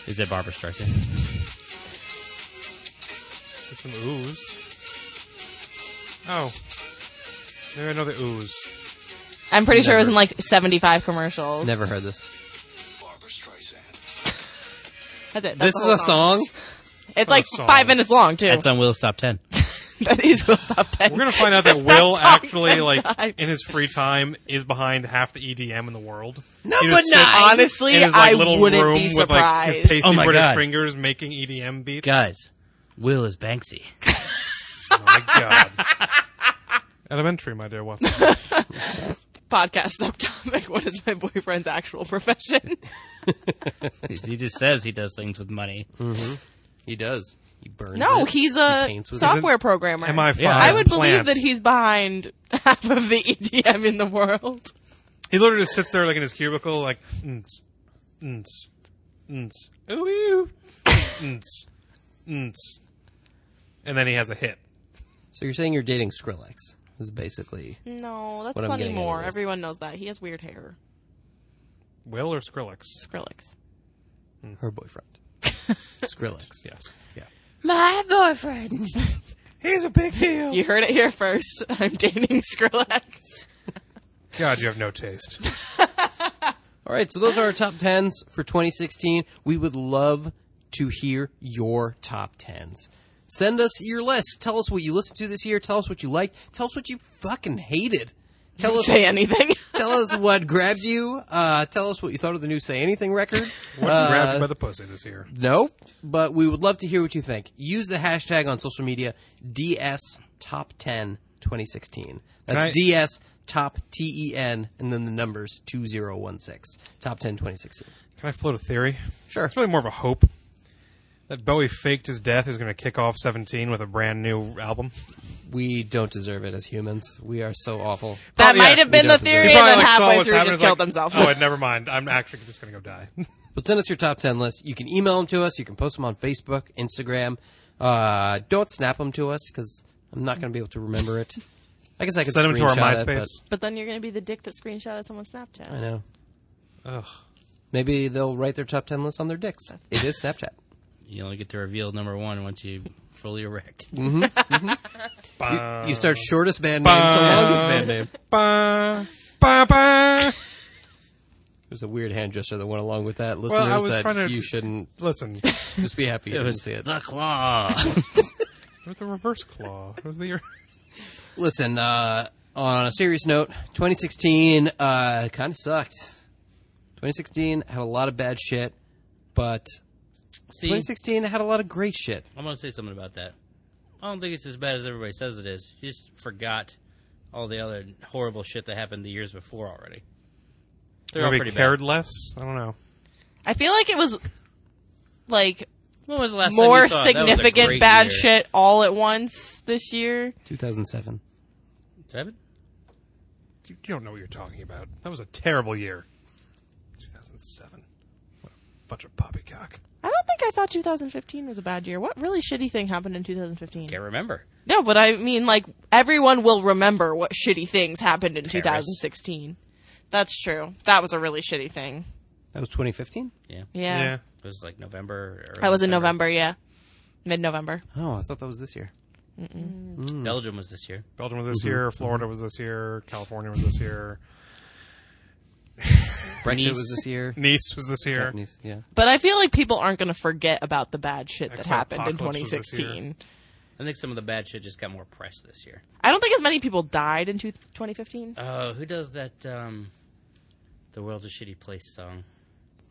Speaker 4: Is it Barbara Streisand?
Speaker 1: There's some ooze. Oh, maybe I know the ooze.
Speaker 3: I'm pretty sure it was in like 75 commercials.
Speaker 5: Never heard this.
Speaker 3: That's it. That's
Speaker 5: This
Speaker 3: the
Speaker 5: is
Speaker 3: whole
Speaker 5: a song.
Speaker 3: It's like
Speaker 1: song.
Speaker 3: five minutes long too.
Speaker 4: That's on Will's top ten.
Speaker 3: [LAUGHS] that is Will Stop Ten.
Speaker 1: We're gonna find out
Speaker 3: [LAUGHS]
Speaker 1: that Will
Speaker 3: song
Speaker 1: actually,
Speaker 3: ten
Speaker 1: like,
Speaker 3: times.
Speaker 1: in his free time, is behind half the EDM in the world.
Speaker 3: Number
Speaker 1: He just sits
Speaker 3: nine. Honestly,
Speaker 1: in his, like,
Speaker 3: I
Speaker 1: little
Speaker 3: wouldn't
Speaker 1: room
Speaker 3: be
Speaker 1: With, like, his
Speaker 3: surprised.
Speaker 1: pasty
Speaker 4: Oh my
Speaker 1: British
Speaker 4: God.
Speaker 1: fingers making EDM beats.
Speaker 4: Guys, Will is Banksy.
Speaker 5: [LAUGHS]
Speaker 1: oh my god. [LAUGHS] Elementary, my dear Watson.
Speaker 3: [LAUGHS] podcast subtopic. [LAUGHS] What is my boyfriend's actual profession?
Speaker 4: he just says he does things with money.
Speaker 5: He does. He burns.
Speaker 3: no,
Speaker 5: it.
Speaker 3: he's a
Speaker 5: He paints with
Speaker 3: software programmer.
Speaker 1: Am I fine?
Speaker 4: Yeah.
Speaker 3: I would believe
Speaker 1: Plants.
Speaker 3: that he's behind [LAUGHS] half of the EDM in the world.
Speaker 1: He literally just sits there, like, in his cubicle, like, nts, nts, nts, ooh, ew, nts, nts. And then he has a hit.
Speaker 5: So you're saying you're dating Skrillex? Is basically
Speaker 3: No, that's
Speaker 5: What I'm
Speaker 3: not
Speaker 5: getting at
Speaker 3: anymore.
Speaker 5: is-
Speaker 3: Everyone knows that. He has weird hair.
Speaker 1: Will or Skrillex?
Speaker 3: Skrillex.
Speaker 5: her boyfriend. Skrillex.
Speaker 1: Yes.
Speaker 3: My boyfriend.
Speaker 7: [LAUGHS]
Speaker 1: He's a big deal.
Speaker 3: You heard it here first. I'm dating
Speaker 1: [LAUGHS]
Speaker 3: Skrillex.
Speaker 1: God, you have no taste.
Speaker 5: All right, so those are our top tens for 2016. We would love to hear your top tens. Send us your list. Tell us what you listened to this year. Tell us what you liked. Tell us what you fucking hated. Tell us
Speaker 7: Say anything.
Speaker 5: tell us what grabbed you. Uh, tell us what you thought of the new Say Anything record.
Speaker 1: Grabbed
Speaker 5: Uh,
Speaker 1: by the pussy this year.
Speaker 5: no, but we would love to hear what you think. Use the hashtag on social media DS Top 10 2016. That's
Speaker 1: Can I-
Speaker 5: DS Top T E N and then the numbers 2016. Top 10 2016.
Speaker 1: Can I float a theory?
Speaker 5: Sure.
Speaker 1: It's really more of a hope that Bowie faked his death. He's going to kick off 17 with a brand new album.
Speaker 5: We don't deserve it as humans. We are so awful.
Speaker 7: [LAUGHS] That
Speaker 1: Probably, Oh, yeah,
Speaker 7: might have
Speaker 1: we
Speaker 7: been the
Speaker 5: don't deserve
Speaker 7: theory,
Speaker 5: it.
Speaker 1: He
Speaker 7: and then
Speaker 1: like, saw
Speaker 7: halfway
Speaker 1: what's
Speaker 7: through
Speaker 1: happening,
Speaker 7: just
Speaker 1: was
Speaker 7: killed
Speaker 1: like,
Speaker 7: themselves.
Speaker 1: Oh, and never mind. I'm actually just going to go die.
Speaker 5: But send us your top 10 list. You can email them to us. You can post them on Facebook, Instagram. Uh, don't snap them to us because I'm not going to be able to remember it. I guess I could
Speaker 1: Send him to our
Speaker 5: screenshot
Speaker 1: MySpace.
Speaker 5: It,
Speaker 7: But then you're gonna be the dick that screenshotted someone's Snapchat.
Speaker 5: but I know.
Speaker 1: Ugh.
Speaker 5: Maybe they'll write their top 10 list on their dicks. It is Snapchat.
Speaker 4: You only get to reveal number one once you fully
Speaker 5: [LAUGHS]
Speaker 4: erect.
Speaker 5: You
Speaker 1: Um,
Speaker 5: start shortest band name to longest band name.
Speaker 1: Ba, ba, ba.
Speaker 5: There's a weird hand gesture that went along with that. Listeners,
Speaker 1: Well, I was
Speaker 5: that
Speaker 1: trying to-
Speaker 5: you shouldn't
Speaker 1: Listen,
Speaker 5: just be happy
Speaker 4: [LAUGHS]
Speaker 5: you
Speaker 4: It
Speaker 5: didn't
Speaker 4: was
Speaker 5: see it.
Speaker 4: the claw.
Speaker 5: [LAUGHS]
Speaker 1: it was the reverse claw. It was the.
Speaker 5: Listen, uh, on a serious note, 2016 uh, kind of sucked. 2016 had a lot of bad shit, but
Speaker 4: See,
Speaker 5: 2016 had a lot of great shit.
Speaker 4: I'm gonna say something about that. I don't think it's as bad as everybody says it is. You just forgot all the other horrible shit that happened the years before already. They're all
Speaker 1: Maybe
Speaker 4: pretty
Speaker 1: cared
Speaker 4: bad.
Speaker 1: less. I don't know.
Speaker 7: I feel like it was like
Speaker 4: When was the last time you
Speaker 7: more
Speaker 4: thought, "That was a
Speaker 7: significant
Speaker 4: great
Speaker 7: bad
Speaker 4: year"?
Speaker 7: shit all at once this year.
Speaker 5: 2007.
Speaker 4: Seven?
Speaker 1: You you don't know what you're talking about. That was a terrible year. 2007. What a bunch of poppycock.
Speaker 7: I don't think I thought 2015 was a bad year. What really shitty thing happened in 2015?
Speaker 4: Can't remember.
Speaker 7: No, but I mean, like everyone will remember what shitty things happened in
Speaker 4: Paris.
Speaker 7: 2016. That's true. That was a really shitty thing.
Speaker 5: That was 2015?
Speaker 4: Yeah.
Speaker 7: Yeah,
Speaker 4: It was like November. Or
Speaker 7: that was in
Speaker 4: December.
Speaker 7: November. Yeah, mid-November.
Speaker 5: Oh, I thought that was this year.
Speaker 4: Belgium was this year.
Speaker 1: Belgium was this year. Florida was this year. California was this year.
Speaker 5: Brexit
Speaker 4: Nice.
Speaker 5: was
Speaker 4: [LAUGHS]
Speaker 5: this year.
Speaker 1: [LAUGHS] Nice was this year.
Speaker 5: Yeah.
Speaker 7: But I feel like people aren't going to forget about the bad shit that
Speaker 1: Expo
Speaker 7: happened in
Speaker 1: Apocalypse was this year.
Speaker 7: 2016.
Speaker 4: I think some of the bad shit just got more press this year.
Speaker 7: I don't think as many people died in two- 2015.
Speaker 4: Oh, who does that? Um, the world's a shitty place song.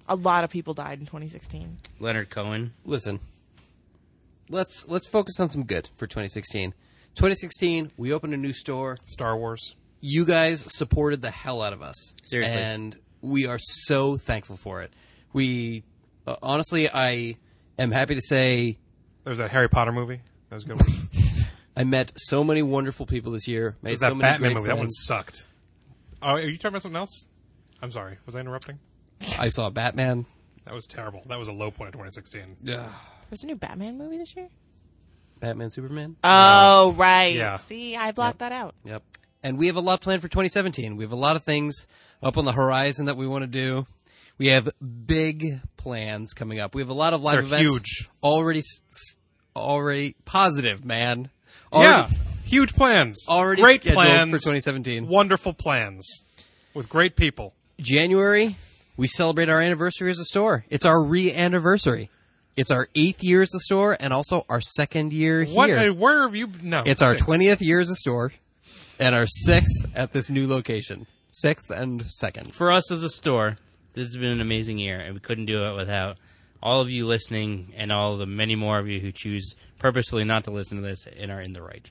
Speaker 7: A lot of people died in 2016.
Speaker 4: Leonard Cohen.
Speaker 5: Listen. Let's let's focus on some good for 2016. 2016, we opened a new store.
Speaker 1: Star Wars.
Speaker 5: You guys supported the hell out of us.
Speaker 4: Seriously.
Speaker 5: And we are so thankful for it. We uh, honestly I am happy to say
Speaker 1: There was that Harry Potter movie. That was a good [LAUGHS] one. There
Speaker 5: I met so many wonderful people this year. Made
Speaker 1: was
Speaker 5: so
Speaker 1: that
Speaker 5: many
Speaker 1: Batman
Speaker 5: great
Speaker 1: movie. That one
Speaker 5: friends.
Speaker 1: sucked. Oh, are you talking about something else? I'm sorry. Was I interrupting?
Speaker 5: I saw Batman.
Speaker 1: That was terrible. That was a low point of 2016.
Speaker 5: Yeah.
Speaker 7: There's a new Batman movie this year.
Speaker 5: Batman Superman.
Speaker 1: Uh,
Speaker 7: Oh right.
Speaker 1: Yeah.
Speaker 7: See, I blocked that out.
Speaker 5: Yep. And we have a lot planned for 2017. We have a lot of things up on the horizon that we want to do. We have big plans coming up. We have a lot of live
Speaker 1: They're
Speaker 5: events.
Speaker 1: huge.
Speaker 5: Already, s- s- already positive, man.
Speaker 1: Yeah,
Speaker 5: Already,
Speaker 1: huge plans.
Speaker 5: Already
Speaker 1: great
Speaker 5: scheduled
Speaker 1: plans
Speaker 5: for 2017.
Speaker 1: Wonderful plans with great people.
Speaker 5: January, we celebrate our anniversary as a store. It's our re-anniversary. It's our eighth year as a store and also our second year
Speaker 1: What?
Speaker 5: here.
Speaker 1: uh, Where have you? No,
Speaker 5: It's our
Speaker 1: six.
Speaker 5: twentieth year as a store, and our sixth at this new location. Sixth and second.
Speaker 4: For us as a store, this has been an amazing year, and we couldn't do it without all of you listening and all the many more of you who choose purposely not to listen to this and are in the right.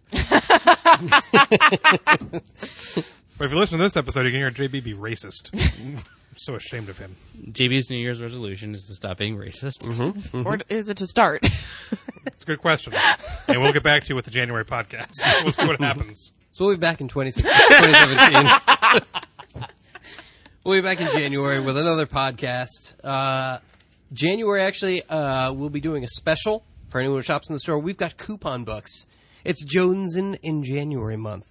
Speaker 1: But if you listen to this episode, you can hear JB be racist. [LAUGHS] I'm so ashamed of him.
Speaker 4: JB's New Year's resolution is to stop being racist.
Speaker 7: Mm-hmm. Or is it to start? [LAUGHS]
Speaker 1: It's a good question, and we'll get back to you with the January podcast. [LAUGHS] We'll see what happens.
Speaker 5: So we'll be back in 26 2017. we'll be back in January with another podcast. Uh, January, actually, uh, we'll be doing a special for anyone who shops in the store. We've got coupon books. It's Jonesin in January month.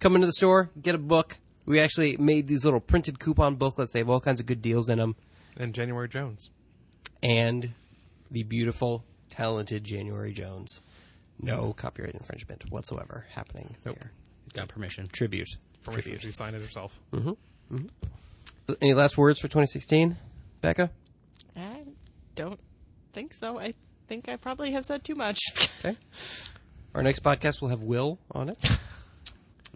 Speaker 5: Come into the store, get a book. We actually made these little printed coupon booklets. They have all kinds of good deals in them.
Speaker 1: And January Jones.
Speaker 5: and the beautiful, talented January Jones. No copyright infringement whatsoever happening here.
Speaker 4: Got permission.
Speaker 5: Tribute.
Speaker 1: Permission. She signed it herself.
Speaker 5: Any last words for 2016, Becca?
Speaker 7: I don't think so. I think I probably have said too much. [LAUGHS]
Speaker 5: Okay. Our next podcast will have Will on [LAUGHS] it.
Speaker 7: [LAUGHS]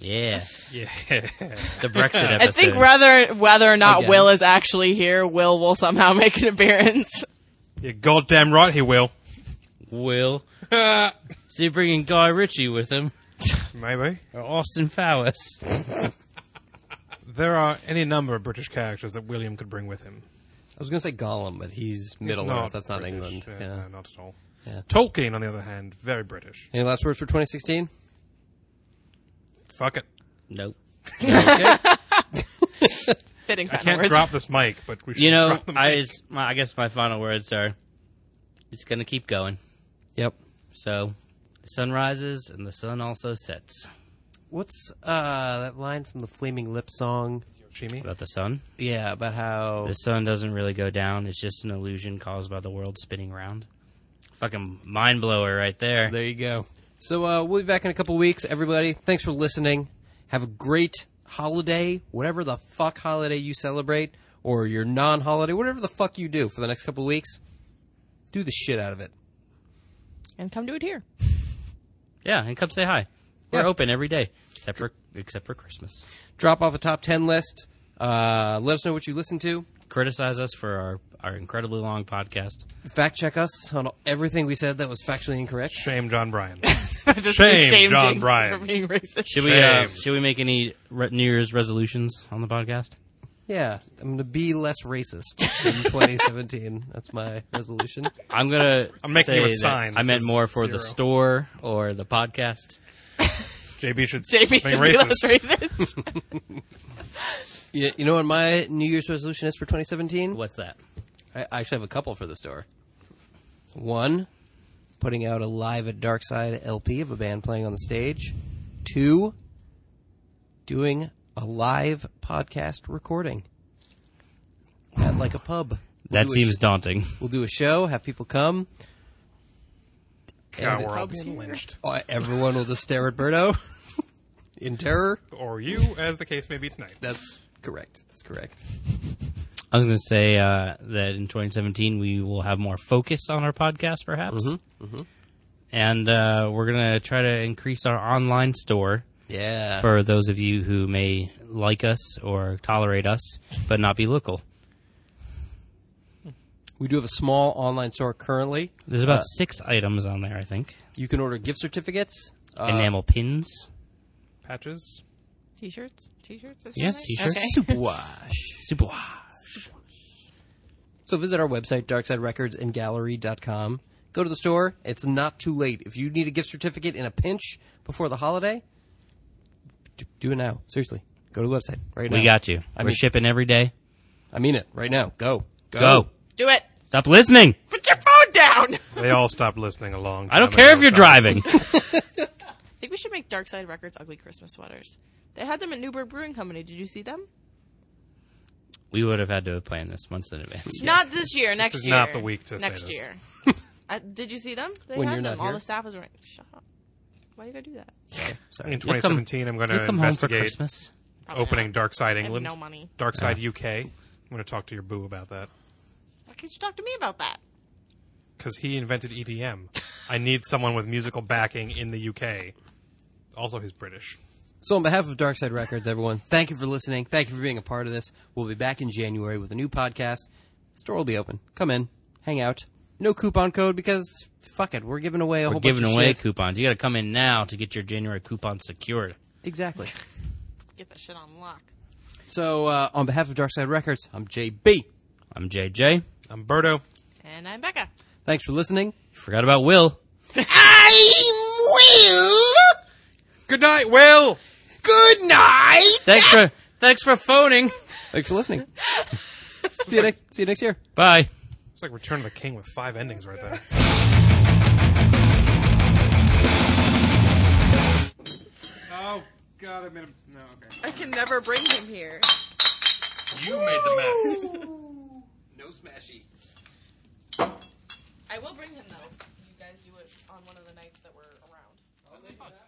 Speaker 4: Yeah.
Speaker 1: Yeah.
Speaker 4: The Brexit episode.
Speaker 7: I think whether whether or not
Speaker 5: Again.
Speaker 7: Will is actually here, Will will somehow [LAUGHS] make an appearance.
Speaker 1: You're goddamn right he will.
Speaker 7: [LAUGHS]
Speaker 4: Will. so you're bringing Guy Ritchie with him,
Speaker 1: Maybe.
Speaker 4: or Austin Powers.
Speaker 1: There are any number of British characters that William could bring with him.
Speaker 5: I was going to say Gollum, but he's
Speaker 1: He's
Speaker 5: Middle Earth. That's not
Speaker 1: British.
Speaker 5: England. Yeah.
Speaker 1: No, not at all.
Speaker 5: Yeah.
Speaker 1: Tolkien, on the other hand, very British.
Speaker 5: Any last words for 2016?
Speaker 1: Fuck it.
Speaker 4: Nope.
Speaker 7: Fitting
Speaker 1: I
Speaker 7: kind
Speaker 1: can't
Speaker 7: words.
Speaker 1: drop this mic, but we should
Speaker 4: You know,
Speaker 1: drop the mic.
Speaker 4: I is my, I guess my final words are, it's gonna keep going.
Speaker 5: Yep.
Speaker 4: So, the sun rises and the sun also sets.
Speaker 5: What's uh, that line from the Flaming Lips song?
Speaker 1: Chimmy.
Speaker 4: About the sun,
Speaker 5: Yeah, about how
Speaker 4: the sun doesn't really go down. It's just an illusion caused by the world spinning round. Fucking mind blower right there.
Speaker 5: There you go. So uh, we'll be back in a couple weeks, everybody. Thanks for listening. Have a great holiday, whatever the fuck holiday you celebrate, or your non-holiday, whatever the fuck you do for the next couple weeks. Do the shit out of it.
Speaker 7: and come do it here.
Speaker 4: Yeah, and come say hi. We're
Speaker 5: Yeah.
Speaker 4: open every day, except for except for Christmas.
Speaker 5: Drop off a top ten list. Uh, let us know what you listen to.
Speaker 4: Criticize us for our our incredibly long podcast.
Speaker 5: Fact check us on everything we said that was factually incorrect.
Speaker 1: Shame John Bryan.
Speaker 7: Just
Speaker 1: Shame,
Speaker 7: shamed
Speaker 1: John
Speaker 7: James
Speaker 1: Bryan.
Speaker 7: for being racist. [LAUGHS]
Speaker 4: Should we uh,
Speaker 1: Shame.
Speaker 4: should we make any re- New Year's resolutions on the podcast?
Speaker 5: Yeah, I'm gonna be less racist
Speaker 4: [LAUGHS]
Speaker 5: in 2017. That's my resolution.
Speaker 4: I'm gonna.
Speaker 1: [LAUGHS] I'm making
Speaker 4: say
Speaker 1: you a
Speaker 4: that
Speaker 1: sign
Speaker 4: I
Speaker 1: that
Speaker 4: meant
Speaker 1: says
Speaker 4: more for
Speaker 1: zero.
Speaker 4: the store or the podcast.
Speaker 1: JB should
Speaker 7: JB
Speaker 1: be
Speaker 7: should be
Speaker 1: racist.
Speaker 7: less racist.
Speaker 5: You, you know what my New Year's resolution is for 2017?
Speaker 4: What's that?
Speaker 5: I I actually have a couple for the store. One, putting out a live at Dark Side LP of a band playing on the stage. Two, doing a live podcast recording at like a pub. We'll
Speaker 4: That
Speaker 5: do a
Speaker 4: seems
Speaker 5: sh-
Speaker 4: daunting.
Speaker 5: we'll do a show, have people come.
Speaker 1: God,
Speaker 5: And-
Speaker 1: we're all being lynched.
Speaker 5: Oh, everyone will just stare at Birdo [LAUGHS] in terror.
Speaker 1: Or you, as the case may be tonight.
Speaker 5: That's correct. That's correct.
Speaker 4: I was gonna say uh, that in 2017 we will have more focus on our podcast, perhaps, Mm-hmm. and uh, we're gonna try to increase our online store
Speaker 5: Yeah.
Speaker 4: for those of you who may like us or tolerate us, but not be local.
Speaker 5: we do have a small online store currently.
Speaker 4: There's about six items on there, I think.
Speaker 5: You can order gift certificates. Uh,
Speaker 4: Enamel pins,
Speaker 1: Patches.
Speaker 7: [LAUGHS] T-shirts, t-shirts. is
Speaker 4: yeah,
Speaker 7: that right?
Speaker 4: t-shirts,
Speaker 5: Superwash.
Speaker 4: super.
Speaker 5: So visit our website, darksiderecordsandgallery.com. Go to the store. It's not too late. If you need a gift certificate in a pinch before the holiday, d- do it now. Seriously. Go to the website right now.
Speaker 4: We got you.
Speaker 5: I
Speaker 4: We're
Speaker 5: mean,
Speaker 4: shipping every day.
Speaker 5: I mean it right now. Go. Go.
Speaker 4: Go.
Speaker 7: Do it.
Speaker 4: Stop listening.
Speaker 7: Put your phone down. [LAUGHS] I
Speaker 1: They all stopped listening a long time
Speaker 4: I don't care if
Speaker 1: ago,
Speaker 4: you're
Speaker 1: guys.
Speaker 4: [LAUGHS] driving.
Speaker 7: think we should make Dark Side Records ugly Christmas sweaters. They had them at Newburgh Brewing Company. Did you see them?
Speaker 4: we would have had to have planned this months in
Speaker 5: [LAUGHS]
Speaker 4: advance.
Speaker 7: Not this year. Next
Speaker 1: is
Speaker 7: year.
Speaker 1: not the week to say
Speaker 7: next
Speaker 1: this. [LAUGHS]
Speaker 7: year. I, Uh, did you see them? They
Speaker 5: When
Speaker 7: had
Speaker 5: you're
Speaker 7: them.
Speaker 5: not
Speaker 7: All
Speaker 5: here?
Speaker 7: the staff was wearing. Shut up. Why you gotta do that?
Speaker 5: Sorry.
Speaker 1: In 2017, I'm going
Speaker 4: You'll
Speaker 1: to
Speaker 4: come home for
Speaker 1: investigate
Speaker 4: Christmas.
Speaker 1: opening Dark Side
Speaker 7: have
Speaker 1: England.
Speaker 7: no money.
Speaker 1: Dark Side UK. I'm going to talk to your boo about that.
Speaker 7: Why can't you talk to me about that?
Speaker 1: Because he invented EDM. I need someone with musical backing in the UK. Also, he's British.
Speaker 5: So, on behalf of Darkside Records, everyone, thank you for listening. Thank you for being a part of this. We'll be back in January with a new podcast. Store will be open. Come in, hang out. No coupon code because fuck it, we're giving away a
Speaker 4: We're
Speaker 5: whole
Speaker 4: giving
Speaker 5: bunch of
Speaker 4: away
Speaker 5: shit.
Speaker 4: coupons. You got to come in now to get your January coupon secured.
Speaker 5: exactly.
Speaker 7: Get that shit on lock.
Speaker 5: So, uh, on behalf of Darkside Records, I'm JB.
Speaker 4: I'm JJ.
Speaker 1: I'm Birdo.
Speaker 7: And I'm Becca.
Speaker 5: Thanks for listening.
Speaker 4: Forgot about Will.
Speaker 2: I'm Will.
Speaker 5: Good night, Will.
Speaker 2: Good night.
Speaker 4: Thanks for thanks for phoning.
Speaker 5: Thanks for [LAUGHS] listening. see you next. See you next year.
Speaker 4: Bye.
Speaker 1: It's like Return of the King with five endings right there. oh, God, I made a. No, okay.
Speaker 3: I can never bring him here.
Speaker 1: You made the mess.
Speaker 5: No smashy.
Speaker 7: I will bring him though. You guys do it on one of the nights that we're around.
Speaker 4: Bye.